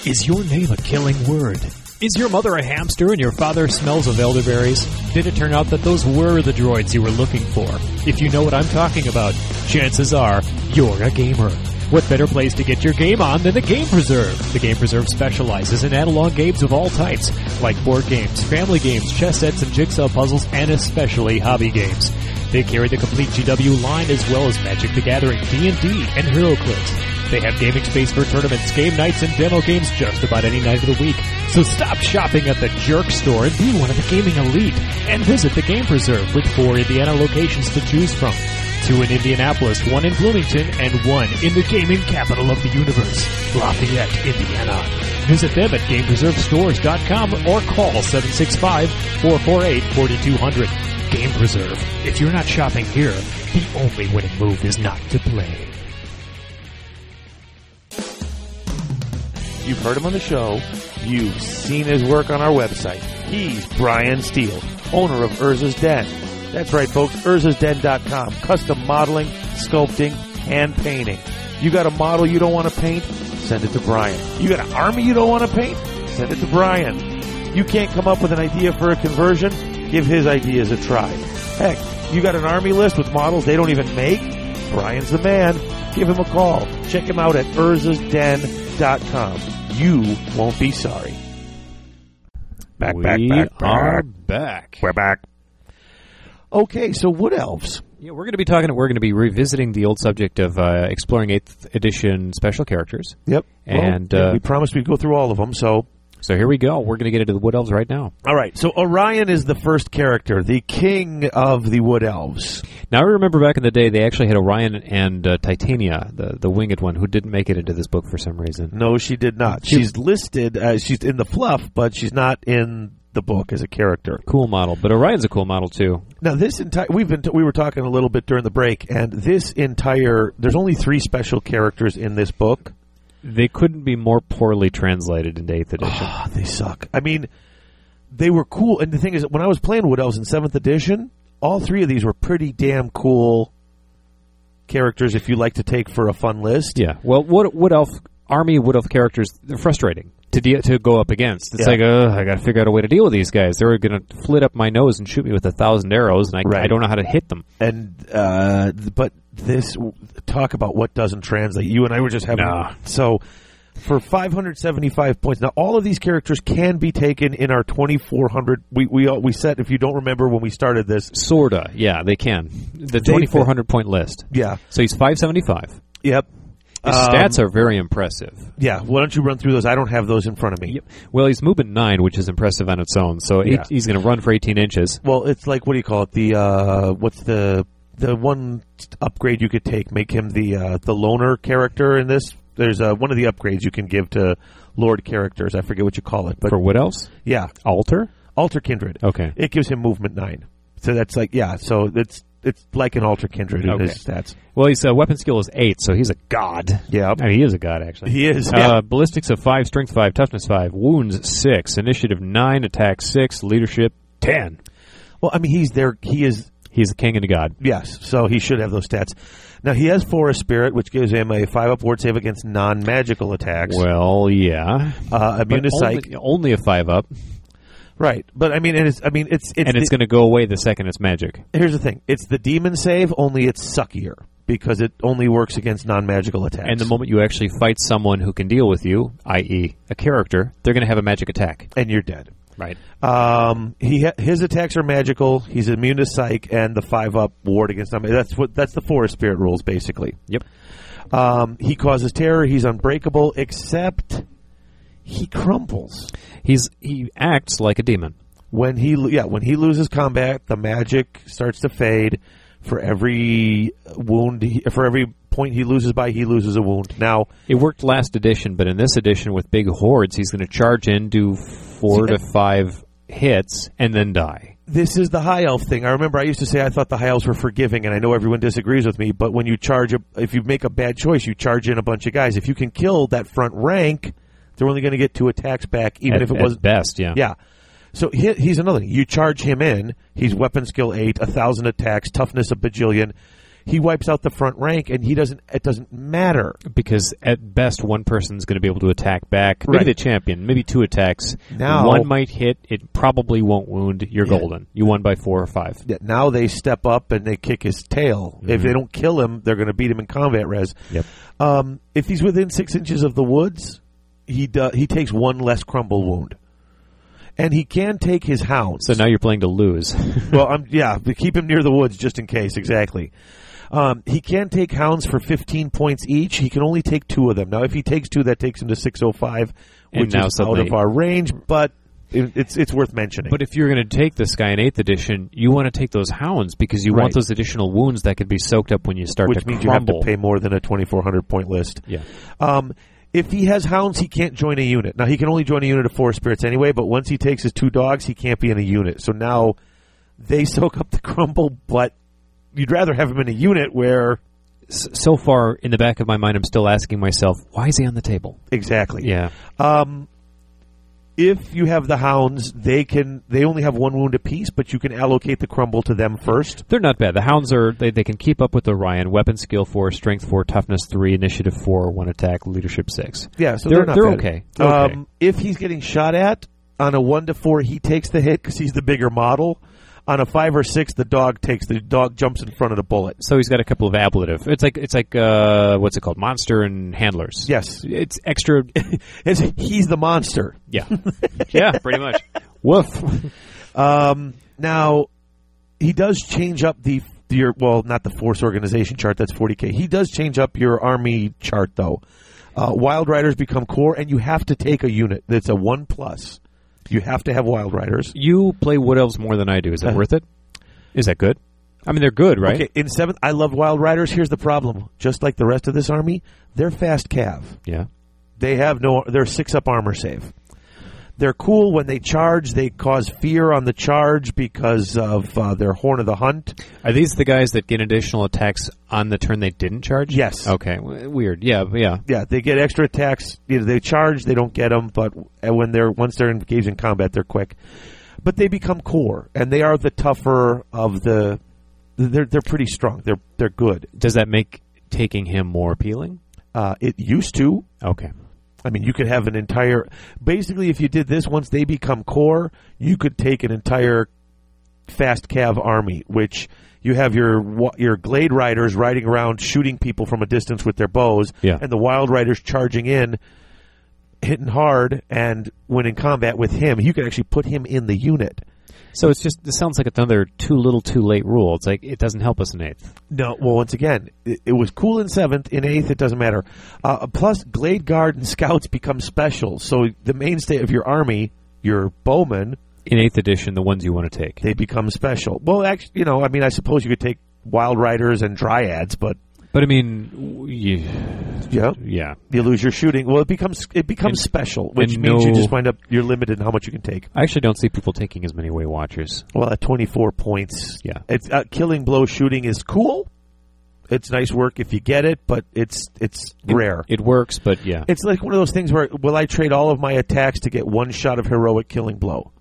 S2: Is your name a killing word? Is your mother a hamster and your father smells of elderberries? Did it turn out that those were the droids you were looking for? If you know what I'm talking about, chances are you're a gamer. What better place to get your game on than the Game Preserve? The Game Preserve specializes in analog games of all types, like board games, family games, chess sets and jigsaw puzzles, and especially hobby games. They carry the complete GW line as well as Magic the Gathering, D&D, and HeroClix. They have gaming space for tournaments, game nights, and demo games just about any night of the week. So stop shopping at the Jerk Store and be one of the gaming elite. And visit the Game Preserve with four Indiana locations to choose from. Two in Indianapolis, one in Bloomington, and one in the gaming capital of the universe, Lafayette, Indiana. Visit them at GamePreserveStores.com or call 765-448-4200. Game Preserve. If you're not shopping here, the only winning move is not to play.
S3: You've heard him on the show. You've seen his work on our website. He's Brian Steele, owner of Urza's Den. That's right, folks. Urza'sDen.com. Custom modeling, sculpting, hand painting. You got a model you don't want to paint? Send it to Brian. You got an army you don't want to paint? Send it to Brian. You can't come up with an idea for a conversion? Give his ideas a try. Heck, you got an army list with models they don't even make? Brian's the man. Give him a call. Check him out at urzasden.com. You won't be sorry. Back, back,
S2: we
S3: back, back.
S2: are back.
S3: We're back. Okay, so wood elves.
S2: Yeah, we're going to be talking. We're going to be revisiting the old subject of uh, exploring eighth edition special characters.
S3: Yep.
S2: And,
S3: Well,
S2: uh,
S3: we promised we'd go through all of them, so
S2: So here we go. We're going to get into the wood elves right now.
S3: all right. So Orion is the first character, the king of the wood elves.
S2: Now I remember back in the day, they actually had Orion and uh, Titania, the the winged one, who didn't make it into this book for some reason.
S3: No, she did not. She's listed as she's in the fluff, but she's not in the book as a character.
S2: Cool model, but Orion's a cool model too.
S3: Now this entire we've been t- we were talking a little bit during the break, and this entire there's only three special characters in this book.
S2: They couldn't be more poorly translated into eighth edition.
S3: Ah, they suck. I mean, they were cool, and the thing is, when I was playing Wood Elves in seventh edition, all three of these were pretty damn cool characters. If you like to take for a fun list,
S2: yeah. Well, wood wood elf army wood elf characters they're frustrating to de- to go up against. It's
S3: Yeah.
S2: like Ugh, I got to figure out a way to deal with these guys. They're going to flit up my nose and shoot me with a thousand arrows, and I,
S3: Right.
S2: I don't know how to hit them.
S3: and uh, th- but this talk about what doesn't translate. You and I were just having
S2: Nah.
S3: so for 575 points. Now all of these characters can be taken in our 2400. We we all- we said if you don't remember when we started this,
S2: Sorta, yeah, they can. The
S3: They-
S2: twenty four hundred point list.
S3: yeah,
S2: So he's five seventy five. His
S3: yep, Um,
S2: stats are very impressive.
S3: yeah. Why don't you run through those? I don't have those in front of me.
S2: Well, he's movement nine, which is impressive on its own. So
S3: Yeah.
S2: eight, he's going to run for eighteen inches.
S3: Well, it's like what do you call it? The uh, what's the the one upgrade you could take? Make him the uh, the loner character in this. There's uh, one of the upgrades you can give to lord characters. I forget what you call it, but
S2: For what else?
S3: yeah,
S2: Alter.
S3: alter kindred.
S2: Okay.
S3: It gives him movement nine. So that's like yeah. So it's it's like an alter kindred in
S2: Okay.
S3: his stats.
S2: Well, his uh, weapon skill is eight, so he's a god.
S3: Yeah,
S2: I mean, he is a god actually.
S3: he is.
S2: Uh, ballistics of five, strength five, toughness five, wounds six, initiative nine, attack six, leadership ten.
S3: Well, I mean, he's there. He is
S2: He's a king and a god.
S3: Yes, so he should have those stats. Now he has Forest Spirit, which gives him a five up ward save against non magical attacks.
S2: Well, yeah.
S3: uh,
S2: But
S3: immune to psych,
S2: only, only a five up,
S3: right? But I mean, and it's I mean, it's it's,
S2: and it's
S3: the-
S2: going to go away the second it's magic.
S3: here's the thing: it's the demon save, only it's suckier because it only works against non magical attacks.
S2: And the moment you actually fight someone who can deal with you, i.e., a character, they're going to have a magic attack. Uh,
S3: and you're dead.
S2: Right.
S3: Um, he ha- his attacks are magical. He's immune to psych and the five up ward against non. That's what that's the Forest Spirit rules basically.
S2: Yep.
S3: Um, he causes terror. He's unbreakable, except he crumbles.
S2: He's he acts like a demon.
S3: when he lo- yeah when he loses combat the magic starts to fade for every wound he, for every point he loses by he loses a wound now
S2: It worked last edition, but in this edition with big hordes, he's going to charge in, do four to five hits, and then die.
S3: this is the high elf thing. I remember I used to say I thought the high elves were forgiving, and I know everyone disagrees with me. But when you charge, a, if you make a bad choice, you charge in a bunch of guys. If you can kill that front rank, they're only going to get two attacks back, even
S2: At-
S3: if it
S2: at
S3: wasn't
S2: best, yeah.
S3: yeah. So he, he's another thing. You charge him in. He's weapon skill eight, a thousand attacks, toughness a bajillion. He wipes out the front rank, and he doesn't. It doesn't matter.
S2: because at best one person's going to be able to attack back. Maybe
S3: Right.
S2: the champion, maybe two attacks.
S3: Now-
S2: one might hit. It probably won't wound. You're golden. You won by four or five.
S3: Yet Now they step up and they kick his tail. If they don't kill him, they're going to beat him in combat res.
S2: Mm-hmm. Yep.
S3: Um, if he's within six inches of the woods, he do, he takes one less crumble wound, and he can take his hounds.
S2: So now you're playing to lose.
S3: well, I'm, yeah, but keep him near the woods just in case. Exactly. Um, he can take hounds for 15 points each. He can only take two of them. Now, if he takes two, that takes him to 605,
S2: And
S3: which
S2: now
S3: is out
S2: suddenly-
S3: of our range, but it, it's it's worth mentioning.
S2: but if you're going to take this guy in eighth edition, you want to take those hounds because you want
S3: Right.
S2: those additional wounds that could be soaked up when you start
S3: which
S2: to
S3: means
S2: crumble.
S3: you have to pay more than a 2,400 point list.
S2: Yeah.
S3: Um, if he has hounds, he can't join a unit. Now, he can only join a unit of four spirits anyway, but once he takes his two dogs, he can't be in a unit. So now they soak up the crumble, but you'd rather have him in a unit where.
S2: S- So far in the back of my mind, I'm still asking myself, why is he on the table?
S3: Exactly.
S2: Yeah.
S3: Um, if you have the hounds, they can they only have one wound apiece, but you can allocate the crumble to them first.
S2: They're not bad. The hounds are they, they can keep up with Orion. Weapon skill four, strength four, toughness three, initiative four, one attack, leadership six.
S3: Yeah, so
S2: They're-
S3: they're, not
S2: they're
S3: bad.
S2: okay. They're okay.
S3: Um, if he's getting shot at on a one to four, he takes the hit because he's the bigger model. On a five or six, the dog takes the dog jumps in front of the bullet.
S2: So he's got a couple of ablative. It's like it's like uh, what's it called? Monster and handlers.
S3: Yes,
S2: It's extra.
S3: It's- he's the monster.
S2: Yeah, yeah, pretty much. Woof.
S3: Um, now he does change up the your well, not the force organization chart. That's 40k. He does change up your army chart though. Uh, wild riders become core, and you have to take a unit that's a one plus. You have to have wild riders.
S2: You play Wood Elves more than I do. Is that
S3: Uh,
S2: worth it? Is that good? I mean, they're good, right?
S3: Okay, in seventh, I love wild riders. Here's the problem: just like the rest of this army, they're fast cav.
S2: Yeah.
S3: They have no. They're six up armor save. They're cool when they charge. They cause fear on the charge because of uh, their horn of the hunt.
S2: Are these the guys that get additional attacks on the turn they didn't charge?
S3: Yes.
S2: Okay. w- Weird. Yeah. Yeah.
S3: yeah, they get extra attacks. You know, they charge, they don't get them, but when they're once they're engaged in combat, they're quick. But they become core, and they are the tougher of the. They're they're pretty strong. They're they're good.
S2: Does that make taking him more appealing?
S3: Uh, it used to.
S2: Okay.
S3: I mean, you could have an entire. Basically, if you did this once they become core, you could take an entire fast cav army, which you have your wa- your glade riders riding around shooting people from a distance with their bows,
S2: Yeah.
S3: and the wild riders charging in, hitting hard, and when in combat with him, you could actually put him in the unit.
S2: So it's just this sounds like another too little, too late rule. It's like it doesn't help us in eighth.
S3: No, well, once again, it, it was cool in seventh. In eighth, it doesn't matter. Uh, plus, glade guard and scouts become special, so the mainstay of your army, your bowmen,
S2: In eighth edition, the ones you want to take.
S3: they become special. Well, actually, you know, I mean, I suppose you could take wild riders and dryads, but
S2: But I mean, w- you,
S3: yeah,
S2: yeah.
S3: you lose your shooting. Well, it becomes it becomes
S2: And-
S3: special, which
S2: and
S3: means you
S2: no-
S3: just wind up you're limited in how much you can take.
S2: I actually don't see people taking as many Way Watchers.
S3: Well, at twenty four points,
S2: Yeah.
S3: it's uh, killing blow shooting is cool. It's nice work if you get it, but it's it's rare.
S2: It works, but yeah.
S3: It's like one of those things where will I trade all of my attacks to get one shot of heroic killing blow?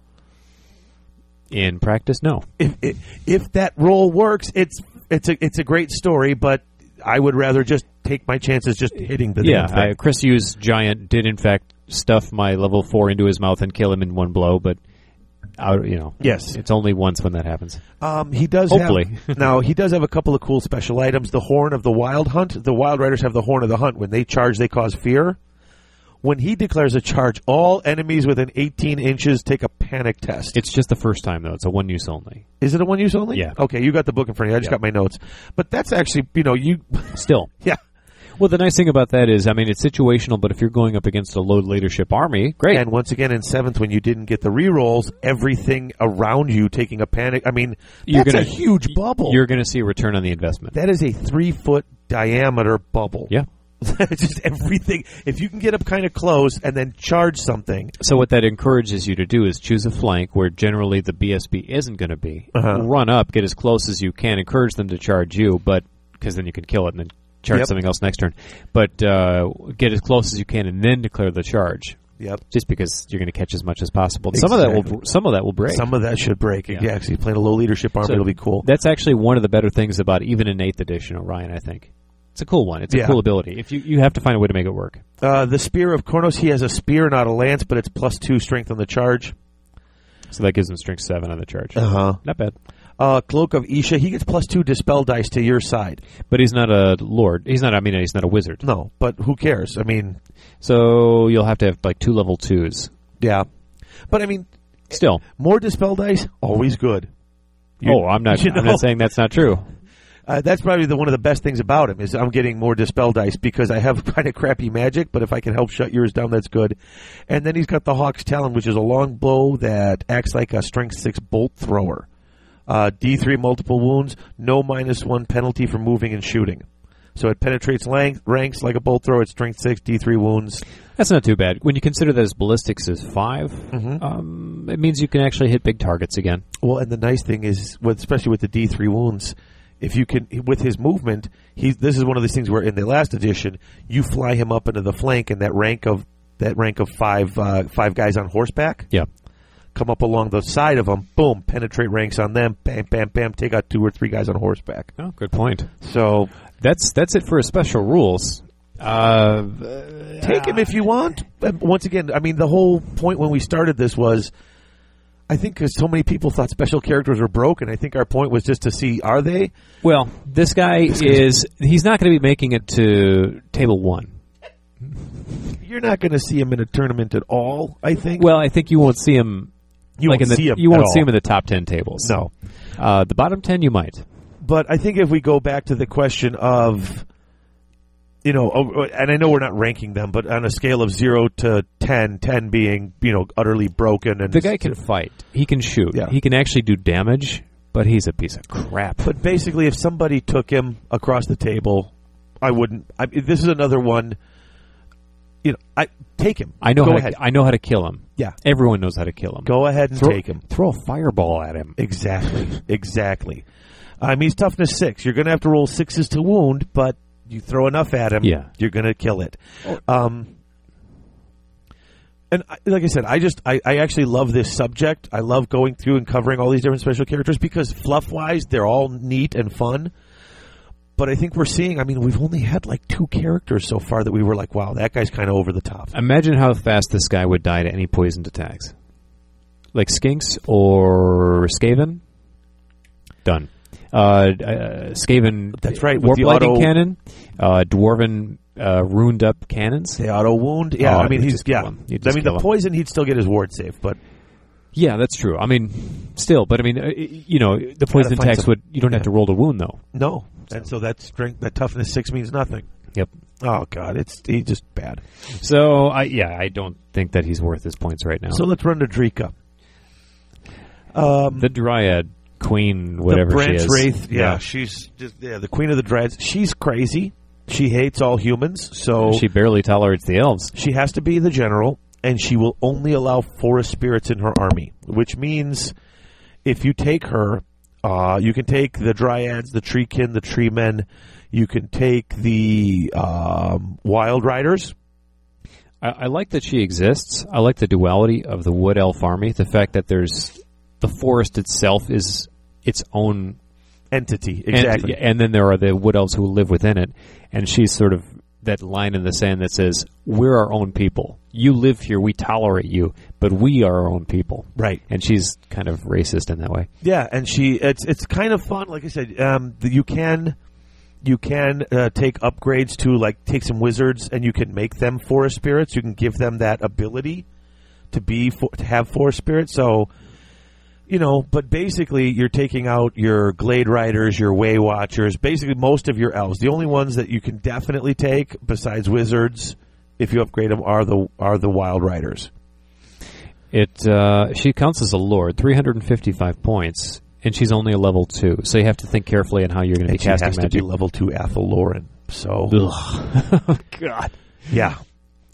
S2: In practice, no.
S3: if, if, if that role works, it's it's a it's a great story, but I would rather just take my chances just hitting the
S2: Yeah,
S3: damn thing.
S2: I, Chris Hughes Giant did in fact stuff my level four into his mouth and kill him in one blow, but out you know,
S3: Yes.
S2: it's only once when that happens.
S3: Um, he does
S2: Hopefully.
S3: have now he does have a couple of cool special items. The horn of the wild hunt. The wild riders have the horn of the hunt. When they charge, they cause fear. When he declares a charge, all enemies within 18 inches take a panic test.
S2: It's just the first time though; it's a one use only.
S3: Is it a one use only?
S2: Yeah.
S3: Okay, you got the book in front of you. I just got my notes. But that's actually, you know, you.
S2: Still,
S3: yeah.
S2: well, the nice thing about that is, I mean, it's situational. But if you're going up against a low leadership army, great.
S3: And once again, in seventh, when you didn't get the rerolls, everything around you taking a panic. I mean,
S2: You're
S3: that's
S2: gonna-
S3: a huge bubble.
S2: you're going to see a return on the investment.
S3: That is a three foot diameter bubble.
S2: yeah,
S3: just everything. If you can get up kind of close and then charge something,
S2: So what that encourages you to do is choose a flank where generally the BSB isn't going to be.
S3: Uh-huh.
S2: Run up, get as close as you can. Encourage them to charge you, but because then you can kill it and then charge
S3: Yep.
S2: something else next turn. But uh, get as close as you can and then declare the charge,
S3: yep.
S2: just because you're going to catch as much as possible. Some of that will
S3: Exactly.
S2: some of that will break.
S3: Some of that should break. Yeah,
S2: Yeah.
S3: because you played a low leadership army,
S2: So
S3: it'll be cool.
S2: That's actually one of the better things about even in eighth edition Orion. I think it's a cool one. It's a
S3: Yeah.
S2: cool ability. If you you have to find a way to make it work.
S3: Uh, the spear of Kornos, he has a spear, not a lance, but it's plus two strength on the charge.
S2: So that gives him strength seven on the charge.
S3: Uh-huh.
S2: Not bad.
S3: Uh, Cloak of Isha, he gets plus two dispel dice to your side.
S2: But he's not a lord. He's not. I mean, he's not a wizard.
S3: No, but who cares? I mean,
S2: So you'll have to have like two level twos.
S3: yeah. But I mean,
S2: Still,
S3: more dispel dice, always good. You-
S2: oh, I'm not.
S3: you
S2: I'm
S3: know?
S2: not saying that's not true.
S3: Uh, that's probably the one of the best things about him is I'm getting more dispel dice because I have kind of crappy magic, but if I can help shut yours down, that's good. And then he's got the Hawk's Talon, which is a long bow that acts like a strength six bolt thrower. Uh, D3 multiple wounds, no minus one penalty for moving and shooting. So it penetrates length, ranks like a bolt thrower. It's strength six, D3 wounds.
S2: That's not too bad when you consider that his ballistics is 5 Um, it means you can actually hit big targets again.
S3: Well, and the nice thing is, with, especially with the D three wounds, if you can with his movement, he's this is one of these things where in the last edition you fly him up into the flank, and that rank of that rank of five uh, five guys on horseback
S2: Yeah,
S3: come up along the side of him, boom, penetrate ranks on them, bam, bam, bam, take out two or three guys on horseback.
S2: oh, good point.
S3: So
S2: That's that's it for his special rules. Uh,
S3: take him if you want. But Once again, I mean, the whole point when we started this was. I think because so many people thought special characters were broken. I think our point was just to see are they?
S2: well, this guy is he's not going to be making it to table one.
S3: You're not going to see him in a tournament at all. I think.
S2: Well, I think you won't see him.
S3: you
S2: like
S3: won't
S2: in the,
S3: see him.
S2: You
S3: at
S2: won't
S3: all.
S2: see him in the top ten tables.
S3: No,
S2: uh, the bottom ten you might.
S3: but I think if we go back to the question of, you know, oh, and I know we're not ranking them, but on a scale of zero to 10, 10 being you know utterly broken and
S2: The guy can fight. He can shoot.
S3: Yeah.
S2: He can actually do damage, but he's a piece of crap.
S3: But basically, if somebody took him across the table, I wouldn't. I, this is another one. You know, I take him.
S2: I know
S3: Go
S2: how
S3: ahead.
S2: To, I know how to kill him.
S3: Yeah.
S2: Everyone knows how to kill him.
S3: Go ahead and
S2: throw,
S3: take him.
S2: Throw a fireball at him.
S3: Exactly. Exactly. I mean, he's toughness six. You're going to have to roll sixes to wound, but you throw enough at him,
S2: Yeah.
S3: you're going to kill it. Um, and I, like I said, I just I, I actually love this subject. I love going through and covering all these different special characters because fluff wise, they're all neat and fun. But I think we're seeing. I mean, we've only had like two characters so far that we were like, "Wow, that guy's kind of over the top."
S2: Imagine how fast this guy would die to any poisoned attacks, like skinks or Skaven. Done. Uh, uh, Skaven.
S3: That's right, with
S2: Warp
S3: the
S2: lightning
S3: auto-
S2: cannon. Uh, dwarven uh, ruined up cannons.
S3: They auto wound. Yeah,
S2: Oh,
S3: I mean,
S2: you'd
S3: he's
S2: just
S3: yeah.
S2: kill him. You'd
S3: I
S2: just
S3: mean, the
S2: kill him.
S3: poison he'd still get his ward safe, but
S2: Yeah, that's true. I mean, still, but I mean, uh, you know, the poison
S3: find
S2: attacks
S3: some-
S2: would. You don't have
S3: yeah.
S2: to roll to wound though.
S3: No, and so that strength, that toughness six means nothing.
S2: Yep.
S3: Oh God, it's he's just bad.
S2: So I yeah, I don't think that he's worth his points right now.
S3: So let's run to Drika. Um,
S2: the Dryad Queen, whatever
S3: the branch
S2: she is,
S3: wraith. Yeah, she's just yeah, the queen of the dreads. She's crazy. She hates all humans, so
S2: she
S3: she,
S2: barely tolerates the elves.
S3: she has to be the general, and she will only allow forest spirits in her army, which means if you take her. Uh, you can take the dryads, the tree kin, the tree men. You can take the um, wild riders.
S2: I, I like that she exists. I like the duality of the wood elf army. The fact that there's the forest itself is its own
S3: entity. Exactly.
S2: and, and then there are the wood elves who live within it, and she's sort of that line in the sand that says, "We're our own people. You live here. We tolerate you, but we are our own people."
S3: Right.
S2: And she's kind of racist in that way.
S3: Yeah, and she it's it's kind of fun. Like I said, um, th- you can you can uh, take upgrades to like take some wizards, and you can make them forest spirits. You can give them that ability to be for, to have forest spirits. So. You know, but basically, you're taking out your glade riders, your way watchers, basically most of your elves. The only ones that you can definitely take, besides wizards, if you upgrade them, are the are the wild riders.
S2: It uh, she counts as a lord, 355 points, and she's only a level two. So you have to think carefully on how you're going to be
S3: And she
S2: casting
S3: has to
S2: magic.
S3: be level two Athel Lauren. So
S2: Ugh. God.
S3: yeah,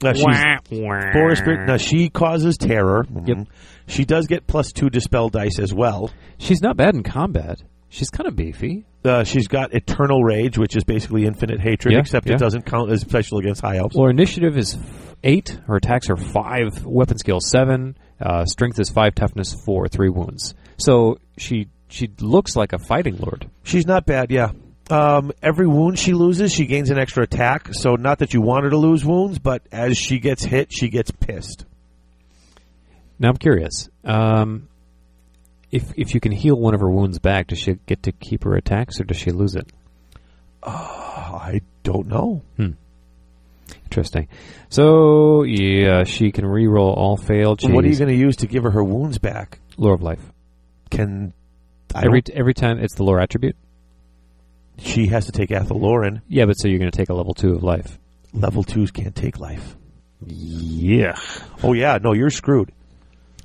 S3: Uh, she's- Boris Brick. Now she causes terror. Mhm. She does get plus two dispel dice as well.
S2: She's not bad in combat. She's kind of beefy.
S3: Uh, she's got eternal rage, which is basically infinite hatred,
S2: Yeah,
S3: except
S2: yeah.
S3: it doesn't count as special against high elves.
S2: Well, her initiative is f- eight. Her attacks are five. Weapon skill seven. Uh, strength is five. Toughness four. Three wounds. So she she looks like a fighting lord.
S3: She's not bad, yeah. Um, every wound she loses, she gains an extra attack. So not that you want her to lose wounds, but as she gets hit, she gets pissed.
S2: Now I'm curious. Um, if if you can heal one of her wounds back, does she get to keep her attacks or does she lose it?
S3: I don't know.
S2: Interesting. So yeah, she can reroll all failed.
S3: What are you
S2: She's-
S3: going to use to give her her wounds back?
S2: lore of life?
S3: Can I
S2: Every every time it's the lore attribute.
S3: don't- she has to take Athaloran.
S2: Yeah, but so you're going to take a level two of life.
S3: Level twos can't take life.
S2: Yeah.
S3: Oh yeah, no, you're screwed.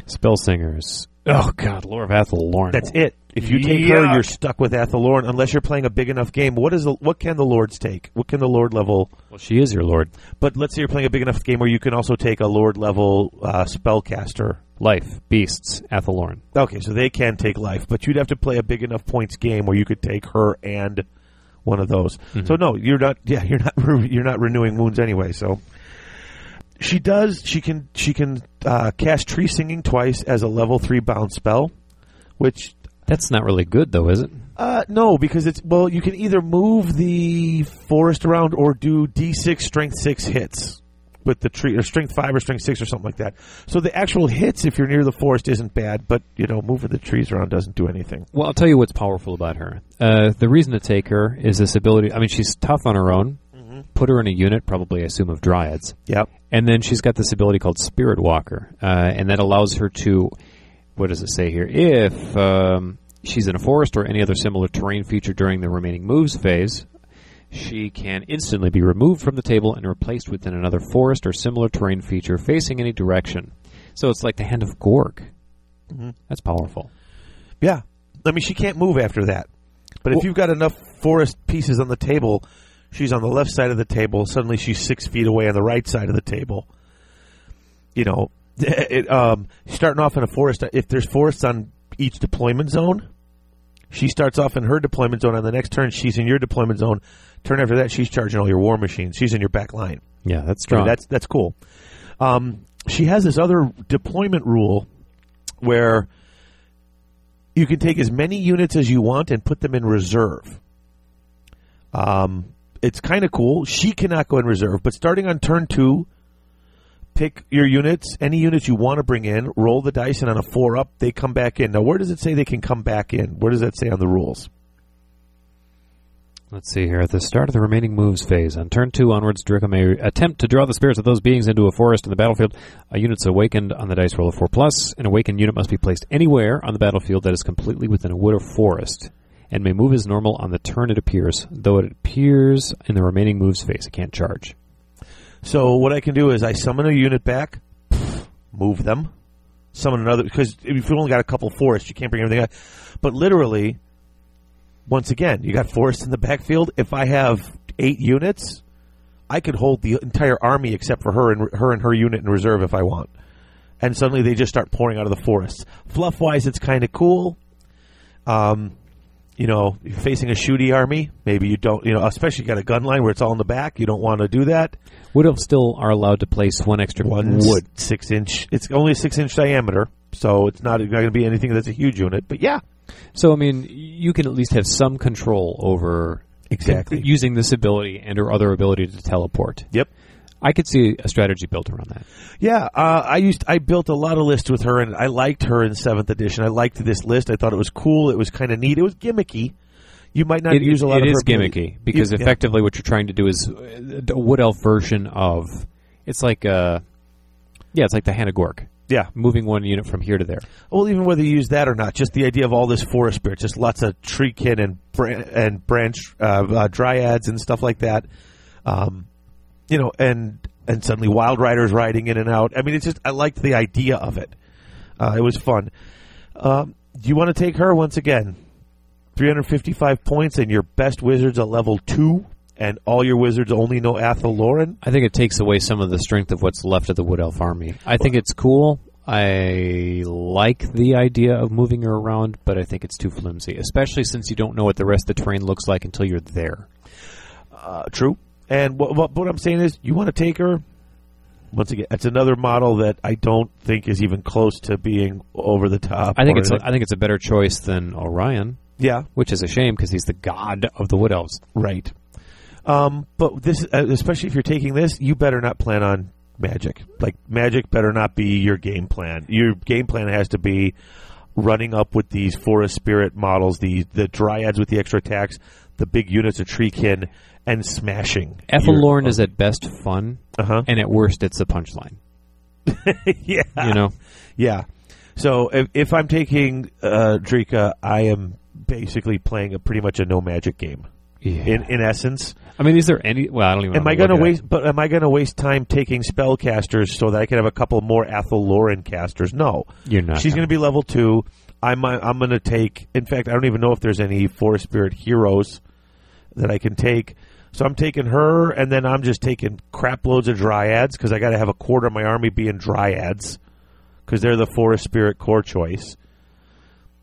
S2: Spell singers. Oh God, Lore of Athel, Lauren.
S3: That's it. If you take her,
S2: Yuck.
S3: you're stuck with Athaloran unless you're playing a big enough game. What is the, what can the lords take? What can the lord level?
S2: Well, she is your lord.
S3: But let's say you're playing a big enough game where you can also take a lord level uh, spellcaster.
S2: Life, beasts, Athel, Lauren.
S3: Okay, so they can take life, but you'd have to play a big enough points game where you could take her and one of those. So no, you're not. Yeah, you're not. re- You're not renewing wounds anyway. So she does. She can. She can uh, cast tree singing twice as a level three bound spell, which
S2: That's not really good, though, is it?
S3: uh, no, because it's well, you can either move the forest around or do D6 strength six hits with the tree, or strength five or strength six or something like that. So the actual hits, if you're near the forest, isn't bad, but you know, moving the trees around doesn't do anything.
S2: Well, I'll tell you what's powerful about her. Uh, the reason to take her is this ability. I mean, she's tough on her own.
S3: Mm-hmm.
S2: Put her in a unit, probably, I assume, of dryads.
S3: Yep.
S2: And then she's got this ability called Spirit Walker, uh, and that allows her to, what does it say here? If um, she's in a forest or any other similar terrain feature during the remaining moves phase, she can instantly be removed from the table and replaced within another forest or similar terrain feature facing any direction. So it's like the Hand of Gorg. That's powerful.
S3: Yeah. I mean, she can't move after that. But if
S2: Well-
S3: you've got enough forest pieces on the table, she's on the left side of the table. Suddenly, she's six feet away on the right side of the table. You know, it, um, starting off in a forest. If there's forests on each deployment zone, she starts off in her deployment zone. On the next turn, she's in your deployment zone. Turn after that, she's charging all your war machines. She's in your back line.
S2: Yeah, that's
S3: I mean,
S2: strong.
S3: that's that's cool. Um, she has this other deployment rule where you can take as many units as you want and put them in reserve. Um, it's kind of cool. She cannot go in reserve, but starting on turn two, pick your units, any units you want to bring in, roll the dice, and on a four up, they come back in. Now, where does it say they can come back in? Where does that say on the rules?
S2: Let's see here. At the start of the remaining moves phase, on turn two onwards, Draco may attempt to draw the spirits of those beings into a forest in the battlefield. A unit's awakened on the dice roll of four plus. An awakened unit must be placed anywhere on the battlefield that is completely within a wood or forest, and may move as normal on the turn it appears, though it appears in the remaining moves phase. It can't charge.
S3: So what I can do is I summon a unit back, move them, summon another because if you've only got a couple forests, you can't bring everything up. But literally, once again, you got forests in the backfield. If I have eight units, I could hold the entire army except for her and her and her unit in reserve if I want. And suddenly they just start pouring out of the forests. Fluff wise, it's kind of cool. Um, you know, you're facing a shooty army, maybe you don't. You know, especially you got a gun line where it's all in the back. You don't want to do that
S2: Wood elves still are allowed to place one extra
S3: one
S2: s-
S3: wood six inch. It's only a six inch diameter, so it's not, not going to be anything that's a huge unit. But yeah,
S2: So I mean, you can at least have some control over
S3: Exactly.
S2: using this ability and or other ability to teleport.
S3: yep,
S2: I could see a strategy built around that.
S3: yeah. Uh, I used I built a lot of lists with her, and I liked her in seventh edition. I liked this list. I thought it was cool. It was kind of neat. It was gimmicky. You might not
S2: It is
S3: use a lot
S2: it
S3: of
S2: is
S3: her ability-
S2: gimmicky because
S3: You- yeah.
S2: effectively what you're trying to do is uh, a wood elf version of it's like uh yeah it's like the Hannah Gork
S3: Yeah.
S2: moving one unit from here to there.
S3: Well, even whether you use that or not, just the idea of all this forest spirit, just lots of tree kin and bran- and branch uh, uh, dryads and stuff like that. Um, you know, and and suddenly wild riders riding in and out. I mean, it's just I liked the idea of it. Uh, it was fun. Um, do you want to take her once again? Three hundred fifty-five points, and your best wizard's a level two, and all your wizards only know Athaloran?
S2: I think it takes away some of the strength of what's left of the Wood Elf army. I think it's cool. I like the idea of moving her around, but I think it's too flimsy, especially since you don't know what the rest of the terrain looks like until you're there.
S3: Uh, true. And what, what, what I'm saying is, you want to take her. Once again, that's another model that I don't think is even close to being over the top.
S2: I think
S3: or
S2: it's a,
S3: anything.
S2: I think it's a better choice than Orion,
S3: yeah,
S2: which is a shame because he's the god of the Wood Elves.
S3: right. Um, but this, uh, especially if you're taking this, you better not plan on magic. Like magic better not be your game plan. Your game plan has to be running up with these forest spirit models, the the dryads with the extra attacks, the big units of treekin, and smashing.
S2: Ethelorn is at best fun,
S3: uh huh.
S2: and at worst it's a punchline.
S3: yeah.
S2: You know,
S3: Yeah. So if, if I'm taking uh, Drika, I am basically playing a pretty much a no magic game
S2: yeah.
S3: in in essence.
S2: I mean, is there any? Well, I don't even.
S3: Am I
S2: going to
S3: waste? But am I going to waste time taking spellcasters so that I can have a couple more Athaloran casters? No,
S2: You're not.
S3: she's going to be level two. I'm I'm going to take. In fact, I don't even know if there's any Forest Spirit heroes that I can take. So I'm taking her, and then I'm just taking crap loads of dryads because I got to have a quarter of my army being dryads because they're the Forest Spirit core choice.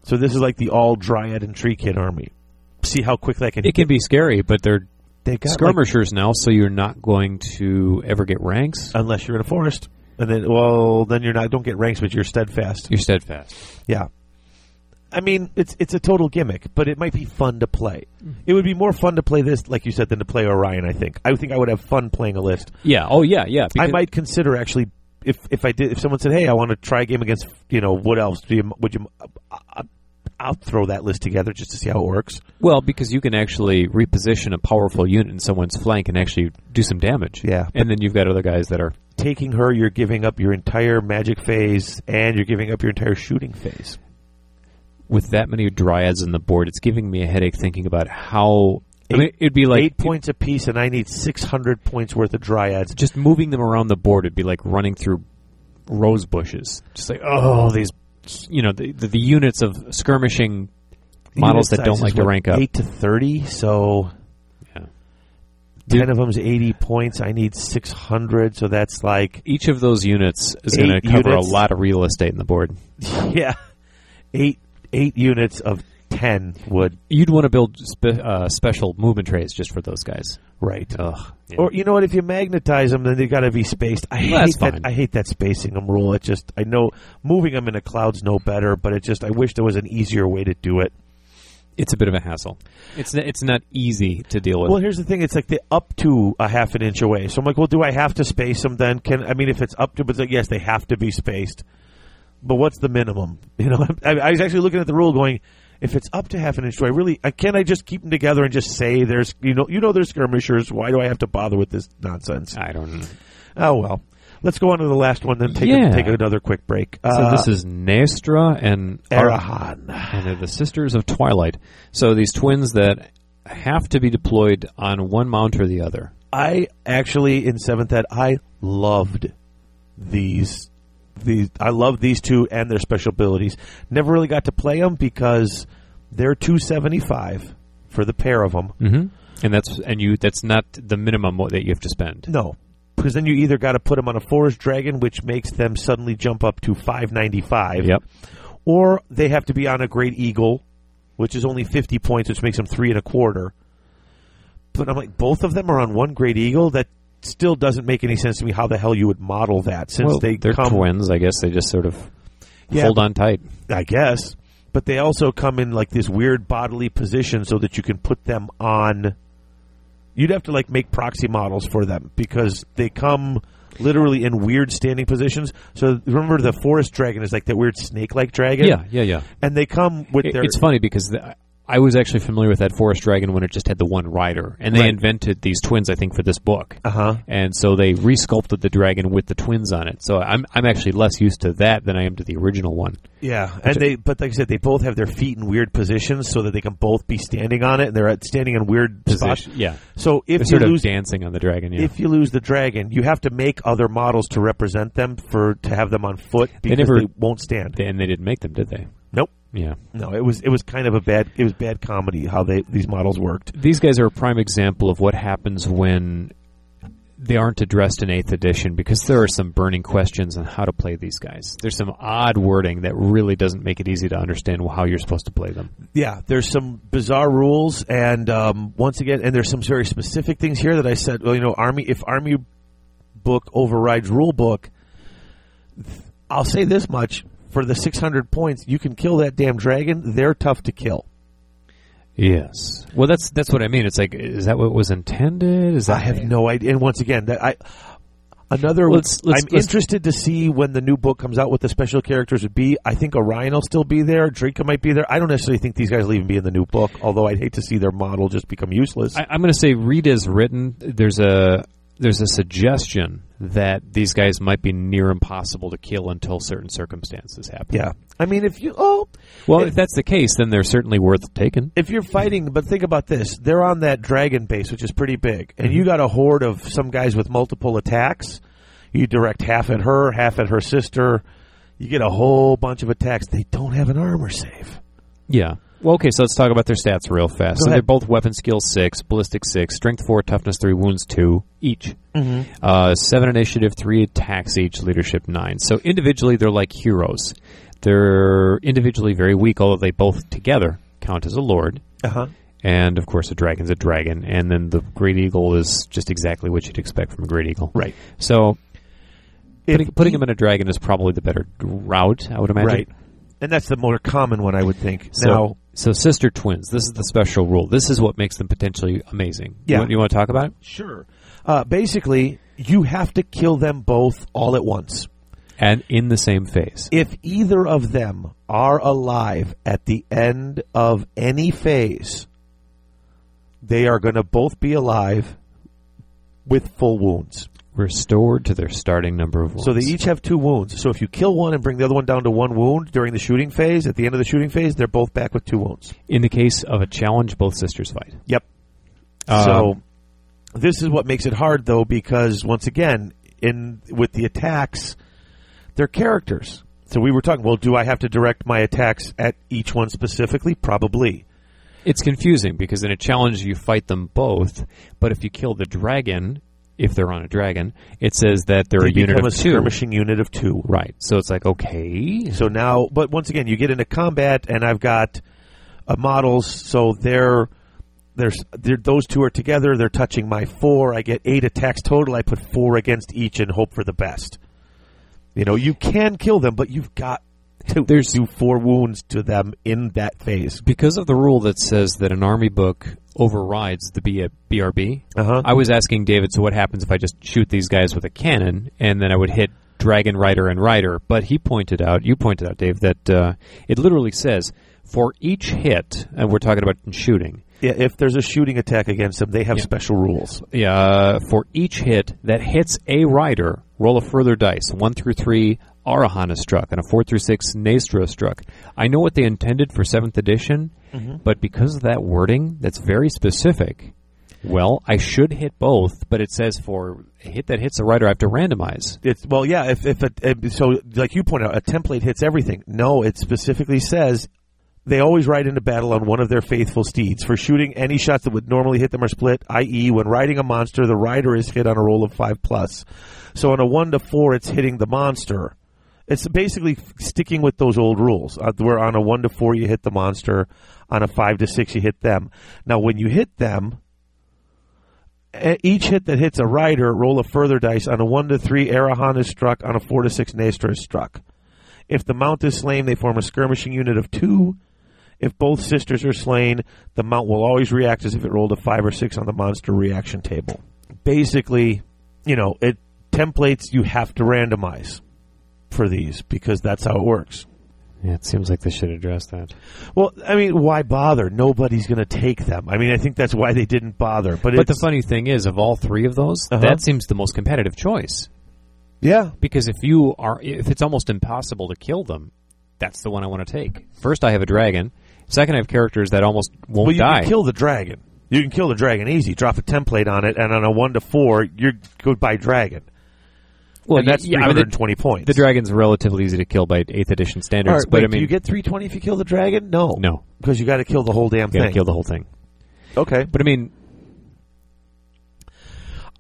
S3: So this is like the all dryad and tree kid army. See how quickly I can.
S2: It can be scary, but they're
S3: they got like,
S2: skirmishers now, so you're not going to ever get ranks.
S3: unless you're in a forest. And then, well, then you're not. Don't get ranks, but you're steadfast.
S2: You're steadfast.
S3: Yeah. I mean, it's it's a total gimmick, but it might be fun to play. It would be more fun to play this, like you said, than to play Orion. I think. I think I would have fun playing a list.
S2: Yeah. Oh, yeah. Yeah.
S3: I
S2: because-
S3: might consider actually if if I did if someone said, "Hey, I want to try a game against you know what else?" Do you, would you? I, I'll throw that list together just to see how it works.
S2: Well, because you can actually reposition a powerful unit in someone's flank and actually do some damage.
S3: Yeah,
S2: And then you've got other guys that are.
S3: Taking her, you're giving up your entire magic phase, and you're giving up your entire shooting phase.
S2: With that many dryads on the board, it's giving me a headache thinking about how. I mean, it'd be like.
S3: Eight points apiece, and I need six hundred points worth of dryads
S2: Just moving them around the board would be like running through rose bushes. Just like, oh, these. You know, the, the, the units of skirmishing models
S3: Unit
S2: that don't
S3: size
S2: like
S3: is
S2: to
S3: what,
S2: rank up.
S3: Eight to thirty, so
S2: Yeah.
S3: ten of them's eighty points. I need six hundred, so that's like
S2: Each of those units is going to
S3: Eight
S2: cover
S3: units.
S2: a lot of real estate in the board.
S3: yeah, eight eight units of ten would
S2: You'd want to build spe- uh, special movement trays just for those guys.
S3: right.
S2: Ugh. Yeah.
S3: Or you know what? If you magnetize them, then they got to be spaced. I hate
S2: that's
S3: that.
S2: fine.
S3: I hate that spacing them rule. It just I know moving them in a cloud's no better, but it just I wish there was an easier way to do it.
S2: it's a bit of a hassle. It's n- it's not easy to deal with.
S3: Well, here's the thing: it's like the up to a half an inch away. So I'm like, well, do I have to space them then? Can I mean, if it's up to, but it's like, yes, they have to be spaced. But what's the minimum? You know, I, I was actually looking at the rule, going, if it's up to half an inch away, really, I can I just keep them together and just say there's, you know, you know, there's skirmishers. Why do I have to bother with this nonsense?
S2: I don't know.
S3: Oh well, let's go on to the last one, then take
S2: Yeah.
S3: take another quick break. Uh,
S2: So this is Nestra and
S3: Arahan.
S2: and they're the sisters of Twilight. So these twins that have to be deployed on one mount or the other.
S3: I actually in seventh ed I loved these these I love these two and their special abilities. Never really got to play them because they're two seventy five for the pair of them.
S2: Mm-hmm. And that's and you that's not the minimum what- that you have to spend.
S3: No, because then you either got to put them on a forest dragon, which makes them suddenly jump up to five ninety five.
S2: Yep.
S3: or they have to be on a great eagle, which is only fifty points, which makes them three and a quarter. But I'm like, both of them are on one great eagle. That still doesn't make any sense to me. How the hell you would model that since
S2: well,
S3: they
S2: they're
S3: come?
S2: twins. I guess they just sort of
S3: Yeah.
S2: hold on tight.
S3: I guess, but they also come in like this weird bodily position so that you can put them on. You'd have to like make proxy models for them because they come literally in weird standing positions. So remember, the forest dragon is like that weird snake-like dragon.
S2: Yeah, yeah, yeah.
S3: and they come with
S2: It-
S3: their
S2: it's funny because the, I was actually familiar with that forest dragon when it just had the one rider, and they
S3: Right.
S2: invented these twins, I think, for this book.
S3: uh huh.
S2: and so they resculpted the dragon with the twins on it. So I'm I'm actually less used to that than I am to the original one.
S3: Yeah, and they but like I said, they both have their feet in weird positions so that they can both be standing on it, and they're at- standing in weird spots.
S2: Position- Yeah,
S3: So
S2: they're
S3: if you
S2: sort of
S3: lose,
S2: dancing on the dragon. Yeah,
S3: if you lose the dragon, you have to make other models to represent them for to have them on foot because they,
S2: never-
S3: won't stand.
S2: and they didn't make them, did they?
S3: nope,
S2: Yeah.
S3: No, it was it was kind of a bad it was bad comedy how they these models worked.
S2: These guys are a prime example of what happens when they aren't addressed in 8th edition because there are some burning questions on how to play these guys. There's some odd wording that really doesn't make it easy to understand how you're supposed to play them.
S3: Yeah, there's some bizarre rules, and um, once again, and there's some very specific things here that I said. Well, you know, army if army book overrides rule book, I'll say this much: for the 600 points, you can kill that damn dragon. They're tough to kill.
S2: Yes. Well, that's that's what I mean. It's like, is that what was intended? Is that
S3: I have no idea. And once again, that I another.
S2: Let's- let's-
S3: I'm
S2: let's-
S3: interested to see when the new book comes out what the special characters would be. I think Orion will still be there. Draco might be there. I don't necessarily think these guys will even be in the new book. Although I'd hate to see their model just become useless.
S2: I, I'm going to say read as written. There's a there's a suggestion that these guys might be near impossible to kill until certain circumstances happen.
S3: yeah, I mean, if you oh,
S2: Well, if that's the case, then they're certainly worth taking.
S3: if you're fighting, but think about this: they're on that dragon base, which is pretty big, and you got a horde of some guys with multiple attacks. You direct half at her, half at her sister. You get a whole bunch of attacks. They don't have an armor save.
S2: Yeah. Well, okay, so let's talk about their stats real fast. so
S3: ahead.
S2: they're both weapon skill 6, ballistic 6, strength 4, toughness 3, wounds 2 each.
S3: Mm-hmm.
S2: Uh, 7 initiative, 3 attacks each, leadership 9. So individually, they're like heroes. They're individually very weak, although they both together count as a lord.
S3: Uh huh.
S2: And of course, a dragon's a dragon, and then the great eagle is just exactly what you'd expect from a great eagle.
S3: Right.
S2: So putting,
S3: If
S2: putting him in a dragon is probably the better route, I would imagine.
S3: Right. And that's the more common one, I would think.
S2: So,
S3: now,
S2: so sister twins. This is the special rule. This is what makes them potentially amazing. You
S3: Yeah.
S2: want- You, want to talk about it?
S3: sure. Uh, basically, you have to kill them both all at once.
S2: And in the same phase.
S3: If either of them are alive at the end of any phase, they are going to both be alive with full wounds.
S2: Restored to their starting number of wounds.
S3: So they each have two wounds. So if you kill one and bring the other one down to one wound during the shooting phase, at the end of the shooting phase, they're both back with two wounds.
S2: in the case of a challenge, both sisters fight.
S3: Yep. so this is what makes it hard though because once again in with the attacks they're characters. So we were talking, well do I have to direct my attacks at each one specifically? Probably.
S2: It's confusing because in a challenge you fight them both, but if you kill the dragon, if they're on a dragon, it says that they're a
S3: they
S2: unit
S3: become
S2: of
S3: a
S2: two.
S3: skirmishing unit of two.
S2: Right. So it's like okay.
S3: So now, but once again, you get into combat, and I've got uh, models. So they're, they're, they're those two are together. They're touching my four. I get eight attacks total. I put four against each and hope for the best. You know, you can kill them, but you've got to
S2: There's-
S3: do four wounds to them in that phase.
S2: Because of the rule that says that an army book overrides the B- BRB,
S3: Uh-huh.
S2: I was asking David, so what happens if I just shoot these guys with a cannon and then I would hit Dragon Rider and Rider? But he pointed out, you pointed out, Dave, that uh, it literally says for each hit, and we're talking about in shooting,
S3: Yeah, if there's a shooting attack against them, they have special rules.
S2: yeah, uh, for each hit that hits a rider, roll a further dice. One through three, Arahan is struck, and a four through six, Nastra is struck. I know what they intended for seventh edition, but because of that wording, that's very specific. Well, I should hit both, but it says for a hit that hits a rider, I have to randomize.
S3: It's well, yeah. If if a, if- so, like you point out, a template hits everything. No, it specifically says they always ride into battle on one of their faithful steeds for shooting any shots that would normally hit them are split. I.e., when riding a monster, the rider is hit on a roll of five plus. So on a one to four, it's hitting the monster. It's basically sticking with those old rules. Uh, where on a one to four, you hit the monster. On a five to six, you hit them. Now, when you hit them, E- each hit that hits a rider, roll a further dice. On a one to three, Arahan is struck. On a four to six, Nastra is struck. If the mount is slain, they form a skirmishing unit of two. If both sisters are slain, the mount will always react as if it rolled a five or six on the monster reaction table. Basically, you know, it templates you have to randomize for these because that's how it works.
S2: Yeah, it seems like they should address that.
S3: Well, I mean, why bother? Nobody's going to take them. I mean, I think that's why they didn't bother. But,
S2: But the
S3: it's,
S2: funny thing is, of all three of those,
S3: Uh-huh.
S2: that seems the most competitive choice.
S3: yeah,
S2: Because if you are, if it's almost impossible to kill them, that's the one I want to take. First, I have a dragon. Second, I have characters that almost won't
S3: Well, you
S2: die.
S3: can kill the dragon. You can kill the dragon easy. Drop a template on it, and on a one to four, you're goodbye dragon.
S2: Well,
S3: and that's
S2: yeah, I mean,
S3: 320 points.
S2: The dragon's relatively easy to kill by 8th edition
S3: All
S2: standards,
S3: right,
S2: but
S3: wait,
S2: I mean,
S3: do you get 320 if you kill the dragon? No,
S2: no,
S3: because you got to kill the whole damn
S2: you gotta
S3: thing.
S2: kill the whole thing.
S3: okay,
S2: But I mean,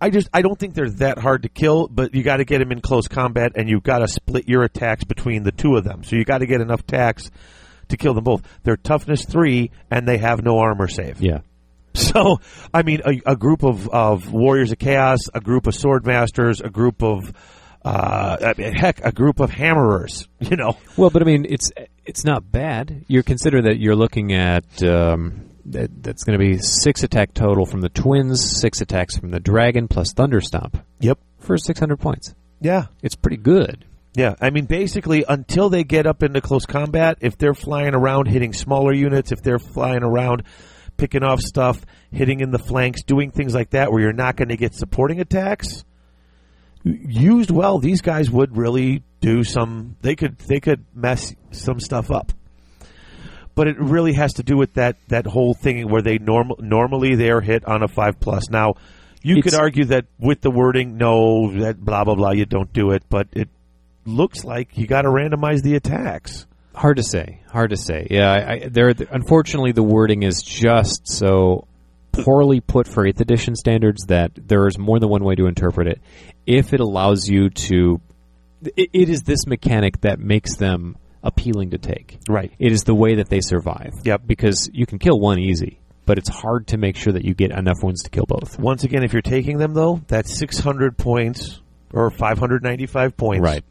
S3: I just I don't think they're that hard to kill, but you got to get them in close combat, and you've got to split your attacks between the two of them. So you got to get enough attacks to kill them both. They're toughness three, and they have no armor save.
S2: yeah,
S3: So I mean, a, a group of, of warriors of chaos, a group of sword masters, a group of uh, I mean, heck, a group of hammerers. You know,
S2: Well, but I mean, it's it's not bad. You're considering that you're looking at um, that, that's going to be six attack total from the twins, six attacks from the dragon, plus thunderstomp
S3: Yep.
S2: for 600 points.
S3: Yeah.
S2: It's pretty good.
S3: Yeah, I mean, basically, until they get up into close combat, if they're flying around hitting smaller units, if they're flying around picking off stuff, hitting in the flanks, doing things like that, where you're not going to get supporting attacks, used well, these guys would really do some. They could they could mess some stuff up. But it really has to do with that that whole thing where they norm, normally they are hit on a five plus. Now, you could
S2: It's-
S3: argue that with the wording, no, that blah blah blah, you don't do it. But it looks like you got to randomize the attacks.
S2: Hard to say. Hard to say. Yeah, I, I, there. Unfortunately, the wording is just so poorly put for Eighth Edition standards that there is more than one way to interpret it. If it allows you to, it, it is this mechanic that makes them appealing to take.
S3: Right.
S2: It is the way that they survive.
S3: Yep.
S2: Because you can kill one easy, but it's hard to make sure that you get enough ones to kill both.
S3: Once again, if you're taking them though, that's 600 points or 595 points,
S2: Right.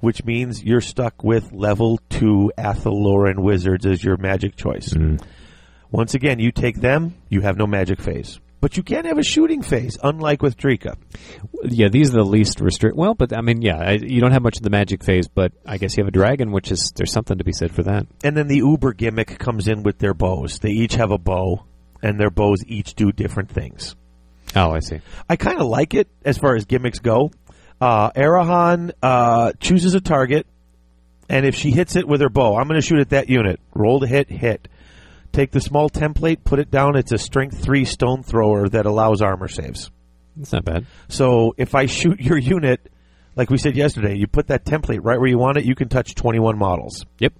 S3: Which means you're stuck with level two Athaloran wizards as your magic choice. Once again, you take them, you have no magic phase, but you can have a shooting phase, unlike with Drika.
S2: Yeah, these are the least restrict. Well, but I mean, yeah, I, you don't have much of the magic phase, but I guess you have a dragon, which is there's something to be said for that.
S3: And then the Uber gimmick comes in with their bows. They each have a bow, and their bows each do different things.
S2: Oh, I see.
S3: I kind of like it as far as gimmicks go. Uh, Arahan uh, chooses a target, and if she hits it with her bow, I'm going to shoot at that unit. Roll to hit, hit. Take the small template, put it down. It's a strength three stone thrower that allows armor saves.
S2: That's not bad.
S3: So if I shoot your unit, like we said yesterday, you put that template right where you want it. You can touch 21 models.
S2: Yep.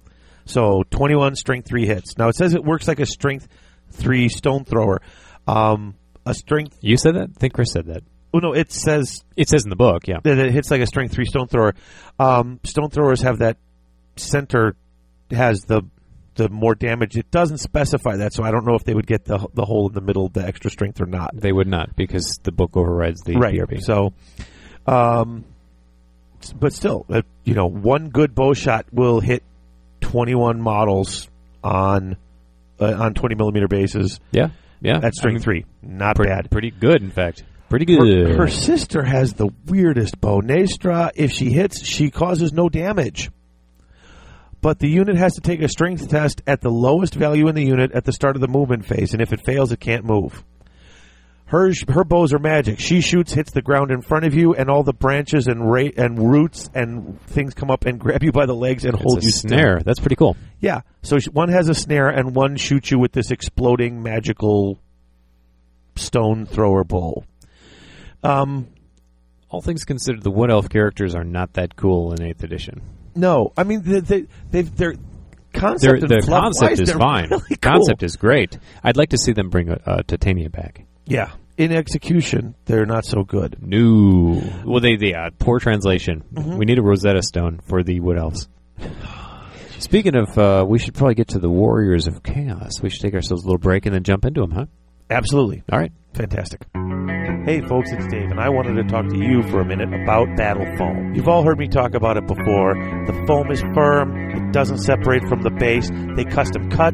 S3: So 21 strength three hits. Now it says it works like a strength three stone thrower. Um, a strength.
S2: You said that? I think Chris said that.
S3: Oh no, it says
S2: It says in the book, yeah.
S3: that it hits like a strength three stone thrower. Um, stone throwers have that center has the the more damage. It doesn't specify that, so I don't know if they would get the the hole in the middle, the extra strength or not.
S2: They would not because the book overrides the
S3: Right.
S2: BRB.
S3: So, um, s- but still, uh, you know, one good bow shot will hit twenty one models on uh, on twenty millimeter bases
S2: yeah. Yeah.
S3: at
S2: I
S3: string
S2: mean,
S3: three. Not
S2: pre-
S3: bad.
S2: Pretty good, in fact. Pretty
S3: Her,
S2: good.
S3: her sister has the weirdest bow. Nestra, if she hits, she causes no damage. But the unit has to take a strength test at the lowest value in the unit at the start of the movement phase, and if it fails, it can't move. Her, her bows are magic. She shoots, hits the ground in front of you, and all the branches and ra- and roots and things come up and grab you by the legs and
S2: it's
S3: hold
S2: a
S3: you still.
S2: snare. That's pretty cool.
S3: Yeah. So sh- one has a snare, and one shoots you with this exploding magical stone thrower bowl. Um,
S2: All things considered, the Wood Elf characters are not that cool in 8th edition.
S3: No, I mean they, they they've their
S2: Their,
S3: concept and
S2: their
S3: fluff
S2: concept
S3: wise,
S2: is
S3: they're
S2: fine.
S3: Really cool.
S2: Concept is great. I'd like to see them bring uh, uh, Titania back.
S3: yeah. In execution, they're not so good.
S2: No. Well, they, they uh, poor translation. We need a Rosetta Stone for the Wood Elves. Speaking of, uh, we should probably get to the Warriors of Chaos. We should take ourselves a little break and then jump into them, huh?
S3: Absolutely
S2: All right.
S3: fantastic. Hey folks, it's Dave, and I wanted to talk to you for a minute about Battle Foam. You've all heard me talk about it before. The foam is firm; it doesn't separate from the base. They custom cut,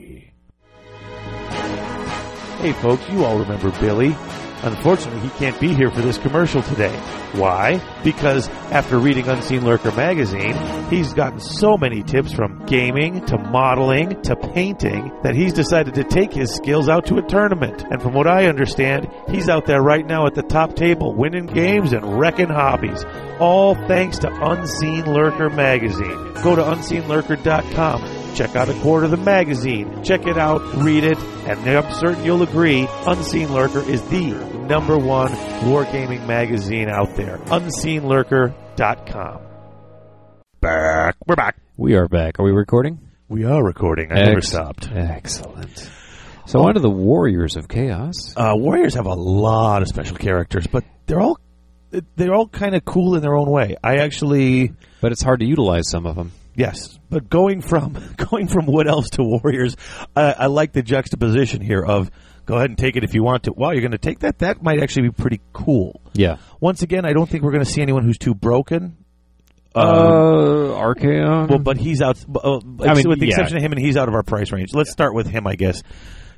S3: Hey folks, you all remember Billy. Unfortunately, he can't be here for this commercial today. Why? Because after reading Unseen Lurker magazine, he's gotten so many tips from gaming to modeling to painting that he's decided to take his skills out to a tournament. And from what I understand, he's out there right now at the top table winning games and wrecking hobbies. All thanks to Unseen Lurker magazine. Go to unseenlurker.com. Check out a quarter of the magazine. Check it out, read it, and I'm certain you'll agree Unseen Lurker is the number one wargaming magazine out there. Unseenlurker.com. Back. We're back.
S2: We are back. Are we recording?
S3: We are recording. I never stopped.
S2: Excellent. So on to the Warriors of Chaos.
S3: Uh, Warriors have a lot of special characters, but they're all they're all kind of cool in their own way. I actually
S2: But it's hard to utilize some of them.
S3: Yes, but going from going from what else to Warriors, I, I like the juxtaposition here of go ahead and take it if you want to. Wow, you're going to take that? That might actually be pretty cool.
S2: Yeah.
S3: Once again, I don't think we're going to see anyone who's too broken.
S2: Uh, Archaon.
S3: Um, Well, but he's out. b- Uh,
S2: I mean,
S3: with the
S2: yeah.
S3: exception of him, and he's out of our price range. Let's start with him, I guess.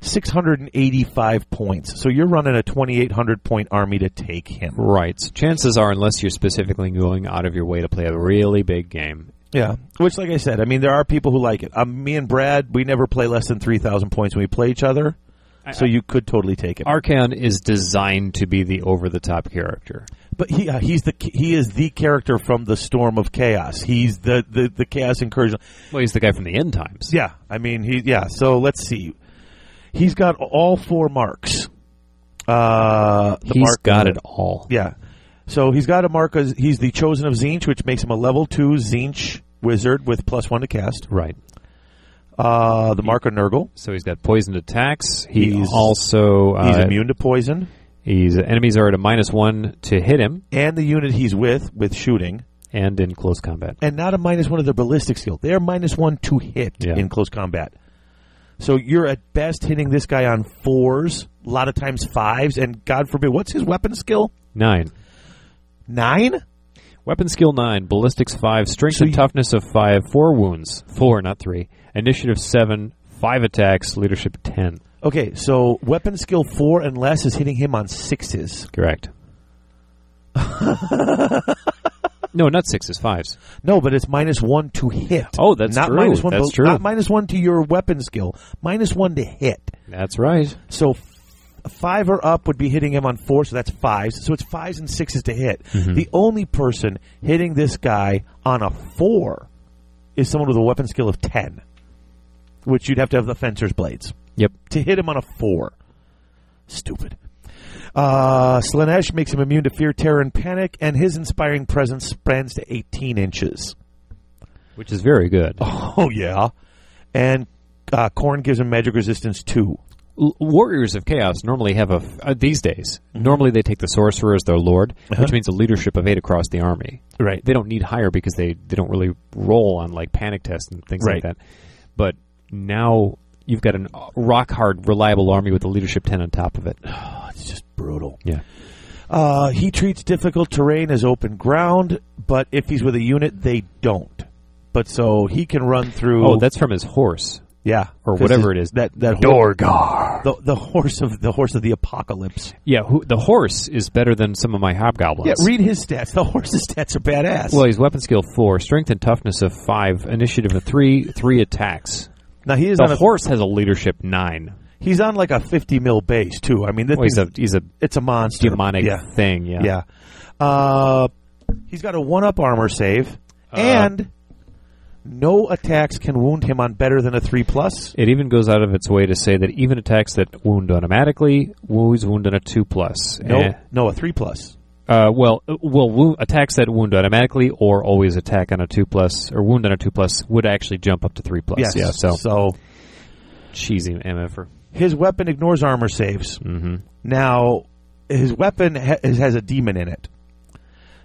S3: Six hundred and eighty-five points. So you're running a twenty-eight hundred point army to take him.
S2: Right. So chances are, unless you're specifically going out of your way to play a really big game,
S3: Yeah. Which, like I said, I mean, there are people who like it. Um, me and Brad, we never play less than three thousand points when we play each other. so you could totally take him.
S2: Archaon is designed to be the over-the-top character.
S3: But he uh, he's the he is the character from the storm of chaos. He's the the, the chaos incursion.
S2: Well, he's the guy from the end times.
S3: Yeah, I mean he yeah. So let's see. He's got all four marks. Uh, the
S2: He's
S3: mark
S2: got it all.
S3: Yeah. So he's got a mark. As, he's the chosen of Zinch, which makes him a level two Zinch wizard with plus one to cast.
S2: Right.
S3: Uh, the mark of Nurgle.
S2: So he's got poisoned attacks. He
S3: He's-
S2: also uh,
S3: He's immune to poison,
S2: He's enemies are at a minus one to hit him,
S3: and the unit he's with with shooting,
S2: and in close combat.
S3: and not a minus one of their ballistic skill. They're minus one to hit
S2: Yeah.
S3: in close combat. So you're at best hitting this guy on fours, a lot of times fives, and God forbid, what's his weapon skill?
S2: Nine.
S3: Nine?
S2: Weapon skill nine, ballistics five, strength
S3: So
S2: and
S3: you-
S2: toughness of five, four wounds, four, not three. Initiative seven, five attacks, leadership ten.
S3: Okay, so weapon skill four and less is hitting him on sixes.
S2: Correct. no, not sixes, fives.
S3: No, but it's minus one to hit.
S2: Oh, that's
S3: not
S2: true.
S3: Minus one,
S2: That's
S3: but-
S2: true.
S3: Not minus one to your weapon skill. Minus one to hit.
S2: That's right.
S3: So f- five or up would be hitting him on four, so that's fives. So it's fives and sixes to hit.
S2: Mm-hmm.
S3: The only person hitting this guy on a four is someone with a weapon skill of ten, which you'd have to have the fencer's blades
S2: Yep.
S3: to hit him on a four. Stupid. Uh, Slanesh makes him immune to fear, terror, and panic, and his inspiring presence spans to 18 inches.
S2: Which is very good.
S3: Oh, yeah. And uh, Korn gives him magic resistance 2.
S2: L- Warriors of Chaos normally have a. f- Uh, these days,
S3: Mm-hmm.
S2: normally they take the Sorcerer as their lord,
S3: Uh-huh.
S2: which means a leadership of eight across the army.
S3: Right.
S2: They don't need higher because they, they don't really roll on like panic tests and things
S3: Right.
S2: like that. But now you've got an rock hard, reliable army with a leadership 10 on top of it.
S3: It's just brutal.
S2: Yeah.
S3: Uh, he treats difficult terrain as open ground, but if he's with a unit, they don't. But so he can run through.
S2: Oh, that's from his horse.
S3: yeah,
S2: or
S3: 'Cause
S2: whatever
S3: his-
S2: it is.
S3: That that horse,
S4: Dorgar.
S3: the, the horse of the horse of the apocalypse.
S2: Yeah, who, the horse is better than some of my hobgoblins.
S3: Yeah, read his stats. The horse's stats are badass.
S2: well, he's weapon skill four, strength and toughness of five, initiative of three, three attacks.
S3: now he is on
S2: The
S3: a,
S2: horse has a leadership nine.
S3: he's on like a fifty mil base too. I mean, that
S2: Well, he's a
S3: thing's-
S2: he's a
S3: it's a monster.
S2: demonic
S3: Yeah,
S2: thing. Yeah.
S3: yeah. Uh, he's got a one-up armor save,
S2: Uh,
S3: and no attacks can wound him on better than a three plus.
S2: It even goes out of its way to say that even attacks that wound automatically, wounds wound on a two plus.
S3: No,
S2: Eh,
S3: no, a three plus.
S2: Uh, well, uh, well, wo- attacks that wound automatically, or always attack on a two plus, or wound on a two plus, would actually jump up to three plus.
S3: Yes.
S2: Yeah. So,
S3: so
S2: cheesy mf'er.
S3: his weapon ignores armor saves. Mm-hmm. Now, his weapon ha- has a demon in it,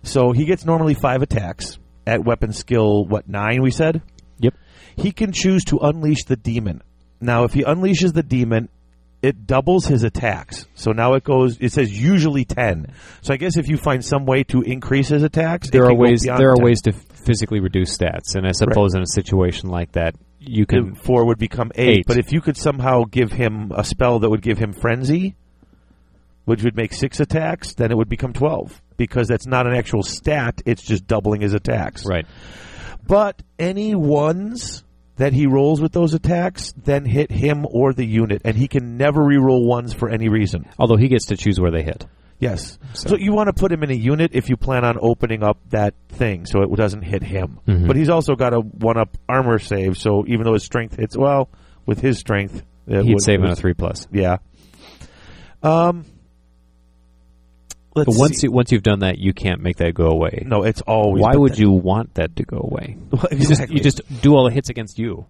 S3: so he gets normally five attacks at weapon skill. What nine? We said
S2: Yep.
S3: he can choose to unleash the demon. Now, if he unleashes the demon, it doubles his attacks. So now it goes. It says usually ten. So I guess if you find some way to increase his attacks, it
S2: there are
S3: can go
S2: ways
S3: beyond
S2: there are
S3: 10.
S2: ways to physically reduce stats, and I suppose in a situation like that, you
S3: The
S2: can.
S3: four would become eight,
S2: Eight.
S3: But if you could somehow give him a spell that would give him frenzy, which would make six attacks, then it would become 12 because that's not an actual stat, it's just doubling his attacks.
S2: Right.
S3: But any ones that he rolls with those attacks then hit him or the unit, and he can never reroll ones for any reason.
S2: Although he gets to choose where they hit.
S3: Yes. So, you want to put him in a unit if you plan on opening up that thing so it doesn't hit him.
S2: Mm-hmm.
S3: But he's also got a one up armor save, so even though his strength hits, well, with his strength, it
S2: He'd
S3: would-
S2: save
S3: it
S2: on a
S3: was-
S2: three plus.
S3: Yeah. Um. Let's
S2: But once
S3: see.
S2: you, once you've done that, you can't make that go away.
S3: no, it's always.
S2: Why
S3: but
S2: would
S3: that-
S2: you want that to go away?
S3: exactly.
S2: You just do all the hits against you.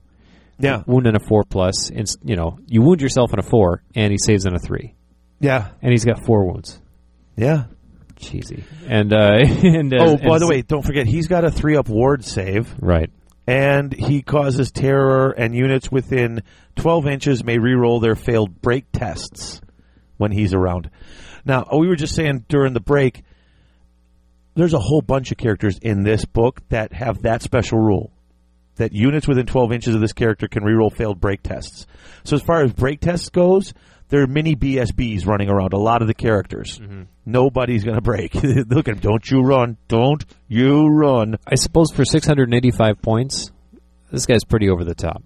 S3: yeah,
S2: Wound in a four plus, and s- you know you wound yourself in a four, and he saves on a three,
S3: yeah,
S2: and he's got four wounds.
S3: yeah.
S2: Cheesy. And uh, and uh,
S3: oh,
S2: and
S3: by the
S2: s-
S3: way, don't forget he's got a three up ward save,
S2: right.
S3: and he causes terror, and units within twelve inches may reroll their failed break tests when he's around. Now, oh, we were just saying during the break, there's a whole bunch of characters in this book that have that special rule that units within 12 inches of this character can reroll failed break tests. So as far as break tests goes, there are mini BSBs running around a lot of the characters.
S2: Mm-hmm.
S3: Nobody's going to break. Look at him. Don't you run. Don't you run.
S2: I suppose for six hundred and eighty-five points, this guy's pretty over the top.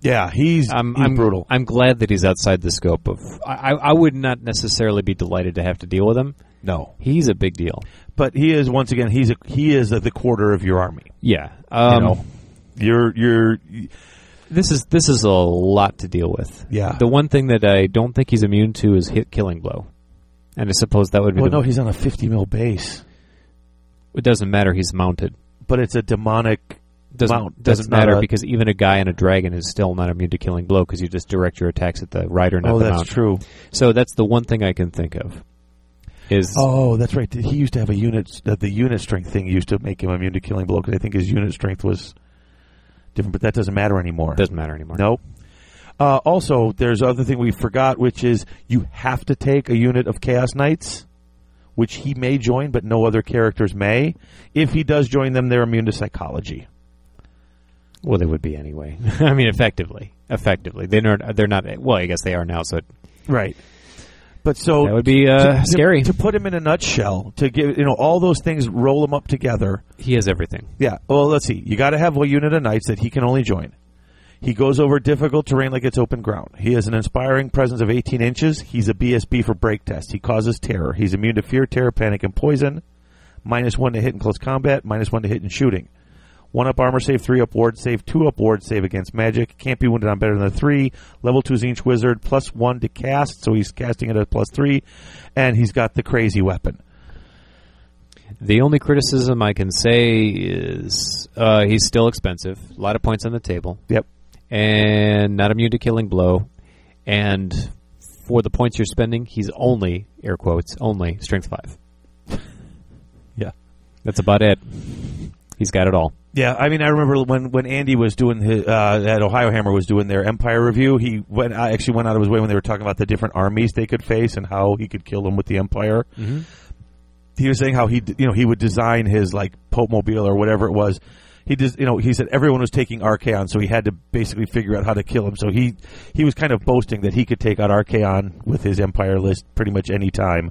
S3: Yeah, he's,
S2: I'm,
S3: he's
S2: I'm
S3: brutal.
S2: I'm glad that he's outside the scope of. I, I I would not necessarily be delighted to have to deal with him.
S3: no.
S2: He's a big deal.
S3: But he is once again he's a, he is at the quarter of your army.
S2: Yeah. Um,
S3: You know. You're you're
S2: This is this is a lot to deal with.
S3: Yeah.
S2: The one thing that I don't think he's immune to is hit killing blow, and I suppose that would be.
S3: well
S2: the-
S3: no, he's on a 50 mil base,
S2: it doesn't matter. He's mounted.
S3: but it's a demonic
S2: Doesn't
S3: Mount. That's
S2: doesn't
S3: not
S2: matter
S3: a-
S2: because even a guy and a dragon is still not immune to killing blow because you just direct your attacks at the rider, not
S3: Oh,
S2: the
S3: that's
S2: mount.
S3: true.
S2: So that's the one thing I can think of. Is
S3: Oh, that's right. He used to have a unit. That the unit strength thing used to make him immune to killing blow because I think his unit strength was different. But that doesn't matter anymore.
S2: doesn't matter anymore.
S3: Nope. Uh, also, there's other thing we forgot, which is you have to take a unit of Chaos Knights, which he may join, but no other characters may. If he does join them, they're immune to psychology.
S2: Well, they would be anyway. I mean, effectively, effectively, they're not. They're not. Well, I guess they are now. So
S3: Right. But so
S2: that would be uh,
S3: to-
S2: scary.
S3: to put him in a nutshell. To give you know all those things, roll them up together.
S2: he has everything.
S3: Yeah. Well, let's see. You got to have a unit of knights that he can only join. He goes over difficult terrain like it's open ground. He has an inspiring presence of 18 inches. He's a BSB for break test. He causes terror. He's immune to fear, terror, panic, and poison. Minus one to hit in close combat. Minus one to hit in shooting. One up armor save, three up ward save, two up ward save against magic. Can't be wounded on better than a three. Level two is each wizard. Plus one to cast, so he's casting it at a plus three. And he's got the crazy weapon.
S2: The only criticism I can say is uh, he's still expensive. A lot of points on the table,
S3: Yep.
S2: and not immune to killing blow. And for the points you're spending, he's only air quotes only strength five.
S3: Yeah.
S2: That's about it. He's got it all.
S3: Yeah, I mean, I remember when when Andy was doing his uh, at Ohio Hammer was doing their Empire review. He went, I actually went out of his way when they were talking about the different armies they could face and how he could kill them with the Empire. Mm-hmm. He was saying how he, d- you know, he would design his like Pope Mobile or whatever it was. He just, you know, he said everyone was taking Archaon, so he had to basically figure out how to kill him. So he he was kind of boasting that he could take out Archaon with his Empire list pretty much any time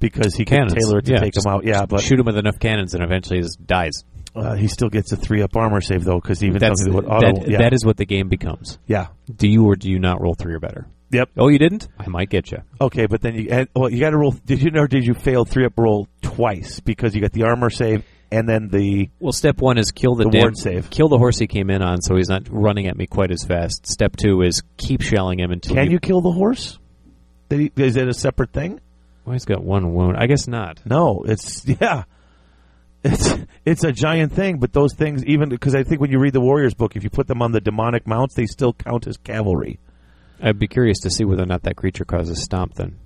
S3: because he
S2: Cannons.
S3: could tailor it to
S2: Yeah,
S3: take
S2: just
S3: him out. Yeah, but
S2: Shoot him with enough cannons, and eventually he just dies.
S3: uh, he still gets a three up armor save though, because even
S2: That's
S3: something that would auto.
S2: that-
S3: Oh, yeah.
S2: that is what the game becomes.
S3: yeah.
S2: Do you or do you not roll three or better?
S3: Yep.
S2: Oh, you didn't? I might get you.
S3: Okay, but then you and, well, you got to roll. Did you know? Did you fail three up roll twice because you got the armor save and then the
S2: Well, step one is kill the,
S3: The
S2: damn-
S3: ward save.
S2: Kill the horse he came in on, so he's not running at me quite as fast. Step two is keep shelling him until
S3: can
S2: he-
S3: you kill the horse? Did he, is that a separate thing?
S2: Well, he's got one wound. I guess not.
S3: No, it's yeah. It's it's a giant thing, but those things even because I think when you read the Warriors book, if you put them on the demonic mounts, they still count as cavalry.
S2: I'd be curious to see whether or not that creature causes stomp. Then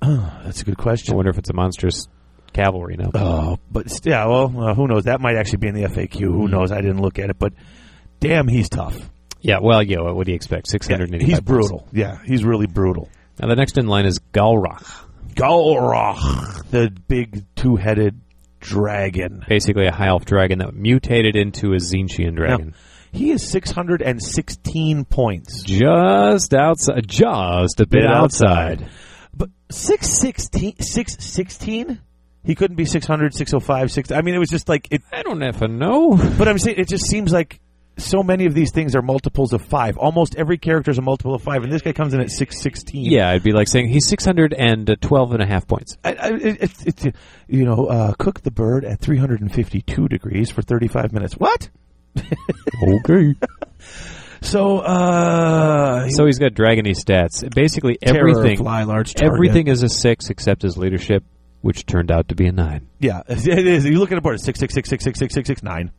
S3: That's a good
S2: I
S3: question.
S2: wonder if it's a monstrous cavalry now.
S3: Oh, but st- yeah, well, uh, who knows? That might actually be in the FAQ.
S2: Mm-hmm.
S3: Who knows? I didn't look at it, but damn, he's tough.
S2: Yeah. Well, yeah. What would you expect? Six
S3: Yeah,
S2: hundred eighty.
S3: he's brutal. Yeah, he's really brutal.
S2: Now the next in line is Galrach,
S3: Golrach, the big two-headed dragon.
S2: basically a high elf dragon that mutated into a Zinchian dragon.
S3: He is 616 points.
S2: Just outside, just a bit outside.
S3: But 616, 616? He couldn't be 600, 605, 6. oh I mean, it was just like it.
S2: I don't effing know.
S3: But I'm saying it just seems like so many of these things are multiples of five. Almost every character is a multiple of five, and this guy comes in at 616.
S2: Yeah, it'd be like saying he's 612 and a half points.
S3: I, I, it, it's it's you know, uh, cook the bird at 352 degrees for 35 minutes. What?
S2: Okay.
S3: So, uh,
S2: so he's got dragony stats. Basically,
S3: terror,
S2: everything
S3: fly large target.
S2: everything is a six except his leadership, which turned out to be a nine.
S3: Yeah, it is. You look at a board, it's 666666669.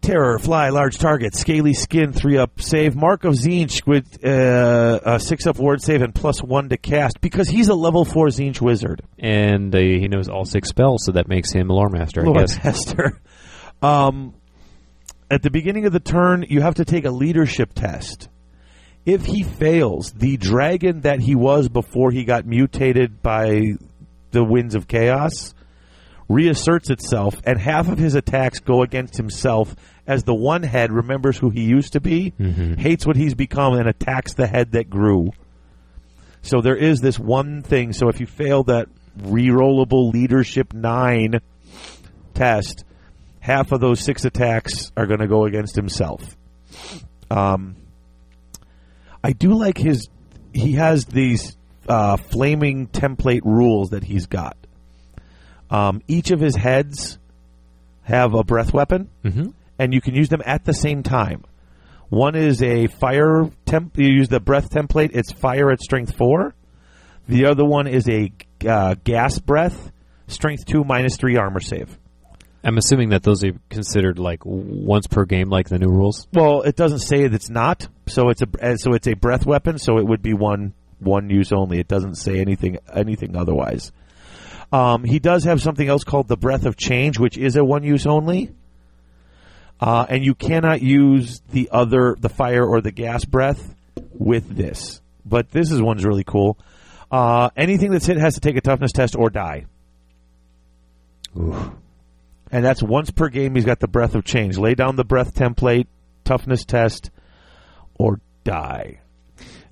S3: Terror, fly, large target, scaly skin, three up save. Mark of Zinch with uh, a six up ward save and plus one to cast because he's a level four Zinch wizard.
S2: And uh, he knows all six spells, so that makes him a lore master. I
S3: Lord
S2: guess.
S3: Hester. Um, at the beginning of the turn, you have to take a leadership test. If he fails, the dragon that he was before he got mutated by the winds of chaos reasserts itself, and half of his attacks go against himself as the one head remembers who he used to be, hates what he's become, and attacks the head that grew. So there is this one thing. So if you fail that rerollable leadership nine test, half of those six attacks are going to go against himself. Um, I do like his. He has these uh, flaming template rules that he's got. Um, each of his heads have a breath weapon, and you can use them at the same time. One is a fire temp. You use the breath template. It's fire at strength four. The other one is a uh, gas breath, strength two minus three armor save.
S2: I'm assuming that those are considered like w- once per game, like the new rules.
S3: Well, it doesn't say that it's not. So it's a uh, so it's a breath weapon. So it would be one one use only. It doesn't say anything anything otherwise. Um, he does have something else called the breath of change, which is a one use only. Uh, and you cannot use the other the fire or the gas breath with this. But this is one's really cool. Uh, anything that's hit has to take a toughness test or die. And that's once per game he's got the breath of change. Lay down the breath template, toughness test, or die.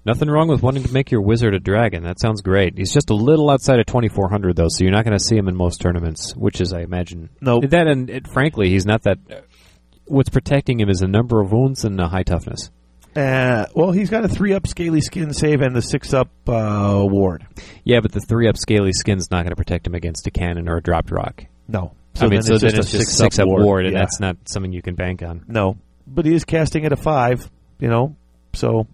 S2: Nothing wrong with wanting to make your wizard a dragon. That sounds great. He's just a little outside of 2400 though, so you're not going to see him in most tournaments, which is, I imagine,
S3: Nope.
S2: That and it, frankly, he's not that. What's protecting him is a number of wounds and a high toughness.
S3: Uh, well, he's got a three up scaly skin save and the six up uh, ward.
S2: Yeah, but the three up scaly skin's not going to protect him against a cannon or a dropped rock.
S3: No.
S2: I mean, so then it's just six up ward, and
S3: yeah.
S2: that's not something you can bank on.
S3: No. But he is casting at a five, you know, so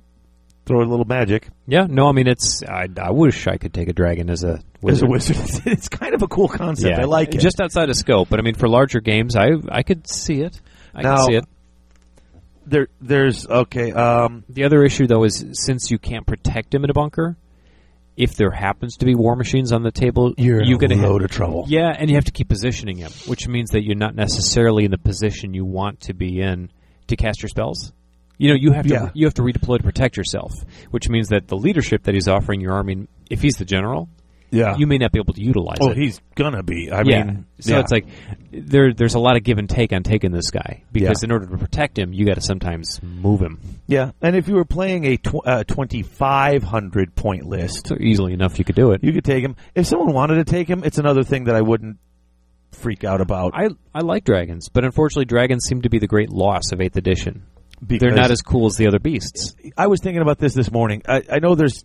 S3: throw a little magic.
S2: Yeah, no, I mean it's. I, I wish I could take a dragon as a
S3: As a
S2: wizard.
S3: wizard, it's kind of a cool concept.
S2: yeah,
S3: I like it.
S2: Just outside of scope, but I mean for larger games, I I could see it. I
S3: Now-
S2: could see it.
S3: there, there's okay. Um,
S2: The other issue though is since you can't protect him in a bunker, if there happens to be war machines on the table,
S3: you're
S2: you're
S3: in
S2: going
S3: a
S2: to
S3: load of trouble.
S2: Yeah, and you have to keep positioning him, which means that you're not necessarily in the position you want to be in to cast your spells. You know, you have to
S3: Yeah.
S2: you have to redeploy to protect yourself, which means that the leadership that he's offering your army, if he's the general,
S3: Yeah.
S2: you may not be able to utilize
S3: Uh. oh,
S2: it.
S3: he's gonna be. I
S2: yeah.
S3: mean,
S2: so
S3: yeah.
S2: it's like there there's a lot of give and take on taking this guy because
S3: Yeah.
S2: in order to protect him, you got to sometimes move him.
S3: yeah. And if you were playing a tw- uh, twenty five hundred point list,
S2: So easily enough, you could do it.
S3: You could take him. If someone wanted to take him, it's another thing that I wouldn't freak out about.
S2: I I like dragons, but unfortunately, dragons seem to be the great loss of Eighth Edition. They're
S3: because
S2: not as cool as the other beasts.
S3: I was thinking about this this morning. I, I know there's,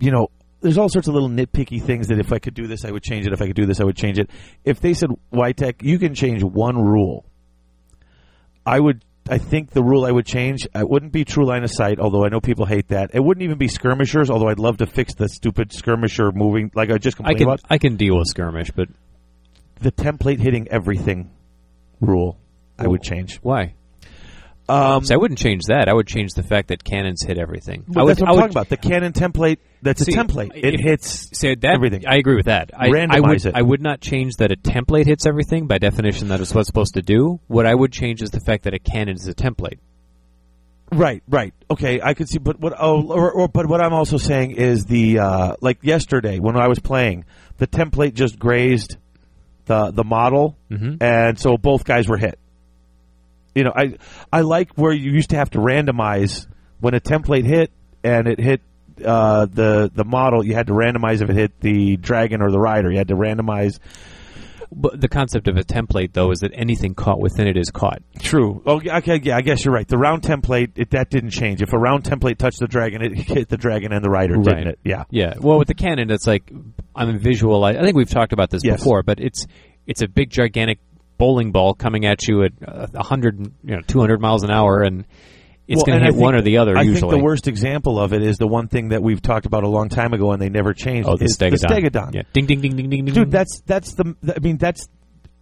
S3: you know, there's all sorts of little nitpicky things that if I could do this, I would change it. If I could do this, I would change it. If they said YTech, you can change one rule. I would. I think the rule I would change. It wouldn't be true line of sight, although I know people hate that. It wouldn't even be skirmishers, although I'd love to fix the stupid skirmisher moving. Like I just
S2: I
S3: complained
S2: can
S3: about
S2: I can deal with skirmish, but
S3: the template hitting everything rule. I would change.
S2: why?
S3: Um,
S2: So I wouldn't change that. I would change the fact that cannons hit everything. I
S3: Well,
S2: would,
S3: that's what
S2: I
S3: I'm
S2: would-
S3: talking about. The canon template. That's
S2: See,
S3: a template. It
S2: if-
S3: hits.
S2: So that
S3: Everything.
S2: I agree with that. I, I
S3: Randomize
S2: would
S3: it.
S2: I would not change that a template hits everything by definition. That is what's supposed to do. What I would change is the fact that a cannon is a template.
S3: Right. Right. Okay. I could see, but what? Oh, or, or but what I'm also saying is the uh, like yesterday when I was playing, the template just grazed the the model, and so both guys were hit. You know, I I like where you used to have to randomize when a template hit and it hit uh, the the model, you had to randomize if it hit the dragon or the rider. You had to randomize.
S2: But the concept of a template, though, is that anything caught within it is caught.
S3: True. Oh, yeah, okay. Yeah, I guess you're right. The round template it, that didn't change. If a round template touched the dragon, it hit the dragon and the rider,
S2: Right.
S3: didn't it? Yeah.
S2: Yeah. Well, with the cannon, it's like I'm visual. I think we've talked about this
S3: Yes.
S2: before, but it's it's a big gigantic bowling ball coming at you at uh, 100, you know, 200 miles an hour, and it's
S3: Well,
S2: going
S3: and
S2: to
S3: I
S2: hit
S3: think-
S2: one or the other.
S3: I
S2: usually,
S3: think the worst example of it is the one thing that we've talked about a long time ago, and they never changed.
S2: oh, the
S3: is
S2: stegodon.
S3: The stegodon.
S2: Yeah. Ding ding ding ding ding ding.
S3: dude. That's that's the. I mean, that's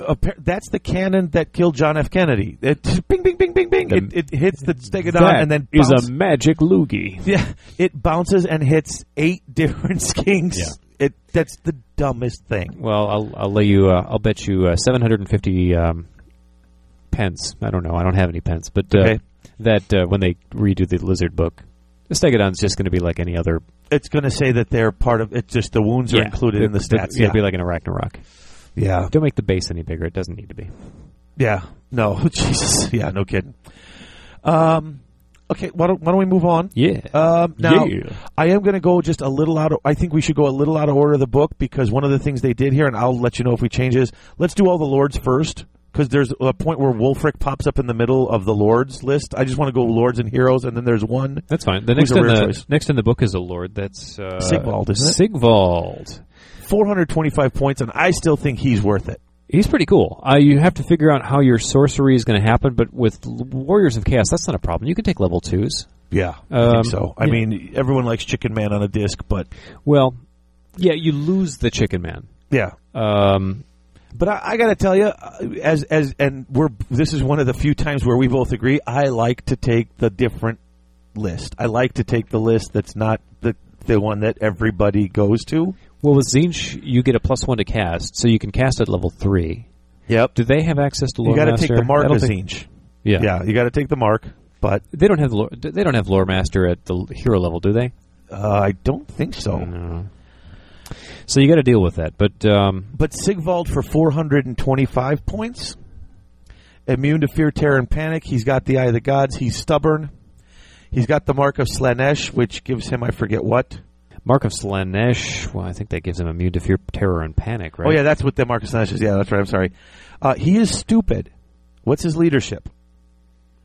S3: appar- that's the cannon that killed John F. Kennedy. It, bing, bing, bing, bing, bing. It, it hits the stegodon
S2: That
S3: and then
S2: is
S3: bounce-
S2: a magic loogie.
S3: yeah. It bounces and hits eight different skinks.
S2: Yeah.
S3: It that's the dumbest thing.
S2: Well, I'll, I'll lay you. Uh, I'll bet you uh, seven hundred and fifty um, pence. I don't know. I don't have any pence, but uh,
S3: Okay.
S2: that uh, when they redo the lizard book, the stegodon's just going to be like any other.
S3: It's going to say that they're part of. It's just the wounds are included in the stats.
S2: It'll
S3: Yeah.
S2: be like an arachnorok.
S3: yeah,
S2: Don't make the base any bigger. It doesn't need to be.
S3: yeah. No, Jesus. Yeah, no kidding. Um. Okay. Why don't Why don't we move on?
S2: Yeah.
S3: Um, now,
S2: Yeah.
S3: I am going to go just a little out of. I think we should go a little out of order of the book because one of the things they did here, and I'll let you know if we change this. Let's do all the lords first because there's a point where Wolfric pops up in the middle of the lords list. I just want to go lords and heroes, and then there's one.
S2: That's fine. The next
S3: Who's a
S2: in
S3: rare
S2: the
S3: choice?
S2: next in the book is a lord. That's uh,
S3: Sigvald, isn't it?
S2: Sigvald.
S3: 425 points, and I still think he's worth it.
S2: He's pretty cool. Uh, you have to figure out how your sorcery is going to happen, but with L- Warriors of Chaos, that's not a problem. You can take level twos.
S3: Yeah, I
S2: Um,
S3: think so. I
S2: yeah.
S3: mean, everyone likes Chicken Man on a disc, but
S2: Well, yeah, you lose the Chicken Man.
S3: yeah,
S2: Um,
S3: But I, I got to tell you, as as and we're this is one of the few times where we both agree. I like to take the different list. I like to take the list that's not the the one that everybody goes to.
S2: well, with Zinch, you get a plus one to cast, so you can cast at level three.
S3: Yep.
S2: Do they have access to
S3: You
S2: Lore
S3: got to
S2: Master?
S3: take the mark
S2: I don't
S3: of
S2: think-
S3: Zinch.
S2: Yeah.
S3: Yeah, you got to take the mark. But
S2: they don't have the lore, they don't have Lore Master at the hero level, do they?
S3: uh, I don't think so.
S2: No. So you got to deal with that, but um,
S3: But Sigvald for 425 points. Immune to fear, terror, and panic. He's got the eye of the gods. He's stubborn. He's got the mark of Slanesh, which gives him I forget what.
S2: Mark of Slanesh, well, I think that gives him immune to fear, terror, and panic, right?
S3: Oh yeah, that's what the Marcus Nash is. Yeah, that's right. I'm sorry. Uh, he is stupid. What's his leadership?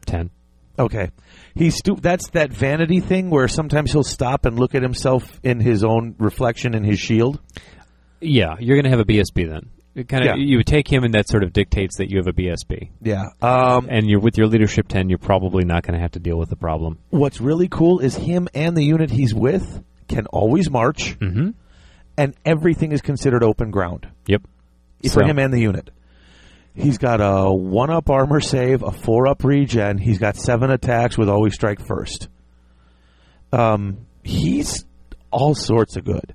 S2: ten.
S3: Okay, he's stu- That's that vanity thing where sometimes he'll stop and look at himself in his own reflection in his shield.
S2: Yeah, you're going to have a BSB then. It kind
S3: Yeah.
S2: of you would take him, and that sort of dictates that you have a BSB.
S3: Yeah. Um,
S2: And you're with your leadership ten, you're probably not going to have to deal with the problem.
S3: what's really cool is him and the unit he's with can always march,
S2: Mm-hmm.
S3: and everything is considered open ground
S2: Yep.
S3: for
S2: So-
S3: him and the unit. He's got a one-up armor save, a four-up regen. He's got seven attacks with always strike first. Um, he's all sorts of good.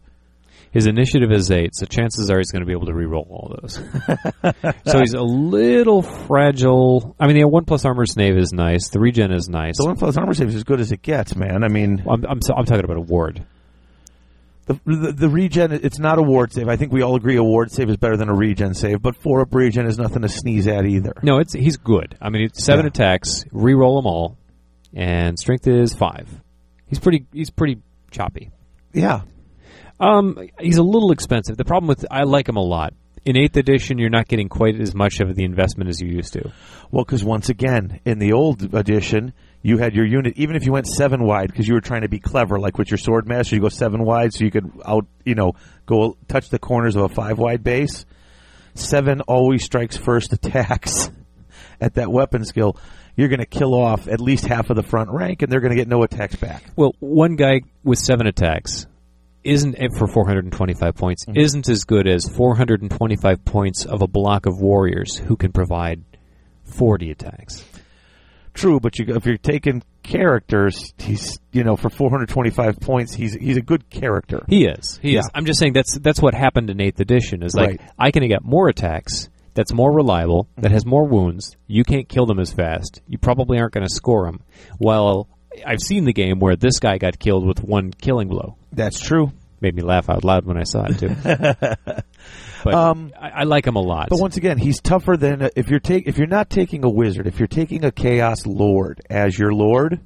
S2: His initiative is eight, so chances are he's going to be able to re-roll all those. so he's a little fragile. I mean, the one plus armor snave is nice. The regen is nice.
S3: The one plus armor save is as good as it gets, man. I mean,
S2: I'm, I'm, so, I'm talking about a ward.
S3: the, the the regen it's not a ward save. I think we all agree a ward save is better than a regen save, but four up regen is nothing to sneeze at either.
S2: No, it's he's good. I mean, it's seven
S3: Yeah.
S2: attacks, re-roll them all, and strength is five. He's pretty. He's pretty choppy.
S3: Yeah,
S2: Um, he's a little expensive. The problem with I like him a lot. In eighth edition, you're not getting quite as much of the investment as you used to.
S3: well, because once again, in the old edition, you had your unit even if you went seven wide because you were trying to be clever, like with your sword master, you go seven wide so you could out you know go touch the corners of a five wide base. Seven always strikes first attacks at that weapon skill. You're going to kill off at least half of the front rank, and they're going to get no attacks back.
S2: Well, one guy with seven attacks isn't eh, for 425 points isn't as good as 425 points of a block of warriors who can provide 40 attacks.
S3: True, but you, if you're taking characters, he's you know for 425 points, he's he's a good character.
S2: He is. He is.
S3: Yeah.
S2: I'm just saying that's that's what happened in eighth edition. Is like
S3: Right. Mm-hmm.
S2: I can get more attacks. That's more reliable. That has more wounds. You can't kill them as fast. You probably aren't going to score them. Well, I've seen the game where this guy got killed with one killing blow.
S3: That's true.
S2: Made me laugh out loud when I saw it too. but
S3: Um,
S2: I, I like him a lot.
S3: But once again, he's tougher than uh, if you're take if you're not taking a wizard, if you're taking a chaos lord as your lord.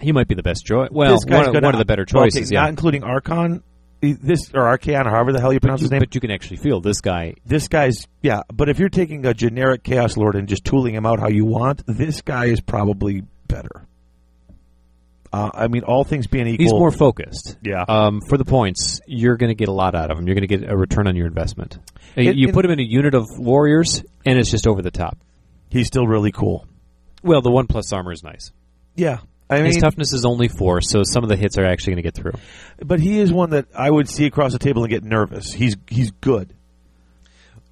S2: He might be the best choice. Well,
S3: this guy's
S2: one,
S3: gonna-
S2: one of the better
S3: well, okay,
S2: choices. yeah,
S3: Not including Archon, i- this or Archaon or however the hell you pronounce his name.
S2: but you can actually feel this guy.
S3: this guy's yeah. But if you're taking a generic Chaos Lord and just tooling him out how you want, this guy is probably better. Uh, I mean, all things being equal,
S2: He's more focused.
S3: Yeah.
S2: Um, for the points, you're going to get a lot out of him. You're going to get a return on your investment. You-
S3: It-
S2: you
S3: it-
S2: put him in a unit of warriors, and it's just over the top.
S3: he's still really cool.
S2: Well, the one plus armor is nice.
S3: Yeah, I mean,
S2: His toughness is only four, so some of the hits are actually going to get through.
S3: but he is one that I would see across the table and get nervous. He's he's good.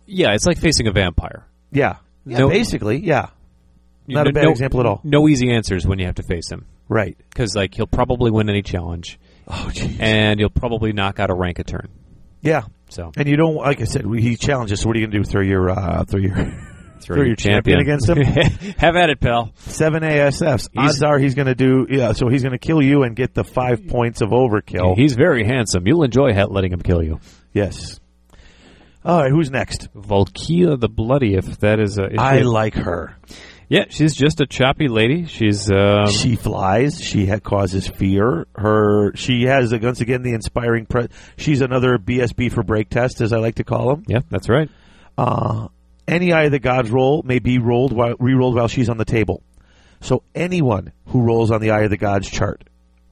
S2: Yeah, it's like facing a vampire.
S3: Yeah, yeah
S2: No-
S3: basically, yeah.
S2: You
S3: Not a
S2: know,
S3: bad
S2: no-
S3: example at all.
S2: No easy answers when you have to face him,
S3: Right.
S2: because like he'll probably win any challenge,
S3: Oh, jeez.
S2: and he'll probably knock out a rank a turn.
S3: Yeah,
S2: So
S3: and you don't like I said. we- He challenges. So what are you going to do? Throw your uh, throw your
S2: throw
S3: your champion against
S2: him. have at it, pal.
S3: seven ASFs. Odds
S2: He's-
S3: are he's going to do yeah. So he's going to kill you and get the five points of overkill.
S2: He's very handsome. You'll enjoy ha- letting him kill you.
S3: yes. All right. Who's next?
S2: Volkia the Bloody, if that is a. if
S3: I
S2: it-
S3: like her.
S2: yeah, she's just a choppy lady. She's um,
S3: she flies. She ha- causes fear. Her she has uh, once again the inspiring. Pre- she's another BSB for break test, as I like to call them.
S2: yeah, that's right.
S3: Uh, any eye of the gods roll may be rolled while re-rolled while she's on the table. So anyone who rolls on the eye of the gods chart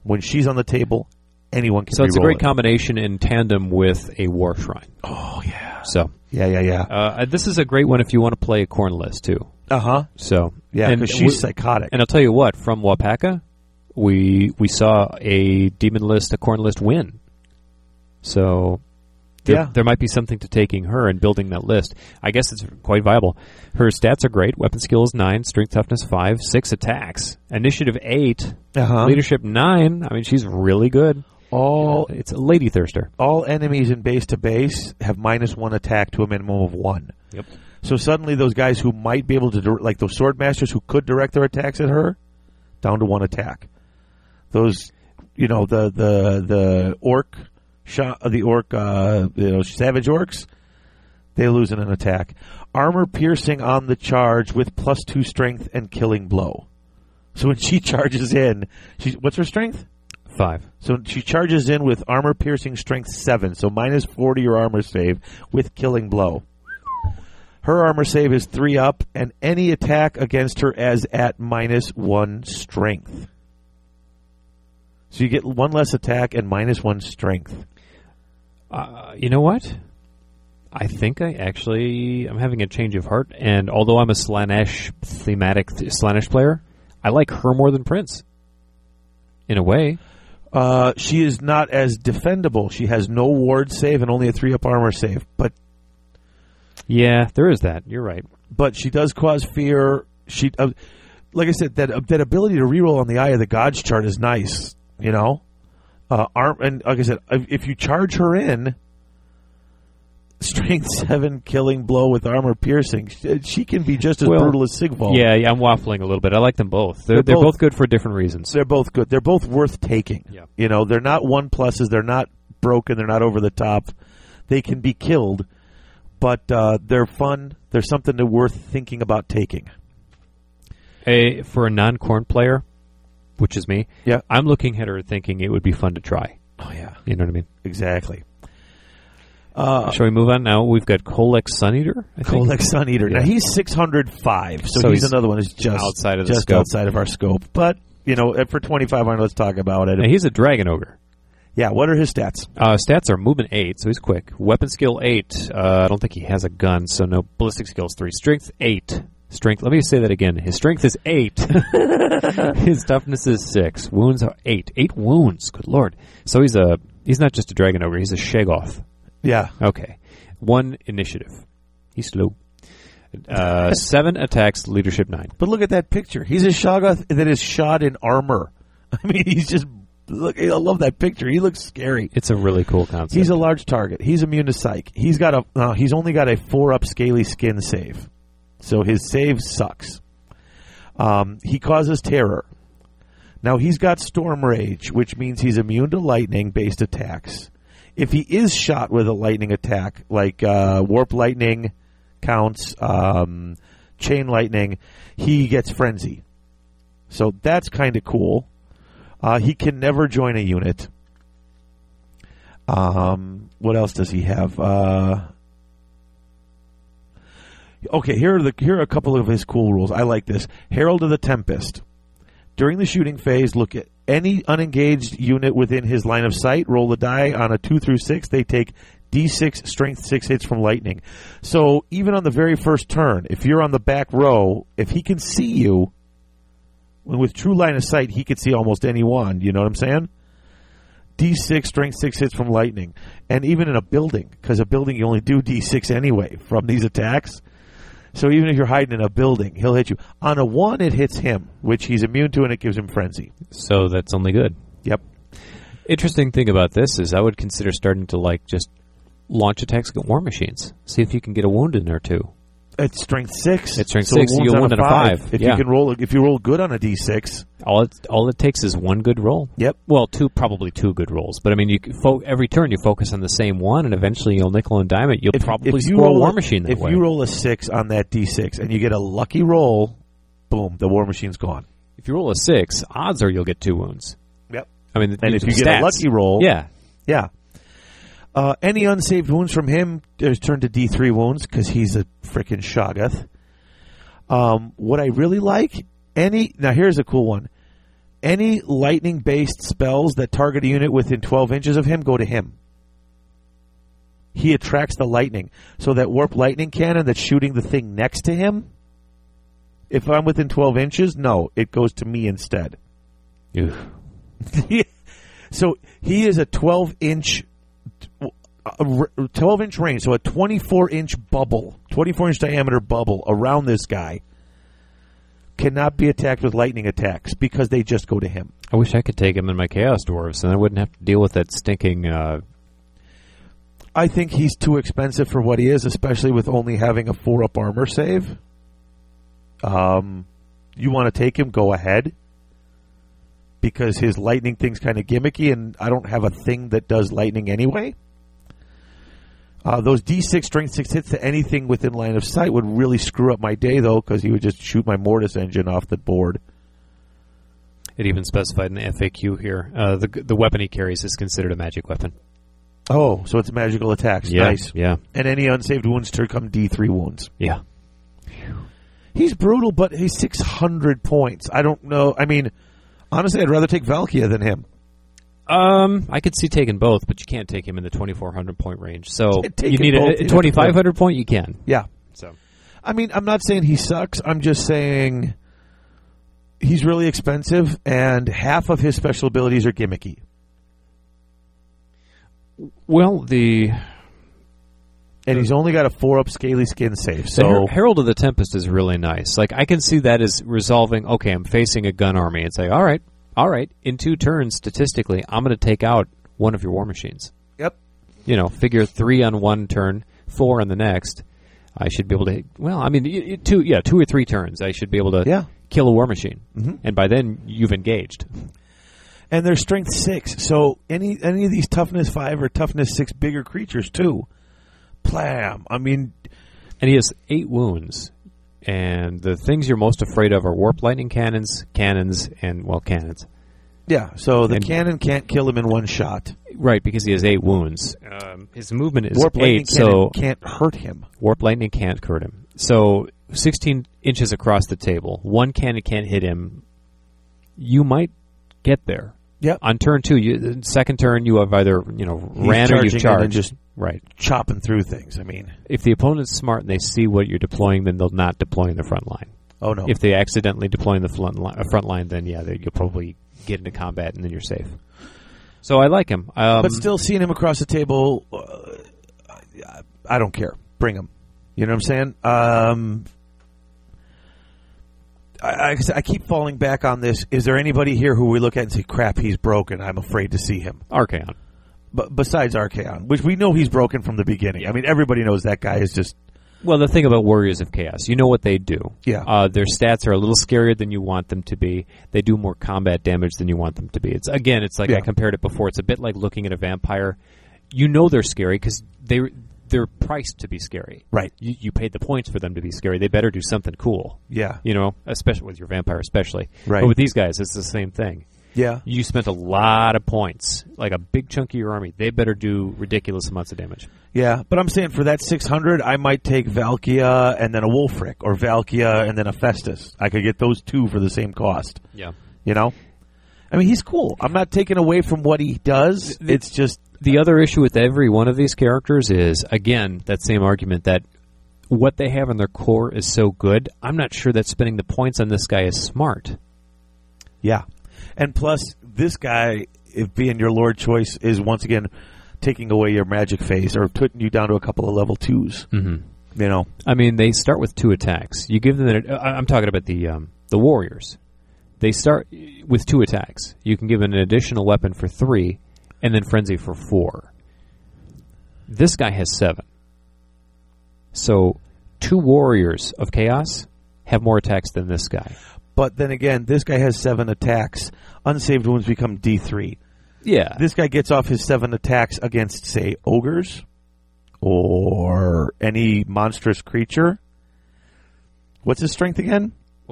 S3: when she's on the table, anyone can.
S2: So it's a
S3: re-roll
S2: great
S3: it.
S2: combination in tandem with a war shrine.
S3: Oh yeah,
S2: So
S3: yeah, yeah, yeah.
S2: uh, this is a great one if you want to play a corn list too.
S3: Uh huh.
S2: So
S3: Yeah,
S2: Uh-huh. and
S3: because she's
S2: we-
S3: psychotic.
S2: And I'll tell you what, from Wapaka, we we saw a demon list, a corn list win. So there,
S3: Yeah.
S2: there might be something to taking her and building that list. I guess it's quite viable. Her stats are great. Weapon skill is nine, strength toughness five, six attacks, initiative eight,
S3: Uh-huh.
S2: leadership nine. I mean, she's really good.
S3: all
S2: It's a lady thirster.
S3: all enemies in base to base have minus one attack to a minimum of one.
S2: Yep.
S3: So suddenly, those guys who might be able to, dir- like those sword masters who could direct their attacks at her, down to one attack. Those, you know, the the the orc, sha- uh, the orc, uh, you know, savage orcs, they lose in an attack. Armor piercing on the charge with plus two strength and killing blow. So when she charges in, she what's her strength?
S2: Five.
S3: So she charges in with armor piercing strength 7, so minus 40 your armor save with killing blow. Her armor save is 3 up, and any attack against her as at minus 1 strength. So you get one less attack and minus 1 strength.
S2: Uh, you know what? I think I actually I'm having a change of heart, and although I'm a Slanesh thematic th- Slanesh player, I like her more than Prince. In a way,
S3: Uh, she is not as defendable. She has no ward save and only a 3 up armor save, but
S2: yeah, there is that. You're right.
S3: but she does cause fear. She uh, like I said that uh, that ability to reroll on the eye of the gods chart is nice, you know. Uh, arm and like I said, if if you charge her in, strength seven killing blow with armor piercing, she, she can be just as
S2: Well,
S3: brutal as Sigvald.
S2: Yeah, yeah, I'm waffling a little bit. I like them both. They're,
S3: They're
S2: they're both,
S3: both-
S2: good for different reasons.
S3: they're both good. They're both worth taking.
S2: Yeah.
S3: You know, they're not one pluses. They're not broken. They're not over the top. They can be killed, but uh, they're fun. They're something to worth thinking about taking.
S2: A, for a non-corn player, which is me,
S3: Yeah.
S2: I'm looking at her thinking it would be fun to try.
S3: Oh yeah,
S2: You know what I mean?
S3: exactly.
S2: Shall we move on now? We've got Colex Sun Eater. I think.
S3: Uh, Colex Sun Eater.
S2: Yeah.
S3: Now he's 605, so,
S2: So
S3: he's,
S2: he's
S3: another one who's just
S2: outside of the
S3: just
S2: scope.
S3: outside of our scope. But you know, for 2500, let's talk about it.
S2: Now, he's a dragon ogre.
S3: yeah, what are his stats?
S2: Uh, stats are movement eight, so he's quick. Weapon skill eight. Uh, I don't think he has a gun, so no ballistic skills three. Strength eight. Strength. Let me say that again. His strength is eight. His toughness is six. Wounds are eight. Eight wounds. Good lord. So he's a. He's not just a dragon ogre. He's a shagoth.
S3: Yeah,
S2: Okay. One initiative. He's slow. Uh, seven attacks. Leadership nine.
S3: but look at that picture. He's a Shoggoth that is shod in armor. I mean, he's just look. I love that picture. He looks scary.
S2: It's a really cool concept.
S3: He's a large target. He's immune to psych. He's got a. Uh, he's only got a four up scaly skin save, so his save sucks. Um, he causes terror. Now he's got storm rage, which means he's immune to lightning based attacks. If he is shot with a lightning attack, like uh, warp lightning counts, um, chain lightning, he gets frenzy. So that's kind of cool. Uh, he can never join a unit. Um, what else does he have? Uh, okay, here are the here are a couple of his cool rules. I like this. Herald of the Tempest. During the shooting phase, look at any unengaged unit within his line of sight. Roll the die on a two through six. They take d6 strength six hits from lightning. So even on the very first turn, if you're on the back row, if he can see you, when with true line of sight, he could see almost anyone. You know what I'm saying? D6 strength six hits from lightning, and even in a building, because a building you only do D6 anyway from these attacks. So even if you're hiding in a building, he'll hit you. On a one, it hits him, which he's immune to, and it gives him frenzy.
S2: So that's only good.
S3: Yep.
S2: Interesting thing about this is I would consider starting to like just launch attacks at war machines. See if you can get a wound in there too.
S3: It's strength six.
S2: It's strength
S3: it
S2: six,
S3: wounds
S2: you'll
S3: on
S2: wound on a five.
S3: If
S2: Yeah.
S3: you can roll, if you roll good on a D6,
S2: All it, all it takes is one good roll.
S3: Yep.
S2: Well, two probably two good rolls, but I mean, you c- fo- every turn you focus on the same one, and eventually you'll nickel and dime it. You'll probably score a war machine that
S3: if
S2: way.
S3: you roll a six on that d6 and you get a lucky roll, boom, the war machine's gone.
S2: if you roll a six, odds are you'll get two wounds.
S3: Yep.
S2: I mean,
S3: And if
S2: using
S3: you get
S2: stats.
S3: a lucky roll,
S2: yeah,
S3: yeah. Uh, any unsaved wounds from him is turned to d3 wounds because he's a freaking shoggoth. Um, what I really like any now here's a cool one. Any lightning based spells that target a unit within 12 inches of him go to him. He attracts the lightning. So that warp lightning cannon that's shooting the thing next to him, if I'm within 12 inches, no, it goes to me instead.
S2: Oof.
S3: so he is a 12 inch. a r- 12 inch range, so a 24 inch bubble, 24 inch diameter bubble around this guy cannot be attacked with lightning attacks because they just go to him.
S2: I wish I could take him in my chaos dwarves, and I wouldn't have to deal with that stinking. Uh,
S3: I think he's too expensive for what he is, especially with only having a four up armor save. Um, you want to take him? Go ahead, because his lightning thing's kind of gimmicky, and I don't have a thing that does lightning anyway. Uh, those D6 strength six hits to anything within line of sight would really screw up my day, though, because he would just shoot my mortis engine off the board.
S2: it even specified in the FAQ here. Uh, the the weapon he carries is considered a magic weapon.
S3: Oh, so it's magical attacks.
S2: Yeah,
S3: Nice.
S2: Yeah.
S3: And any unsaved wounds to come D3 wounds.
S2: Yeah.
S3: He's brutal, but he's 600 points. I don't know. I mean, honestly, I'd rather take Valkia than him.
S2: Um, I could see taking both, but you can't take him in the twenty four hundred point range. So
S3: Can't take
S2: you
S3: him
S2: need
S3: both,
S2: a,
S3: you
S2: a
S3: know.
S2: twenty five hundred point. You can.
S3: Yeah.
S2: So
S3: I mean, I'm not saying he sucks. I'm just saying he's really expensive, and half of his special abilities are gimmicky.
S2: well, the,
S3: And he's only got a four up scaly skin save.
S2: the Her-
S3: So,
S2: Herald of the Tempest is really nice. Like I can see that as resolving. Okay, I'm facing a gun army, and say, all right, all right, in two turns, statistically, I'm going to take out one of your war machines.
S3: yep.
S2: you know, figure three on one turn, four on the next. I should be able to. Well, I mean, y- y- two, yeah, two or three turns. I should be able to
S3: Yeah.
S2: kill a war machine, and by then you've engaged.
S3: And they're strength six. So, any any of these toughness five or toughness six bigger creatures, too. Plam. I mean,
S2: And he has eight wounds, and the things you're most afraid of are warp lightning cannons, cannons, and well, cannons.
S3: yeah. So the
S2: And-
S3: cannon can't kill him in one shot.
S2: Right, because he has eight wounds. Um, his movement is
S3: Warp lightning
S2: eight, so
S3: cannon can't hurt him.
S2: warp lightning can't hurt him. So 16 inches across the table, one cannon can't hit him. You might get there.
S3: Yep.
S2: on turn two, you, the second turn, you have either you know ran or
S3: charging
S2: you've
S3: and
S2: charged.
S3: then just-
S2: right.
S3: chopping through things. I mean,
S2: If the opponent's smart and they see what you're deploying, then they'll not deploy in the front line.
S3: oh no.
S2: If they accidentally deploy in the front line, uh, front line then yeah, they, you'll probably get into combat and then you're safe. So I like him. Um,
S3: but still seeing him across the table, uh, I, I don't care. Bring him. You know what I'm saying? Um, I, I, I keep falling back on this. Is there anybody here who we look at and say, crap, he's broken? I'm afraid to see him.
S2: Archaon.
S3: But besides Archaon, which we know he's broken from the beginning. I mean, everybody knows that guy is just.
S2: Well, the thing about Warriors of Chaos, you know what they do.
S3: Yeah.
S2: Uh, their stats are a little scarier than you want them to be. They do more combat damage than you want them to be. It's again, it's like I
S3: Yeah.
S2: compared it before. It's a bit like looking at a vampire. You know they're scary because they they're priced to be scary.
S3: Right.
S2: You, you paid the points for them to be scary. They better do something cool.
S3: Yeah.
S2: You know, especially with your vampire, especially.
S3: Right.
S2: But with these guys, it's the same thing.
S3: Yeah.
S2: you spent a lot of points, like a big chunk of your army. They better do ridiculous amounts of damage.
S3: Yeah, but I'm saying for that 600, I might take Valkia and then a Wolfric, or Valkia and then a Festus. I could get those two for the same cost.
S2: Yeah.
S3: You know, I mean, he's cool. I'm not taking away from what he does. It's just
S2: The other issue with every one of these characters is, again, that same argument that what they have in their core is so good. I'm not sure that spending the points on this guy is smart.
S3: yeah, and plus this guy, if being your Lord choice is once again taking away your magic phase or putting you down to a couple of level 2s Mm-hmm. You know,
S2: I mean, they start with two attacks. You give them. An, uh, I- I'm talking about the um, the warriors. They start with two attacks. You can give an additional weapon for three, and then frenzy for four. This guy has seven. So, two warriors of chaos have more attacks than this guy.
S3: but then again, this guy has seven attacks. Unsaved wounds become D3.
S2: Yeah,
S3: this guy gets off his seven attacks against, say, ogres or any monstrous creature. What's his strength again?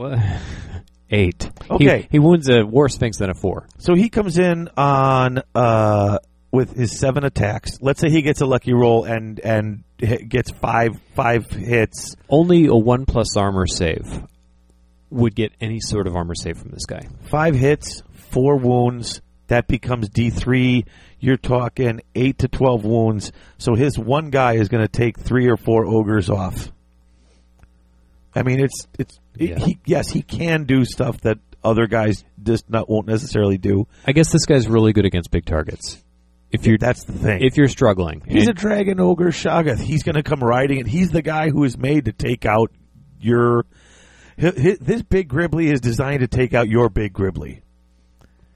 S2: eight. He-
S3: Okay.
S2: he, wounds a war sphinx than a four.
S3: So he comes in on uh, with his seven attacks. Let's say he gets a lucky roll and and hi- gets five five hits.
S2: Only a one plus armor save would get any sort of armor save from this guy.
S3: Five hits, four wounds. That becomes D three. You're talking eight to twelve wounds. So his one guy is going to take three or four ogres off. I mean, it's it's
S2: Yeah.
S3: he, yes, he can do stuff that other guys just not won't necessarily do.
S2: I guess this guy's really good against big targets. If you're
S3: That's the thing.
S2: if you're struggling,
S3: He's a
S2: And-
S3: dragon ogre Shagath. He's going to come riding it. He's the guy who is made to take out your. hi- hi- This big Gribbly is designed to take out your big Gribbly.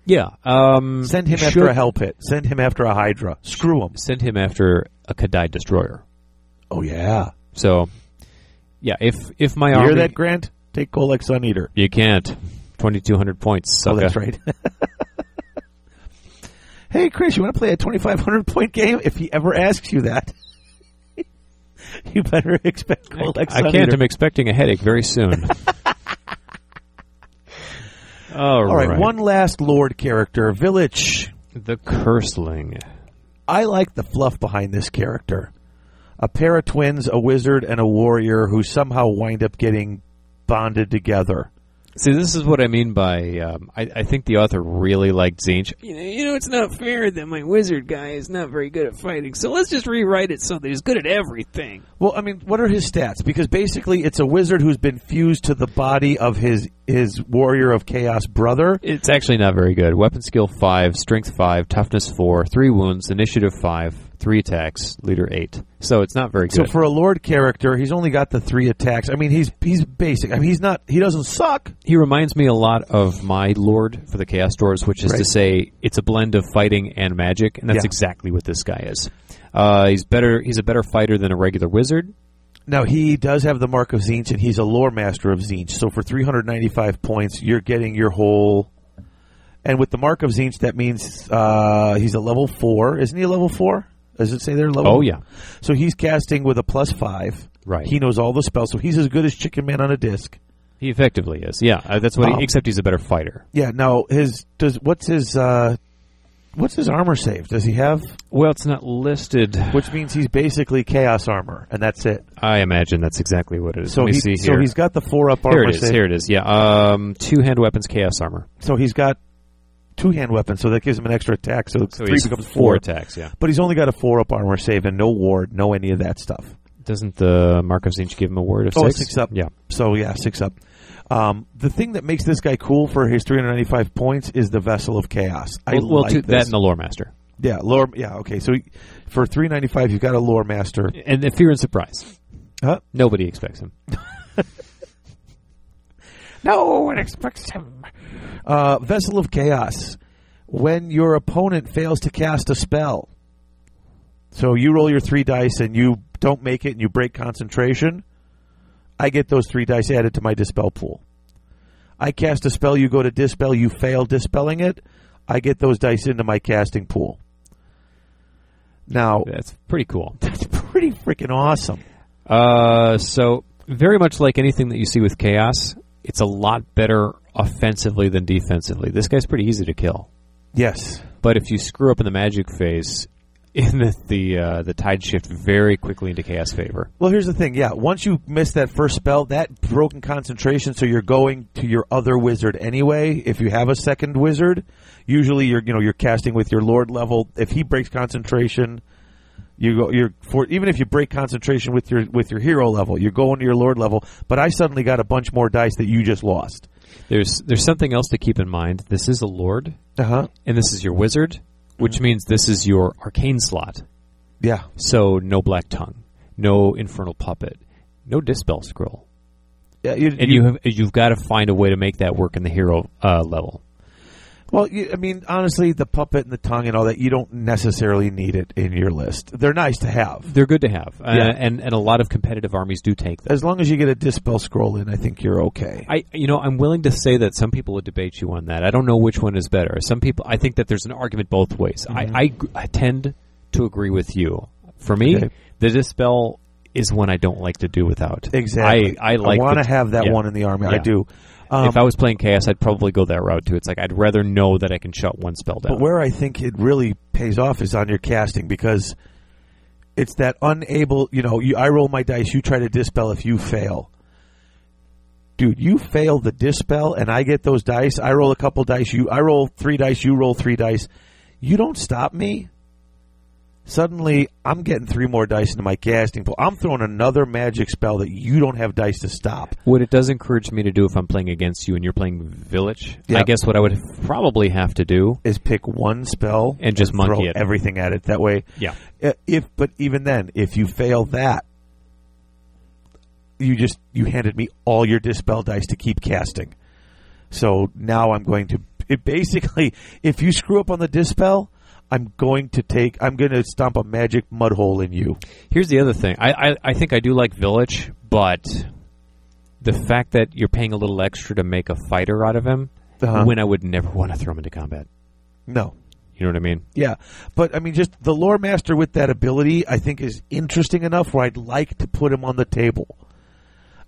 S2: yeah, um,
S3: Send him after
S2: should-
S3: a Hell Pit. Send him after a Hydra. Screw him.
S2: Send him after a Kadai destroyer.
S3: Oh, yeah.
S2: So, yeah, if if my
S3: You
S2: army,
S3: hear that, Grant? Take Golek Sun Eater.
S2: you can't. Twenty two hundred points.
S3: Oh,
S2: sucker.
S3: that's right. hey, Chris, you want to play a 2,500 point game? If he ever asks you that, you better expect Golek
S2: I
S3: Sun
S2: can't.
S3: Eater.
S2: I'm expecting a headache very soon.
S3: All right, one last Lord character, Village.
S2: The Cursling.
S3: I like the fluff behind this character. A pair of twins, a wizard, and a warrior who somehow wind up getting bonded together.
S2: See, this is what I mean by um, I, I think the author really liked Zinch.
S7: You know, you know, it's not fair that my wizard guy is not very good at fighting, so let's just rewrite it so that he's good at everything.
S3: Well, I mean, what are his stats? Because basically, it's a wizard who's been fused to the body of his his warrior of chaos brother.
S2: It's actually not very good. Weapon skill 5, strength 5, toughness 4, 3 wounds, initiative 5, 3 attacks, leader 8. So it's not very
S3: So
S2: good.
S3: for a lord character, he's only got the three attacks. I mean, he's he's basic. I mean, he's not he doesn't suck.
S2: he reminds me a lot of my lord for the Chaos Doors, which is to
S3: Right.
S2: say it's a blend of fighting and magic, and that's
S3: Yeah.
S2: exactly what this guy is. Uh, he's better he's a better fighter than a regular wizard.
S3: Now he does have the mark of Zinch, and he's a lore master of Zinch. So for 395 points, you're getting your whole. And with the mark of Zinch, that means uh, he's a level four, isn't he? A level four? Does it say there? Level.
S2: Oh yeah.
S3: So he's casting with a plus five.
S2: Right.
S3: He knows all the spells, so he's as good as Chicken Man on a disc.
S2: He effectively is. Yeah, uh, that's what
S3: Um,
S2: he except he's a better fighter.
S3: Yeah. Now his does what's his uh, what's his armor save? Does he have?
S2: Well, it's not listed.
S3: Which means he's basically chaos armor, and that's it.
S2: I imagine that's exactly what it is.
S3: So
S2: Let me
S3: he,
S2: see
S3: so
S2: here.
S3: he's got the four up armor
S2: here it is.
S3: save.
S2: Here it is. Yeah. Um, two hand weapons, chaos armor.
S3: So he's got two hand weapons, so that gives him an extra attack. So,
S2: So
S3: three
S2: he's
S3: becomes
S2: four
S3: four.
S2: attacks. Yeah.
S3: But he's only got a four up armor save and no ward, no any of that stuff.
S2: Doesn't the Mark of Zinch give him a word of
S3: Oh,
S2: six?
S3: six up.
S2: Yeah.
S3: So yeah, six up. Um, the thing that makes this guy cool for his 395 points is the Vessel of Chaos. I
S2: well, well,
S3: like
S2: two- that
S3: this.
S2: and the lore master,
S3: yeah, lore. Yeah, okay. So for 395, you've got a lore master.
S2: and the fear and surprise.
S3: Huh?
S2: Nobody expects him.
S3: No one expects him. Uh, Vessel of Chaos. When your opponent fails to cast a spell, so you roll your three dice and you don't make it and you break concentration, I get those three dice added to my dispel pool. I cast a spell, you go to dispel, you fail dispelling it, I get those dice into my casting pool. Now,
S2: That's pretty cool.
S3: that's pretty freaking awesome.
S2: Uh, so very much like anything that you see with chaos, it's a lot better offensively than defensively. This guy's pretty easy to kill.
S3: Yes.
S2: But if you screw up in the magic phase, in the the, uh, the tide shift very quickly into chaos favor.
S3: Well, here's the thing. Yeah, once you miss that first spell, that broken concentration, so you're going to your other wizard anyway. If you have a second wizard, usually you're you know you're casting with your lord level. If he breaks concentration, you go you're for even if you break concentration with your with your hero level, you're going to your lord level. But I suddenly got a bunch more dice that you just lost.
S2: There's there's something else to keep in mind. This is a lord,
S3: Uh huh.
S2: and this is your wizard, which means this is your arcane slot.
S3: Yeah.
S2: So no black tongue, no infernal puppet, no dispel scroll,
S3: Yeah. You,
S2: and you, have you've got to find a way to make that work in the hero uh, level.
S3: Well, you, I mean, honestly, the puppet and the tongue and all that, you don't necessarily need it in your list. They're nice to have.
S2: They're good to have, uh,
S3: Yeah.
S2: and and a lot of competitive armies do take them.
S3: As long as you get a dispel scroll in, I think you're okay.
S2: I you know I'm willing to say that some people would debate you on that. I don't know which one is better. Some people I think that there's an argument both ways.
S3: Mm-hmm.
S2: I, I g- I tend to agree with you. For me,
S3: Okay.
S2: the dispel is one I don't like to do without.
S3: Exactly.
S2: I, I like
S3: want to
S2: the-
S3: have that
S2: yeah.
S3: one in the army. I
S2: Yeah.
S3: do. Um,
S2: if I was playing chaos, I'd probably go that route too. It's like I'd rather know that I can shut one spell down.
S3: but where I think it really pays off is on your casting because it's that unable. You know, you, I roll my dice. You try to dispel. If you fail, dude, you fail the dispel, and I get those dice. I roll a couple dice. You, I roll three dice. You roll three dice. You don't stop me. Suddenly, I'm getting three more dice into my casting pool. I'm throwing another magic spell that you don't have dice to stop.
S2: What it does encourage me to do if I'm playing against you and you're playing village,
S3: Yeah.
S2: I guess what I would probably have to do.
S3: Is pick one spell
S2: And just
S3: throw
S2: monkey it.
S3: everything at it. That way,
S2: Yeah.
S3: Uh, if but even then if you fail that you just you handed me all your dispel dice to keep casting so now i'm going to it basically if you screw up on the dispel i'm going to take i'm going to stomp a magic mud hole in you
S2: Here's the other thing. I, I, I think I do like Village, but the fact that you're paying a little extra to make a fighter out of him,
S3: Uh-huh.
S2: when I would never want to throw him into combat.
S3: no
S2: You know what I mean?
S3: yeah but i mean just the lore master with that ability i think is interesting enough where i'd like to put him on the table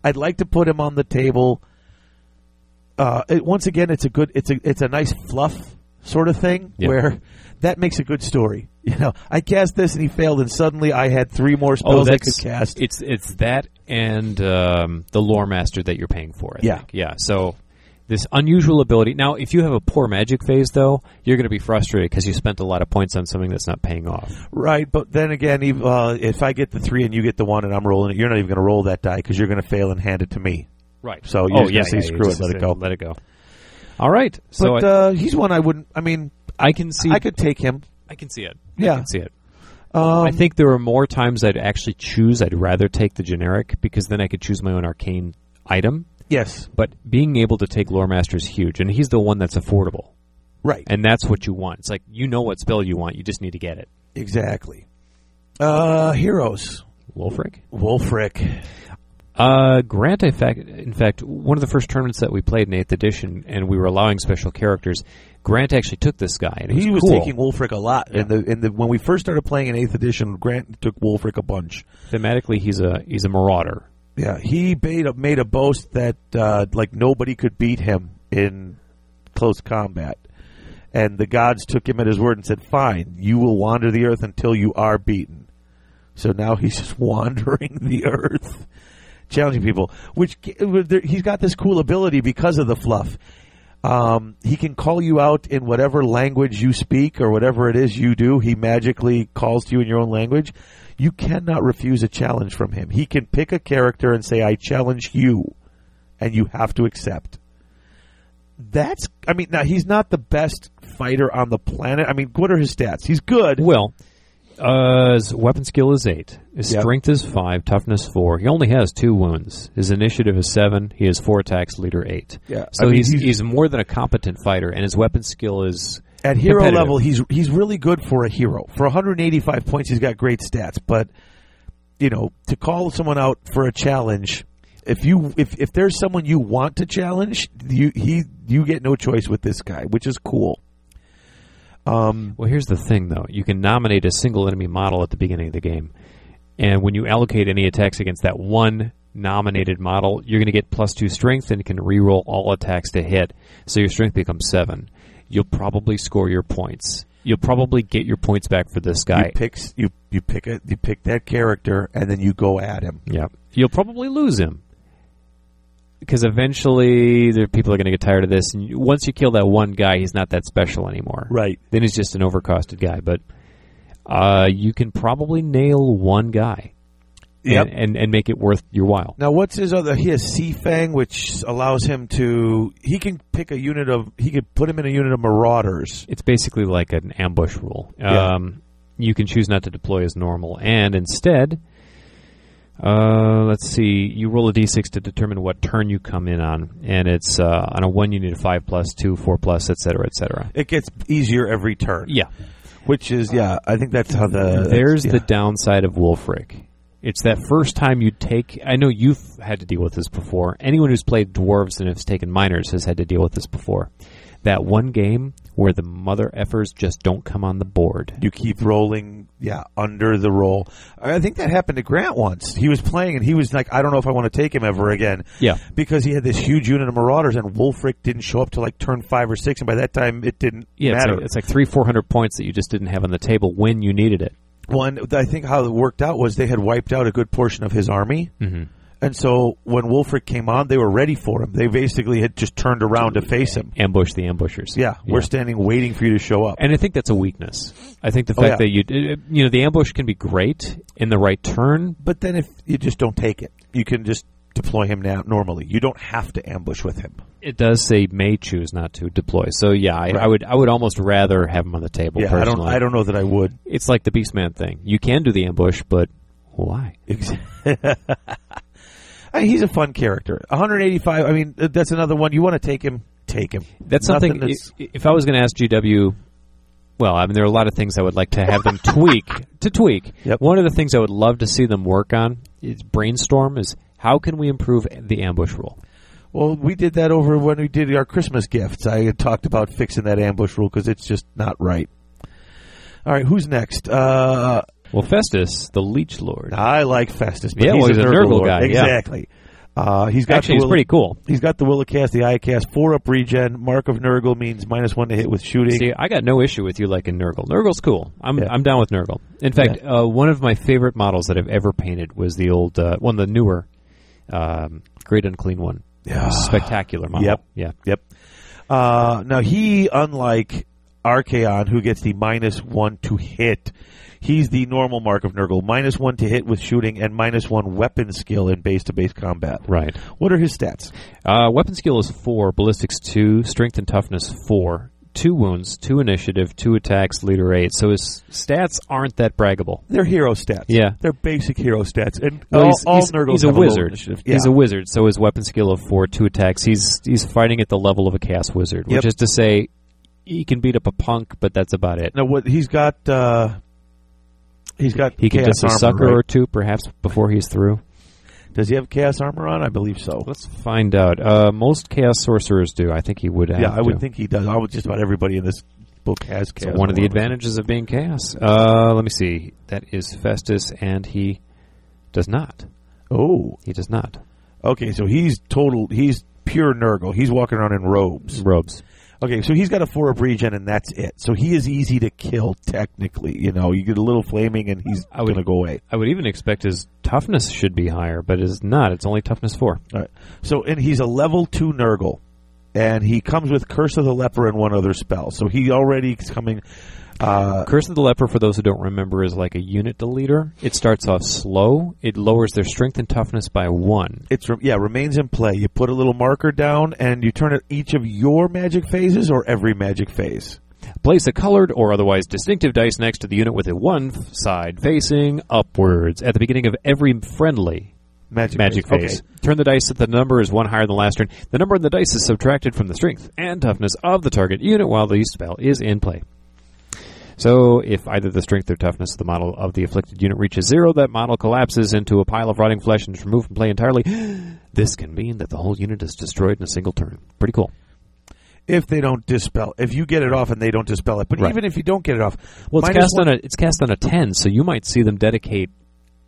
S3: i'd like to put him on the table uh, it, once again, it's a good, it's a, it's a nice fluff sort of thing
S2: Yeah.
S3: where that makes a good story. You know, I cast this and he failed, and suddenly I had three
S2: Oh,
S3: more spells I could cast.
S2: It's it's that and um, the lore master that you're paying for. I
S3: Yeah.
S2: think. yeah. So this unusual ability. Now, if you have a poor magic phase, though, you're going to be frustrated because you spent a lot of points on something that's not paying off.
S3: right, but then again, if, uh, if I get the three and you get the one, and I'm rolling it, you're not even going to roll that die because you're going to fail and hand it to me.
S2: Right.
S3: So you're
S2: oh
S3: just
S2: yeah,
S3: gonna say,
S2: yeah,
S3: "Screw
S2: you
S3: it,
S2: just
S3: let it
S2: say,
S3: go."
S2: Let it go. All right. So
S3: but
S2: I,
S3: uh, he's one I wouldn't. I mean,
S2: I can see.
S3: I could take him.
S2: I can see it.
S3: Yeah.
S2: I can see it.
S3: Um,
S2: I think there are more times I'd actually choose. I'd rather take the generic because then I could choose my own arcane item.
S3: yes,
S2: But being able to take Lore Master is huge, and he's the one that's affordable,
S3: right,
S2: and that's what you want. It's like you know what spell you want, you just need to get it.
S3: exactly. Uh, heroes,
S2: Wolfric.
S3: Wolfric.
S2: Uh, Grant, in fact, in fact, one of the first tournaments that we played in Eighth Edition, and we were allowing special characters. Grant actually took this guy, and it
S3: He was
S2: cool.
S3: taking Wolfric a lot, in the in the when we first started playing in Eighth Edition, Grant took Wolfric a bunch.
S2: thematically. He's a he's a marauder.
S3: Yeah, he made a, made a boast that uh, like nobody could beat him in close combat, and the gods took him at his word and said, "Fine, you will wander the earth until you are beaten." So now he's just wandering the earth, challenging people. Which g- with there- he's got this cool ability because of the fluff. Um, he can call you out in whatever language you speak or whatever it is you do. He magically calls to you in your own language. You cannot refuse a challenge from him. He can pick a character and say, I challenge you, and you have to accept. That's, I mean, now he's not the best fighter on the planet. I mean, what are his stats? He's good.
S2: Well, uh, his weapon skill is eight. His
S3: Yep.
S2: strength is five. Toughness four. He only has two wounds. His initiative is seven. He has four attacks. Leader eight.
S3: Yeah, I
S2: So
S3: mean,
S2: he's,
S3: he's-
S2: he's more than a competent fighter, and his weapon skill is
S3: At hero
S2: competitive.
S3: level, he's he's really good for a hero. For 185 points, he's got great stats. But you know, to call someone out for a challenge, if you if, if there's someone you want to challenge, you he you get no choice with this guy, which is cool. Um,
S2: Well, here's the thing, though. You can nominate a single enemy model at the beginning of the game, and when you allocate any attacks against that one nominated model, you're going to get plus two strength and can reroll all attacks to hit. So your strength becomes seven. You'll probably score your points. You'll probably get your points back for this guy.
S3: You pick s- you you pick a, you pick that character and then you go at him.
S2: Yeah. You'll probably lose him. Because eventually, the people are going to get tired of this. And you- once you kill that one guy, he's not that special anymore.
S3: Right.
S2: Then he's just an overcosted guy. But uh, you can probably nail one guy
S3: Yep.
S2: and, and, and make it worth your while.
S3: Now, what's his other? He has Sea Fang, which allows him to. He can pick a unit of. He could put him in a unit of Marauders.
S2: It's basically like an ambush rule.
S3: Yeah.
S2: Um, you can choose not to deploy as normal, and instead, uh, let's see, you roll a d6 to determine what turn you come in on, and it's uh, on a one you need a five plus, two, four plus, etc., etc.
S3: It gets easier every turn.
S2: Yeah,
S3: Which is yeah. I think Uh, that's how the.
S2: there's
S3: yeah.
S2: the downside of Wolfric. It's that first time you take. I know you've had to deal with this before. Anyone who's played dwarves and has taken minors has had to deal with this before. That one game where the mother effers just don't come on the board.
S3: You keep rolling, yeah, under the roll. I think that happened to Grant once. He was playing and he was like, I don't know if I want to take him ever again.
S2: Yeah.
S3: Because he had this huge unit of Marauders and Wolfric didn't show up till like turn five or six, and by that time it didn't
S2: Yeah, it's
S3: matter.
S2: like, it's like three, four hundred points that you just didn't have on the table when you needed it.
S3: One, I think how it worked out was they had wiped out a good portion of his army. Mm-hmm. And so when Wolfric came on, they were ready for him. They basically had just turned around to face him.
S2: Ambush the ambushers.
S3: Yeah, we're standing waiting for you to show up.
S2: and I think that's a weakness. I think the
S3: Oh,
S2: fact
S3: yeah.
S2: that you it- it- you know the ambush can be great in the right turn.
S3: but then if you just don't take it, you can just deploy him now normally. You don't have to ambush with him.
S2: It does say may choose not to deploy. So yeah, I, I
S3: Right.
S2: would I would almost rather have them on the table.
S3: yeah, I
S2: personally.
S3: don't. I don't know that I would.
S2: It's like the Beastman thing. You can do the ambush, but why?
S3: I mean, he's a fun character. 185. I mean, th- that's another one. You want to take him? Take him.
S2: That's
S3: Nothing
S2: something.
S3: that's-
S2: i- if I was going to ask GW, well, I mean, there are a lot of things I would like to have them tweak to tweak.
S3: Yep.
S2: One of the things I would love to see them work on is brainstorm is how can we improve the ambush rule?
S3: Well, we did that over when we did our Christmas gifts. I had talked about fixing that ambush rule because it's just not right. All right, who's next? Uh,
S2: Well, Festus, the Leech Lord,
S3: I like Festus. But
S2: Yeah,
S3: he's
S2: well, he's a
S3: Nurgle
S2: Nurgle
S3: Lord.
S2: guy, yeah.
S3: Exactly. Uh, he's got
S2: actually
S3: the
S2: is
S3: will-
S2: pretty cool.
S3: He's got the Willa cast, the Eye cast, four up regen. Mark of Nurgle means minus one to hit with shooting.
S2: See, I got no issue with you like in Nurgle. Nurgle's cool. I'm
S3: Yeah.
S2: I'm down with Nurgle. In fact, uh, one of my favorite models that I've ever painted was the old uh, one, the newer, um, great unclean one.
S3: Yeah.
S2: Spectacular model.
S3: Yep.
S2: Yeah.
S3: Yep. Uh, now he, unlike Archaon, who gets the minus one to hit, he's the normal mark of Nurgle, minus one to hit with shooting and minus one weapon skill in base to base combat.
S2: Right.
S3: What are his stats?
S2: Uh, weapon skill is four, ballistics two, strength and toughness four, two wounds, two initiative, two attacks, leader eight. So his stats aren't that braggable.
S3: They're hero stats.
S2: Yeah.
S3: they're basic hero stats, and
S2: Well,
S3: all,
S2: he's,
S3: all
S2: he's-
S3: Nurgles
S2: he's a
S3: have low
S2: wizard.
S3: initiative.
S2: He's
S3: Yeah.
S2: a wizard, so his weapon skill of four, two attacks. He's he's fighting at the level of a cast wizard, which
S3: Yep.
S2: is to say, he can beat up a punk, but that's about it.
S3: now what he's got. Uh, he's got.
S2: He can
S3: chaos
S2: just a
S3: armor,
S2: sucker
S3: right?
S2: or two, perhaps, before he's through.
S3: Does he have chaos armor on? I believe so.
S2: Let's find out. Uh, most chaos sorcerers do. I think he would. Have
S3: yeah, I would
S2: to.
S3: think he does. I would just about everybody in this book has
S2: So
S3: chaos.
S2: one of the
S3: armor.
S2: advantages of being chaos. Uh, let me see. That is Festus, and he does not.
S3: Oh,
S2: He does not.
S3: Okay, so he's total. He's pure Nurgle. He's walking around in robes.
S2: Robes.
S3: Okay, so he's got a four up regen, and that's it. So he is easy to kill technically. You know, you get a little flaming, and he's
S2: I would-
S3: gonna go away.
S2: I would even expect his toughness should be higher, but it's not. It's only toughness four.
S3: All right. So and he's a level two Nurgle, and he comes with Curse of the Leper and one other spell. So he already is coming. Uh,
S2: Curse of the Leper, for those who don't remember, is like a unit deleter. It starts off slow. It lowers their strength and toughness by one.
S3: it's re- yeah remains in play. You put a little marker down, and you turn it each of your magic phases or every magic phase.
S2: Place a colored or otherwise distinctive dice next to the unit with a one f- side facing upwards at the beginning of every friendly.
S3: Magic,
S2: Magic
S3: phase.
S2: phase.
S3: Okay.
S2: Turn the dice if the number is one higher than the last turn. The number on the dice is subtracted from the strength and toughness of the target unit while the spell is in play. So, if either the strength or toughness of the model of the afflicted unit reaches zero, that model collapses into a pile of rotting flesh and is removed from play entirely. This can mean that the whole unit is destroyed in a single turn. Pretty cool.
S3: if they don't dispel. If you get it off and they don't dispel it, but
S2: Right.
S3: even if you don't get it off,
S2: Well, it's
S3: minus
S2: cast
S3: one-
S2: on a it's cast on a ten, so you might see them dedicate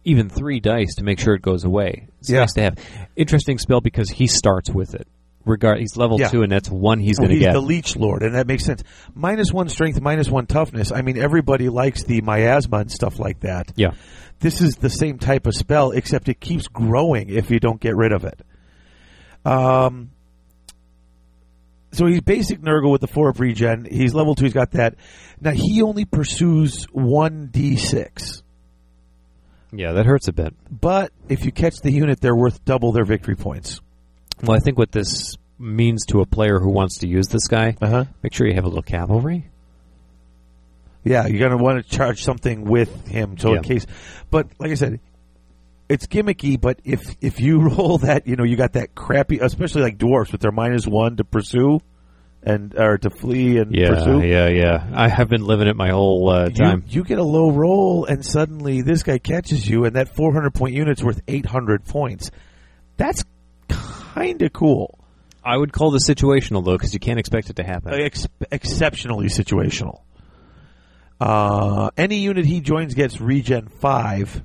S2: even three dice to make sure it goes away. It's
S3: Yeah.
S2: nice to have. Interesting spell because he starts with it. Regard he's level
S3: Yeah.
S2: two and that's one he's going
S3: Well,
S2: to
S3: he's
S2: get.
S3: the leech lord, and that makes sense. Minus one strength, minus one toughness. I mean, everybody likes the miasma and stuff like that.
S2: yeah,
S3: This is the same type of spell, except it keeps growing if you don't get rid of it. Um, so he's basic Nurgle with the four up regen. He's level two. He's got that. Now he only pursues one d six,
S2: yeah, that hurts a bit.
S3: but if you catch the unit, they're worth double their victory points.
S2: Well, I think what this means to a player who wants to use this guy,
S3: Uh huh.
S2: make sure you have a little cavalry.
S3: Yeah, you're gonna want to charge something with him, so
S2: Yeah.
S3: in case. But like I said, it's gimmicky. But if if you roll that, you know, you got that crappy, especially like dwarfs with their minus one to pursue and or to flee and
S2: Yeah,
S3: pursue.
S2: yeah, yeah. I have been living it my whole uh,
S3: You,
S2: time.
S3: you get a low roll, and suddenly this guy catches you, and that 400 point unit's worth 800 points. That's kind of cool.
S2: I would call this situational though, because you can't expect it to happen.
S3: uh, ex- exceptionally situational. Uh, any unit he joins gets regen five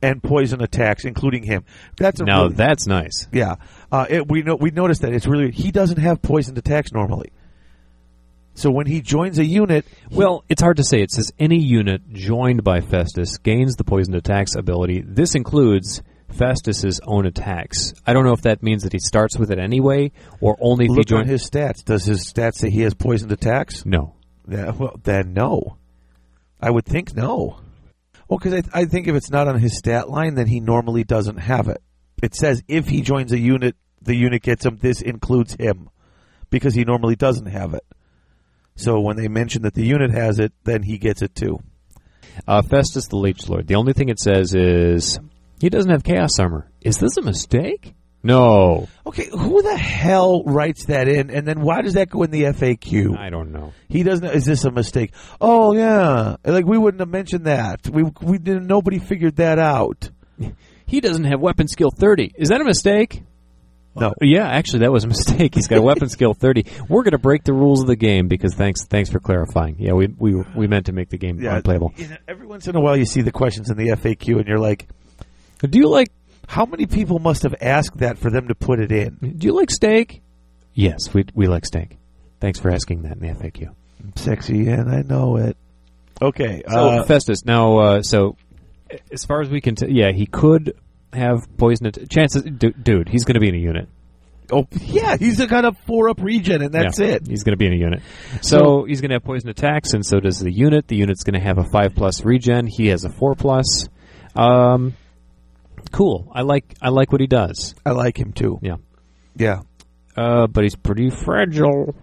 S3: and poison attacks, including him. That's a
S2: now
S3: really-
S2: that's nice.
S3: yeah. Uh, it, we know we noticed that it's really he doesn't have poisoned attacks normally. So when he joins a unit,
S2: Well, it's hard to say. It says any unit joined by Festus gains the poisoned attacks ability. This includes Festus's own attacks. I don't know if that means that he starts with it anyway, or only if he
S3: look at
S2: joins.
S3: his stats. Does his stats say he has poisoned attacks?
S2: no,
S3: Yeah, well, then no. I would think no. Well, because I, I think if it's not on his stat line, then he normally doesn't have it. It says if he joins a unit, the unit gets him. This includes him because he normally doesn't have it. So when they mention that the unit has it, then he gets it too.
S2: uh, Festus the Leech Lord. The only thing it says is he doesn't have chaos armor. Is this a mistake? No,
S3: Okay, who the hell writes that in? And then why does that go in the FAQ?
S2: I don't know.
S3: He doesn't. Is this a mistake? Oh yeah, like we wouldn't have mentioned that. We we didn't. Nobody figured that out.
S2: He doesn't have weapon skill thirty. Is that a mistake? Uh,
S3: No.
S2: Yeah, actually, that was a mistake. He's got a weapon skill thirty. We're going to break the rules of the game because thanks, thanks for clarifying. Yeah, we we we meant to make the game unplayable.
S3: you know, every once in a while, you see the questions in the FAQ, and you're like,
S2: Do you like
S3: "How many people must have asked that for them to put it in?"
S2: do you like steak? Yes, we we like steak. Thanks for asking that in the FAQ.
S3: Sexy, and I know it. Okay,
S2: So
S3: uh,
S2: Festus, now uh, so as far as we can, t- yeah, he could have poison. At- chances, du- dude, he's going to be in a unit.
S3: oh yeah, he's got a four up regen, and that's
S2: Yeah,
S3: it.
S2: He's going to be in a unit. So, he's going to have poison attacks, and so does the unit. The unit's going to have a five plus regen. He has a four plus. Um, cool. I like I like what he does.
S3: I like him too.
S2: Yeah.
S3: Yeah,
S2: Uh, but he's pretty fragile.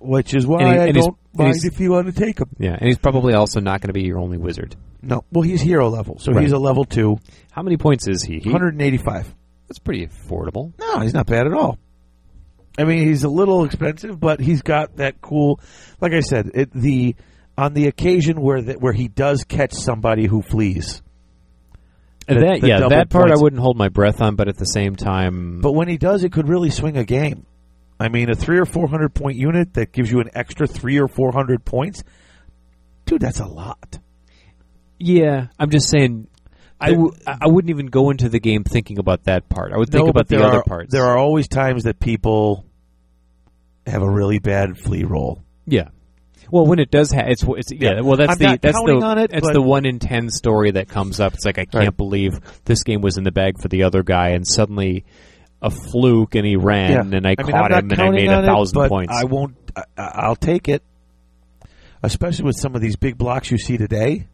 S3: which is why
S2: And he-
S3: I
S2: and he's-
S3: don't
S2: and
S3: mind
S2: he's-
S3: if you want to take him.
S2: Yeah, and he's probably also not going to be your only wizard.
S3: No, well, he's hero level, so
S2: Right.
S3: he's a level two,
S2: How many points is he? he
S3: 185.
S2: that's pretty affordable.
S3: No, he's not bad at all. I mean, he's a little expensive, but he's got that cool. Like I said, it, the on the occasion where that where he does catch somebody who flees, The-
S2: that,
S3: the
S2: yeah,
S3: double
S2: that part
S3: points.
S2: I wouldn't hold my breath on, but at the same time,
S3: but when he does, it could really swing a game. I mean, a three or four hundred point unit that gives you an extra three or four hundred points, dude, that's a lot.
S2: yeah, I'm just saying. I, w- I wouldn't even go into the game thinking about that part. I would think
S3: No,
S2: about
S3: but
S2: the
S3: there
S2: other
S3: are,
S2: parts.
S3: There are always times that people have a really bad flea roll.
S2: Yeah. Well, when it does, ha- it's, it's yeah.
S3: Yeah.
S2: Well, that's
S3: I'm
S2: the
S3: not
S2: that's the
S3: counting on it,
S2: that's
S3: but-
S2: the one in ten story that comes up. It's like I can't
S3: Right.
S2: believe this game was in the bag for the other guy, and suddenly a fluke, and he ran,
S3: Yeah.
S2: and I,
S3: I mean,
S2: caught
S3: I'm
S2: him, and
S3: not
S2: I
S3: counting
S2: made
S3: on
S2: a
S3: it,
S2: thousand
S3: but
S2: points.
S3: I won't. I, I- I'll take it, especially with some of these big blocks you see today.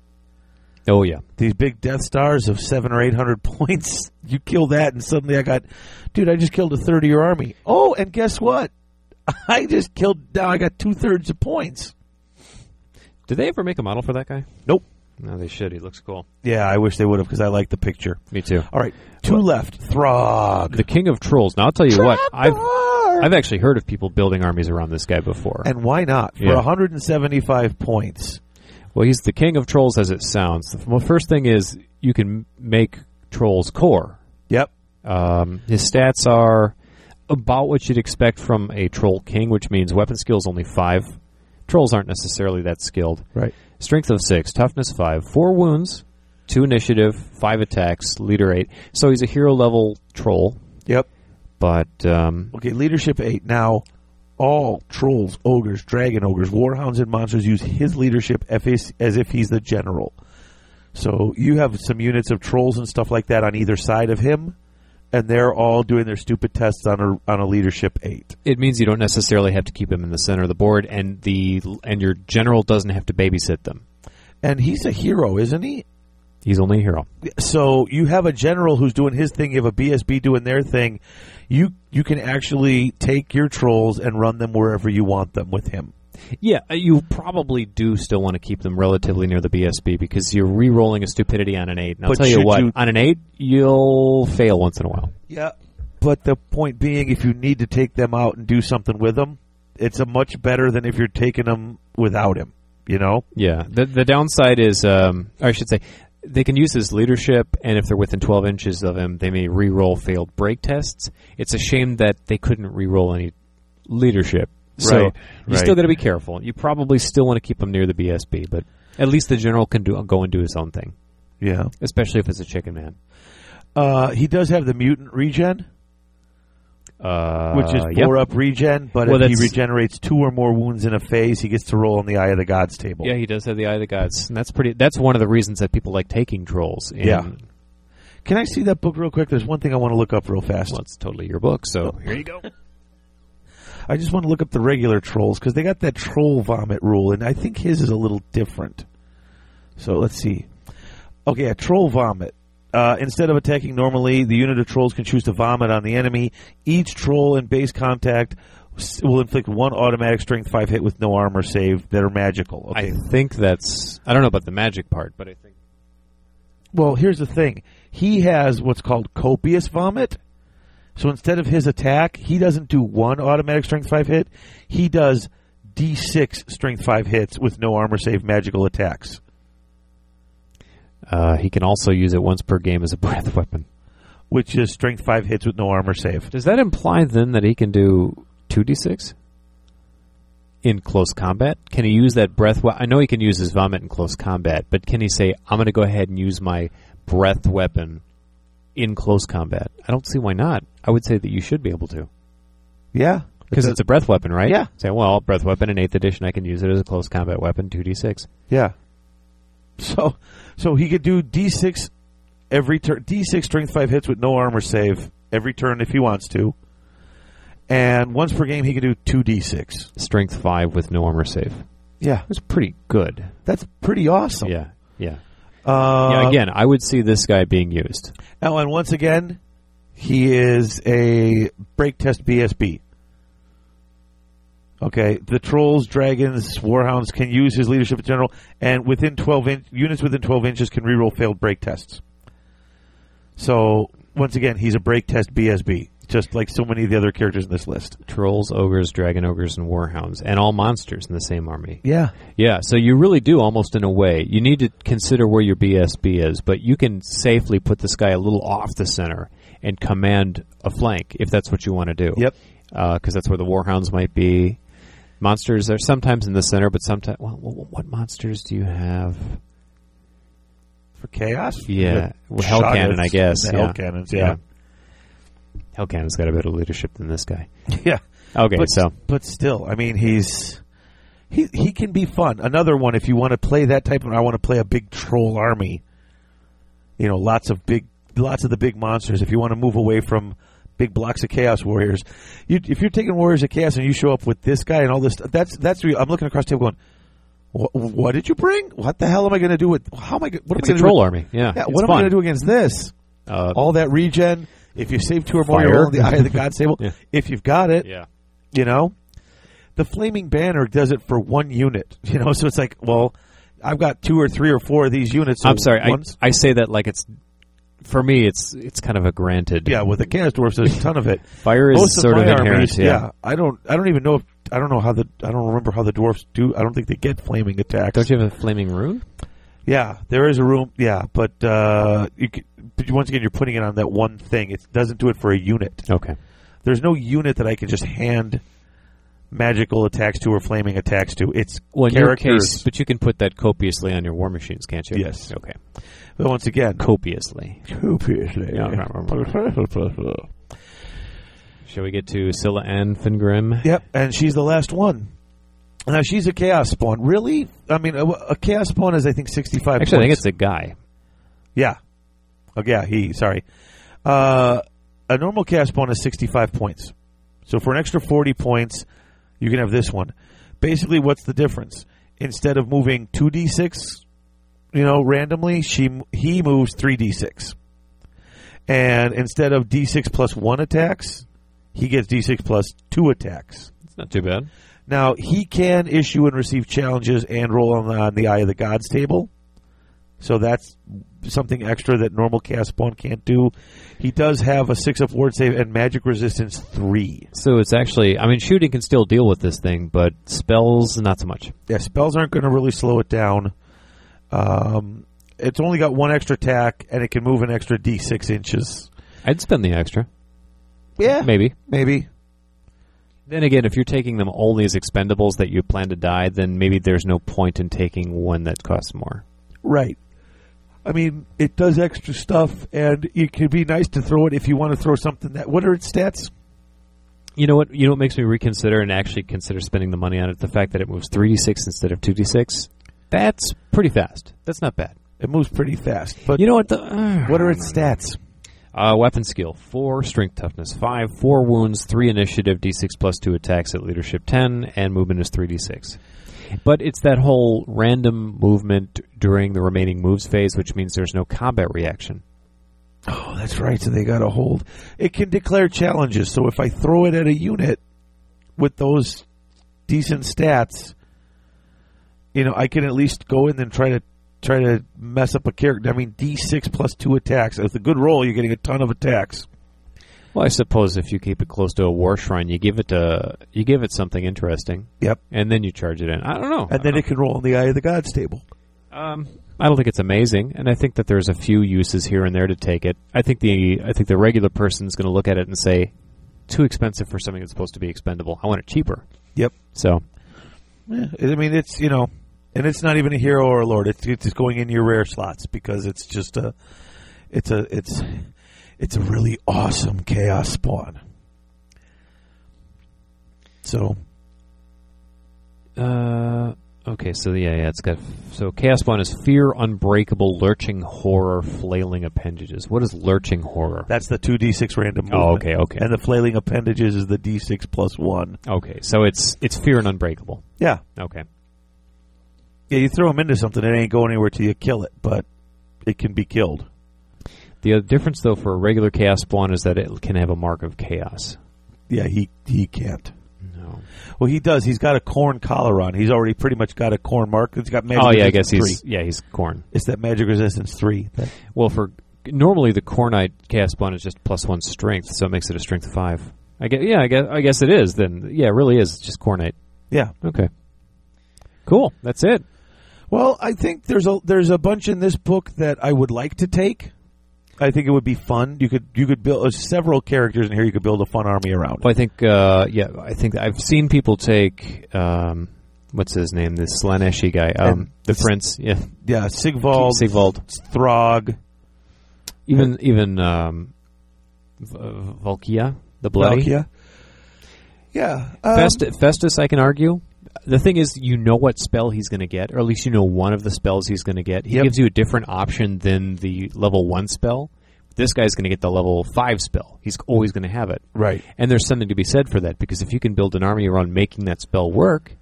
S2: oh yeah,
S3: These big Death Stars of seven or eight hundred points. You kill that, and suddenly I got, dude, I just killed a third of your army. Oh, and guess what? I just killed. Now I got two thirds of points.
S2: did they ever make a model for that guy?
S3: Nope.
S2: No, they should. He looks cool.
S3: Yeah, I wish they would have because I like the picture.
S2: Me too.
S3: All right, two left. Throg.
S2: The king of trolls. Now I'll tell you what, I've I've actually heard of people building armies around this guy before.
S3: and why not for
S2: Yeah.
S3: 175 points?
S2: Well, he's the king of trolls as it sounds. The f- well, first thing is you can make trolls core.
S3: Yep.
S2: Um, his stats are about what you'd expect from a troll king, which means weapon skill is only five. Trolls aren't necessarily that skilled.
S3: Right.
S2: Strength of six, toughness five, four wounds, two initiative, five attacks, leader eight. So he's a hero level troll,
S3: Yep.
S2: but um,
S3: Okay, leadership eight. Now, all trolls, ogres, dragon ogres, warhounds, and monsters use his leadership if he's- as if he's the general. So you have some units of trolls and stuff like that on either side of him, and they're all doing their stupid tests on a on a leadership eight.
S2: it means you don't necessarily have to keep him in the center of the board, and the and your general doesn't have to babysit them.
S3: And he's a hero, isn't he?
S2: He's only a hero.
S3: So you have a general who's doing his thing, you have a BSB doing their thing. You you can actually take your trolls and run them wherever you want them with him.
S2: Yeah, uh, you probably do still want to keep them relatively near the BSB because you're re-rolling a stupidity on an eight. And I'll
S3: But
S2: tell you
S3: should
S2: what,
S3: you-
S2: on an eight, you'll fail once in a while.
S3: Yeah, but the point being, if you need to take them out and do something with them, it's a much better than if you're taking them without him. You know,
S2: Yeah. The the downside is, um, or I should say, they can use his leadership, and if they're within 12 inches of him, they may re-roll failed break tests. It's a shame that they couldn't re-roll any leadership. So
S3: Right,
S2: you still
S3: right.
S2: got to be careful. You probably still want to keep them near the BSB, but at least the general can do go and do his own thing,
S3: yeah.
S2: especially if it's a chicken man.
S3: Uh, he does have the mutant regen,
S2: Uh,
S3: which is
S2: yep.
S3: four up regen. But
S2: Well,
S3: if he
S2: that's-
S3: regenerates two or more wounds in a phase, he gets to roll on the Eye of the Gods table.
S2: Yeah, he does have the eye of the gods, and that's pretty. That's one of the reasons that people like taking trolls. in-
S3: Yeah. Can I see that book real quick? There's one thing I want to look up real fast.
S2: well, it's totally Oh, your book. So here you go.
S3: I just want to look up the regular trolls because they got that troll vomit rule, and I think his is a little different. So let's see. Okay, a troll vomit. Uh, instead of attacking normally, the unit of trolls can choose to vomit on the enemy. Each troll in base contact s- will inflict one automatic strength five hit with no armor save that are magical. Okay.
S2: I think that's. I don't know about the magic part, but I think
S3: Well, here's the thing. He has what's called copious vomit. So instead of his attack, he doesn't do one automatic strength 5 hit. He does D6 strength 5 hits with no armor save magical attacks.
S2: uh, he can also use it once per game as a breath weapon.
S3: Which is strength 5 hits with no armor save.
S2: Does that imply then that he can do two d six in close combat? Can he use that breath? We- I know he can use his vomit in close combat, but can he say, "I'm going to go ahead and use my breath weapon"? In close combat, I don't see why not. I would say that you should be able to.
S3: Yeah.
S2: Because it's a breath weapon, right?
S3: Yeah.
S2: Say, well, breath weapon in eighth edition, I can use it as a close combat weapon, two d six.
S3: Yeah. So so he could do D6 every turn D6 strength 5 hits with no armor save every turn if he wants to. And once per game he can do 2 D6.
S2: Strength five with no armor save.
S3: Yeah.
S2: That's pretty good.
S3: That's pretty awesome.
S2: Yeah, yeah.
S3: Oh. Uh,
S2: yeah. Again, I would see this guy being used.
S3: Oh, and once again, he is a break test BSB. Okay, the trolls, dragons, warhounds can use his leadership in general, and within twelve inch, units within twelve inches can reroll failed break tests. So once again, he's a break test BSB, just like so many of the other characters in this list.
S2: Trolls, ogres, dragon ogres, and warhounds, and all monsters in the same army.
S3: Yeah,
S2: Yeah, so you really do almost in a way. You need to consider where your BSB is, but you can safely put this guy a little off the center and command a flank if that's what you want to do.
S3: Yep.
S2: Because uh, that's where the warhounds might be. Monsters are sometimes in the center, but sometimes. Well, what, what monsters do you have?
S3: for chaos.
S2: Yeah,
S3: With
S2: well, hell
S3: Shoggoths
S2: cannon, I guess.
S3: and
S2: yeah.
S3: Hell cannons. Yeah,
S2: Hell cannon's got a better leadership than this guy.
S3: yeah.
S2: Okay,
S3: but,
S2: so
S3: but still, I mean, he's he he can be fun. Another one, if you want to play that type of, I want to play a big troll army. You know, lots of big, lots of the big monsters. If you want to move away from big blocks of chaos warriors, you, if you're taking warriors of chaos and you show up with this guy and all this, stuff, that's that's where I'm looking across the table going. What, what did you bring? What the hell am I going to do with? How am I? go- What am
S2: it's
S3: I
S2: a
S3: gonna
S2: troll
S3: do with-
S2: army. Yeah,
S3: Yeah,
S2: it's
S3: what am I
S2: fun.
S3: going to do against this?
S2: Uh,
S3: All that regen. If you save two or more,
S2: Fire.
S3: you're on the eye of the god's table.
S2: Yeah.
S3: If you've got it,
S2: yeah,
S3: you know the flaming banner does it for one unit you know so it's like well i've got two or three or four of these units so
S2: I'm sorry. I,
S3: one's-
S2: I say that like it's for me. It's it's kind of a granted.
S3: yeah with the chaos dwarfs there's a ton of it
S2: Fire is
S3: Most
S2: sort
S3: of,
S2: of
S3: my
S2: inherent.
S3: armies,
S2: yeah.
S3: i don't i don't even know if i don't know how the i don't remember how the dwarfs do i don't think they get flaming attacks
S2: Don't you have a flaming rune?
S3: yeah there is a room yeah but uh you c- but once again you're putting it on that one thing it doesn't do it for a unit
S2: Okay.
S3: there's no unit that i can just hand magical attacks to or flaming attacks to. It's
S2: Well, in your case,
S3: characters.
S2: but you can put that copiously on your war machines, can't you?
S3: Yes.
S2: Okay.
S3: But once again,
S2: Copiously.
S3: copiously.
S2: Shall we get to Scylla and Fingrim?
S3: Yep, and she's the last one. Now she's a chaos spawn. Really? I mean, a, a chaos spawn is I think sixty-five.
S2: Actually, I think it's
S3: points.
S2: a guy.
S3: yeah. Oh yeah, he. Sorry. Uh, a normal chaos spawn is sixty-five points. So for an extra forty points, you can have this one. Basically, what's the difference? Instead of moving two d six, you know, randomly, she he moves three d six, and instead of d six plus one attacks, he gets d six plus two attacks.
S2: It's not too bad.
S3: Now he can issue and receive challenges and roll on the, on the Eye of the Gods table, so that's something extra that normal cast spawn can't do. He does have a six up ward save and magic resistance three.
S2: So it's actually, I mean, shooting can still deal with this thing, but spells, not so much.
S3: Yeah, spells aren't going to really slow it down. Um, it's only got one extra attack and it can move an extra d six inches.
S2: I'd spend the extra.
S3: Yeah,
S2: Maybe.
S3: maybe.
S2: Then again, if you're taking them only as expendables that you plan to die, then maybe there's no point in taking one that costs more.
S3: Right. I mean, it does extra stuff, and it could be nice to throw it if you want to throw something that. What are its stats?
S2: You know what? You know what makes me reconsider and actually consider spending the money on it? The fact that it moves 3d6 instead of 2d6. That's pretty fast. That's not bad.
S3: It moves pretty fast, but
S2: You know what? The, uh,
S3: What are its stats?
S2: Uh, weapon skill 4, strength toughness 5, 4 wounds, 3 initiative, d6 plus 2 attacks at leadership 10, and movement is 3d6. But it's that whole random movement during the remaining moves phase, which means there's no combat reaction.
S3: Oh, that's right. So they got a hold. It can declare challenges. So if I throw it at a unit with those decent stats, you know, I can at least go in and try to try to mess up a character. I mean, D six plus two attacks. With a good roll, you're getting a ton of attacks.
S2: Well, I suppose if you keep it close to a war shrine, you give it a, you give it something interesting,
S3: Yep.
S2: and then you charge it in. I don't know.
S3: And then it can roll on the eye of the gods table.
S2: Um, I don't think it's amazing, and I think that there's a few uses here and there to take it. I think the I think the regular person's going to look at it and say, too expensive for something that's supposed to be expendable. I want it cheaper.
S3: Yep.
S2: So
S3: Yeah, I mean, it's you know, and it's not even a hero or a lord. It's it's just going in your rare slots because it's just a, it's a it's, it's a really awesome chaos spawn. So
S2: Uh, okay, so yeah, yeah, it's got so chaos spawn is fear, unbreakable, lurching horror, flailing appendages. What is lurching horror?
S3: that's the two d six random. Movement.
S2: Oh, okay, okay,
S3: And the flailing appendages is the d six plus one.
S2: okay. So it's it's fear and unbreakable.
S3: Yeah,
S2: Okay,
S3: yeah. You throw them into something, it ain't going anywhere till you kill it, but it can be killed.
S2: the other difference though for a regular chaos spawn is that it can have a mark of chaos.
S3: Yeah, he he can't.
S2: No.
S3: Well, he does. He's got a corn collar on. He's already pretty much got a corn mark. He's got magic.
S2: Oh yeah, I guess
S3: resistance three.
S2: he's yeah he's corn.
S3: It's that magic resistance three. That-
S2: Well, for normally the cornite chaos spawn is just plus one strength, so it makes it a strength five. I guess yeah, I guess I guess it is then. Yeah, it really is just cornite.
S3: yeah.
S2: Okay, cool. That's it.
S3: Well, I think there's a there's a bunch in this book that I would like to take. I think it would be fun. You could you could build there's several characters in here. You could build a fun army around.
S2: Well, I think, uh, yeah, I think I've seen people take, um, what's his name, this Slaneshi guy,
S3: And
S2: um, the prince, yeah,
S3: Yeah, Sigvald,
S2: Sigvald,
S3: Throg,
S2: even even um, V- Volkia, the bloody
S3: Valkia. Yeah, um,
S2: Fest- Festus. I can argue. The thing is, you know what spell he's going to get, or at least you know one of the spells he's going to get. He
S3: Yep.
S2: gives you a different option than the level one spell. This guy's going to get the level five spell. He's always going to have it.
S3: right.
S2: And there's something to be said for that because if you can build an army around making that spell work,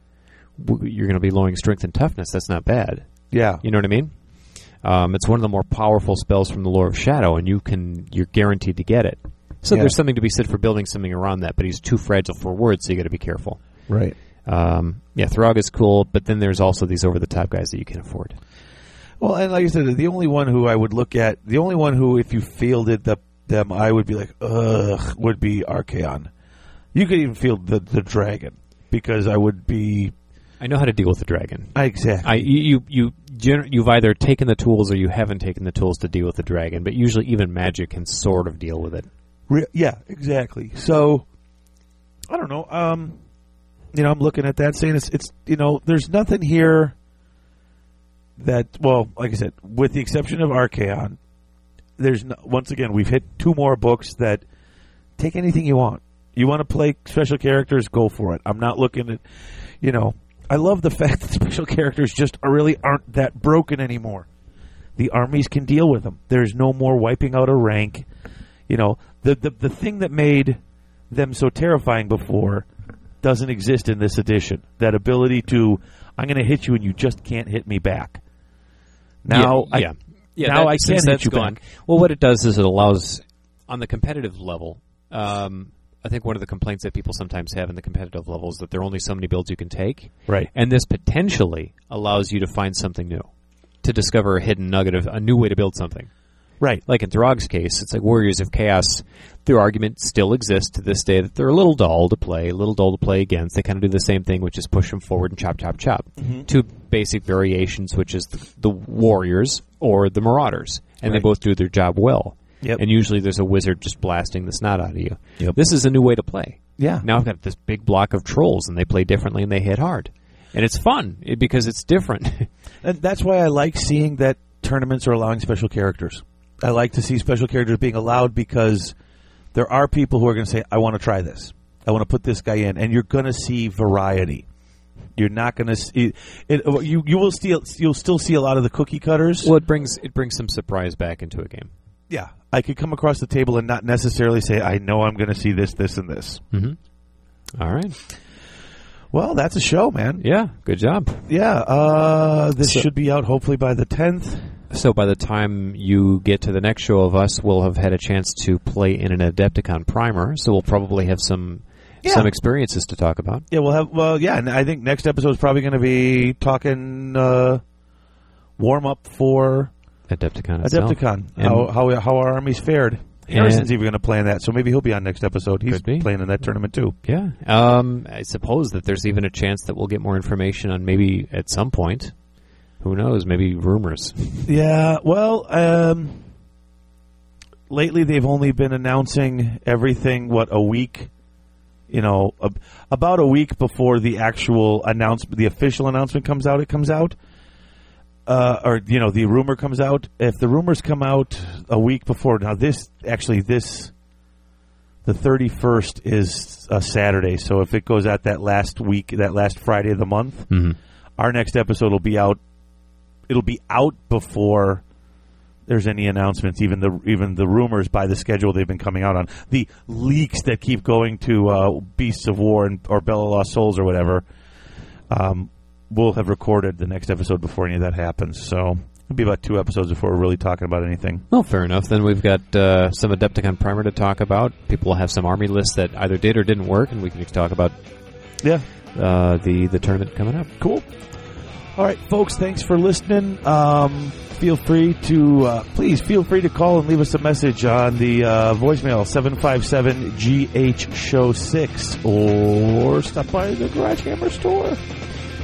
S2: w- you're going to be lowering strength and toughness. That's not bad.
S3: Yeah,
S2: You know what I mean? Um, it's one of the more powerful spells from the Lore of Shadow, and you can you're guaranteed to get it. So
S3: Yeah.
S2: there's something to be said for building something around that. But he's too fragile for words, so you got to be careful.
S3: right.
S2: Um, yeah, Throg is cool, but then there's also these over the top guys that you can afford.
S3: Well, and like I said, the only one who I would look at, the only one who, if you fielded the, them, I would be like, ugh, would be Archaon. You could even field the the dragon because I would be
S2: I know how to deal with the dragon.
S3: exactly.
S2: I you you you gener- you've either taken the tools or you haven't taken the tools to deal with the dragon. But usually, even magic can sort of deal with it.
S3: Re- yeah, exactly. So I don't know. Um, you know, I'm looking at that saying it's, it's you know, there's nothing here that, well, like I said, with the exception of Archaon, there's no, once again we've hit two more books that take anything you want. You want to play special characters, go for it. I'm not looking at, you know, I love the fact that special characters just are, really aren't that broken anymore. The armies can deal with them. There's no more wiping out a rank. You know, the the, the thing that made them so terrifying before doesn't exist in this edition. That ability to I'm going to hit you and you just can't hit me back. Now
S2: yeah,
S3: I
S2: yeah. Yeah,
S3: now
S2: that-
S3: I
S2: since
S3: can hit
S2: that's
S3: you
S2: gone.
S3: back.
S2: Well, what it does is it allows on the competitive level. Um, I think one of the complaints that people sometimes have in the competitive level is that there are only so many builds you can take,
S3: Right.
S2: and this potentially allows you to find something new, to discover a hidden nugget of a new way to build something.
S3: Right.
S2: Like in Throg's case, it's like Warriors of Chaos. Their argument still exists to this day that they're a little dull to play, a little dull to play against. They kind of do the same thing, which is push them forward and chop, chop, chop.
S3: Mm-hmm.
S2: Two basic variations, which is the, the Warriors or the Marauders, and
S3: Right.
S2: they both do their job well.
S3: Yep.
S2: And usually there's a wizard just blasting the snot out of you.
S3: Yep.
S2: This is a new way to play.
S3: Yeah.
S2: Now I've got this big block of trolls, and they play differently and they hit hard, and it's fun it- because it's different.
S3: And that's why I like seeing that tournaments are allowing special characters. I like to see special characters being allowed because there are people who are going to say, I want to try this. I want to put this guy in. And you're going to see variety. You're not going to see it, uh, you. You will still you'll still see a lot of the cookie cutters.
S2: well, it brings it brings some surprise back into a game.
S3: yeah, I could come across the table and not necessarily say I know I'm going to see this, this, and this.
S2: Hmm. All right.
S3: Well, that's a show, man.
S2: Yeah. Good job.
S3: Yeah, uh, this
S2: So-
S3: should be out hopefully by the tenth.
S2: So by the time you get to the next show of us, we'll have had a chance to play in an Adepticon primer. So we'll probably have some
S3: Yeah.
S2: some experiences to talk about.
S3: Yeah, we'll have. Well, yeah, and I think next episode is probably going to be talking uh, warm up for
S2: Adepticon. itself.
S3: Adepticon. Oh.
S2: And-
S3: how, how how our armies fared. Harrison's even going to play in that, so maybe he'll be on next episode. He's
S2: Could be.
S3: playing in that tournament too.
S2: Yeah. Um, I suppose that there's even a chance that we'll get more information on maybe at some point. Who knows? Maybe rumors.
S3: Yeah. Well, um, lately they've only been announcing everything what a week, you know, ab- about a week before the actual announcement, the official announcement comes out. It comes out, uh, or you know, the rumor comes out. If the rumors come out a week before, now this actually this. The thirty first is a Saturday, so if it goes out that last week, that last Friday of the month, our next episode will be out it'll be out before there's any announcements, even the even the rumors by the schedule they've been coming out on. The leaks that keep going to uh, Beasts of War and or Bella Lost Souls or whatever, um, we'll have recorded the next episode before any of that happens. So it'll be about two episodes before we're really talking about anything.
S2: Well, fair enough. Then we've got uh, some Adepticon primer to talk about. People will have some army lists that either did or didn't work, and we can talk about
S3: Yeah.
S2: uh, the the tournament coming up.
S3: Cool. All right, folks, thanks for listening. Um, feel free to, uh, please feel free to call and leave us a message on the uh, voicemail 757 GH Show 6 or stop by the Garage Hammer store.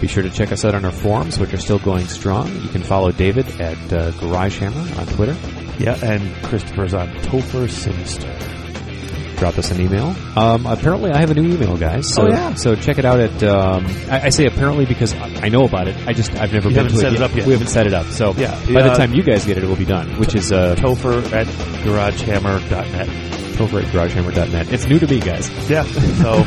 S2: Be sure to check us out on our forums, which are still going strong. You can follow David at uh, Garage Hammer on Twitter.
S3: Yeah, and Christopher's on Topher Sinister.
S2: Drop us an email. Um, apparently, I have a new email, guys. So,
S3: Oh, yeah.
S2: So check it out at. Um, I, I say apparently because I I know about it. I just I've never
S3: You
S2: been
S3: haven't
S2: to
S3: set it up yet.
S2: We haven't set it up. So
S3: Yeah.
S2: by
S3: Uh,
S2: the time you guys get it, it will be done. Which is uh,
S3: Topher at garagehammer.net.
S2: over at GarageHammer.net. It's new to me, guys.
S3: Yeah, so.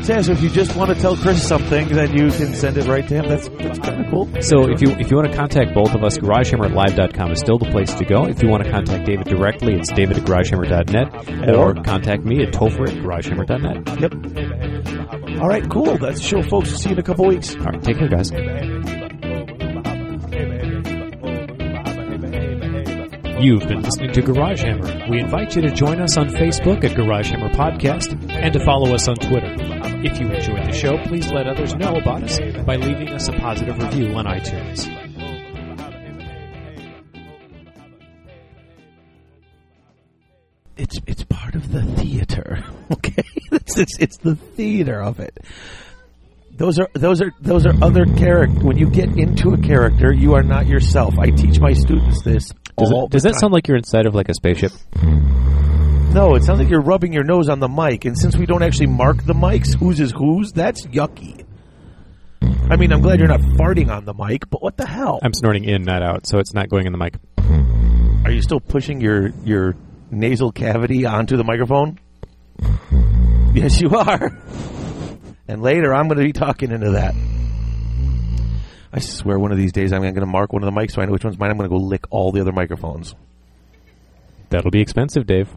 S3: so yeah, so if you just want to tell Chris something, then you can send it right to him. That's, that's kind of cool.
S2: So if you if you want to contact both of us, GarageHammer at Live.com is still the place to go. If you want to contact David directly, it's David at GarageHammer.net, or contact me at Topher at GarageHammer.net.
S3: Yep. All right, cool. That's the show, folks. See you in a couple weeks.
S2: All right, take care, guys. You've been listening to Garage Hammer. We invite you to join us on Facebook at Garage Hammer Podcast and to follow us on Twitter. If you enjoyed the show, please let others know about us by leaving us a positive review on iTunes.
S3: it's it's part of the theater. Okay, it's, it's it's the theater of it. Those are those are those are other character. When you get into a character, you are not yourself. I teach my students this.
S2: Does,
S3: all
S2: it, does
S3: the
S2: that
S3: time.
S2: sound like you're inside of like a spaceship?
S3: No, it sounds like you're rubbing your nose on the mic, and since we don't actually mark the mics, whose is whose, that's yucky. I mean, I'm glad you're not farting on the mic, but what the hell?
S2: I'm snorting in, not out, so it's not going in the mic.
S3: Are you still pushing your your nasal cavity onto the microphone? Yes, you are. And later, I'm going to be talking into that. I swear, one of these days, I'm going to mark one of the mics so I know which one's mine. I'm going to go lick all the other microphones.
S2: That'll be expensive, Dave.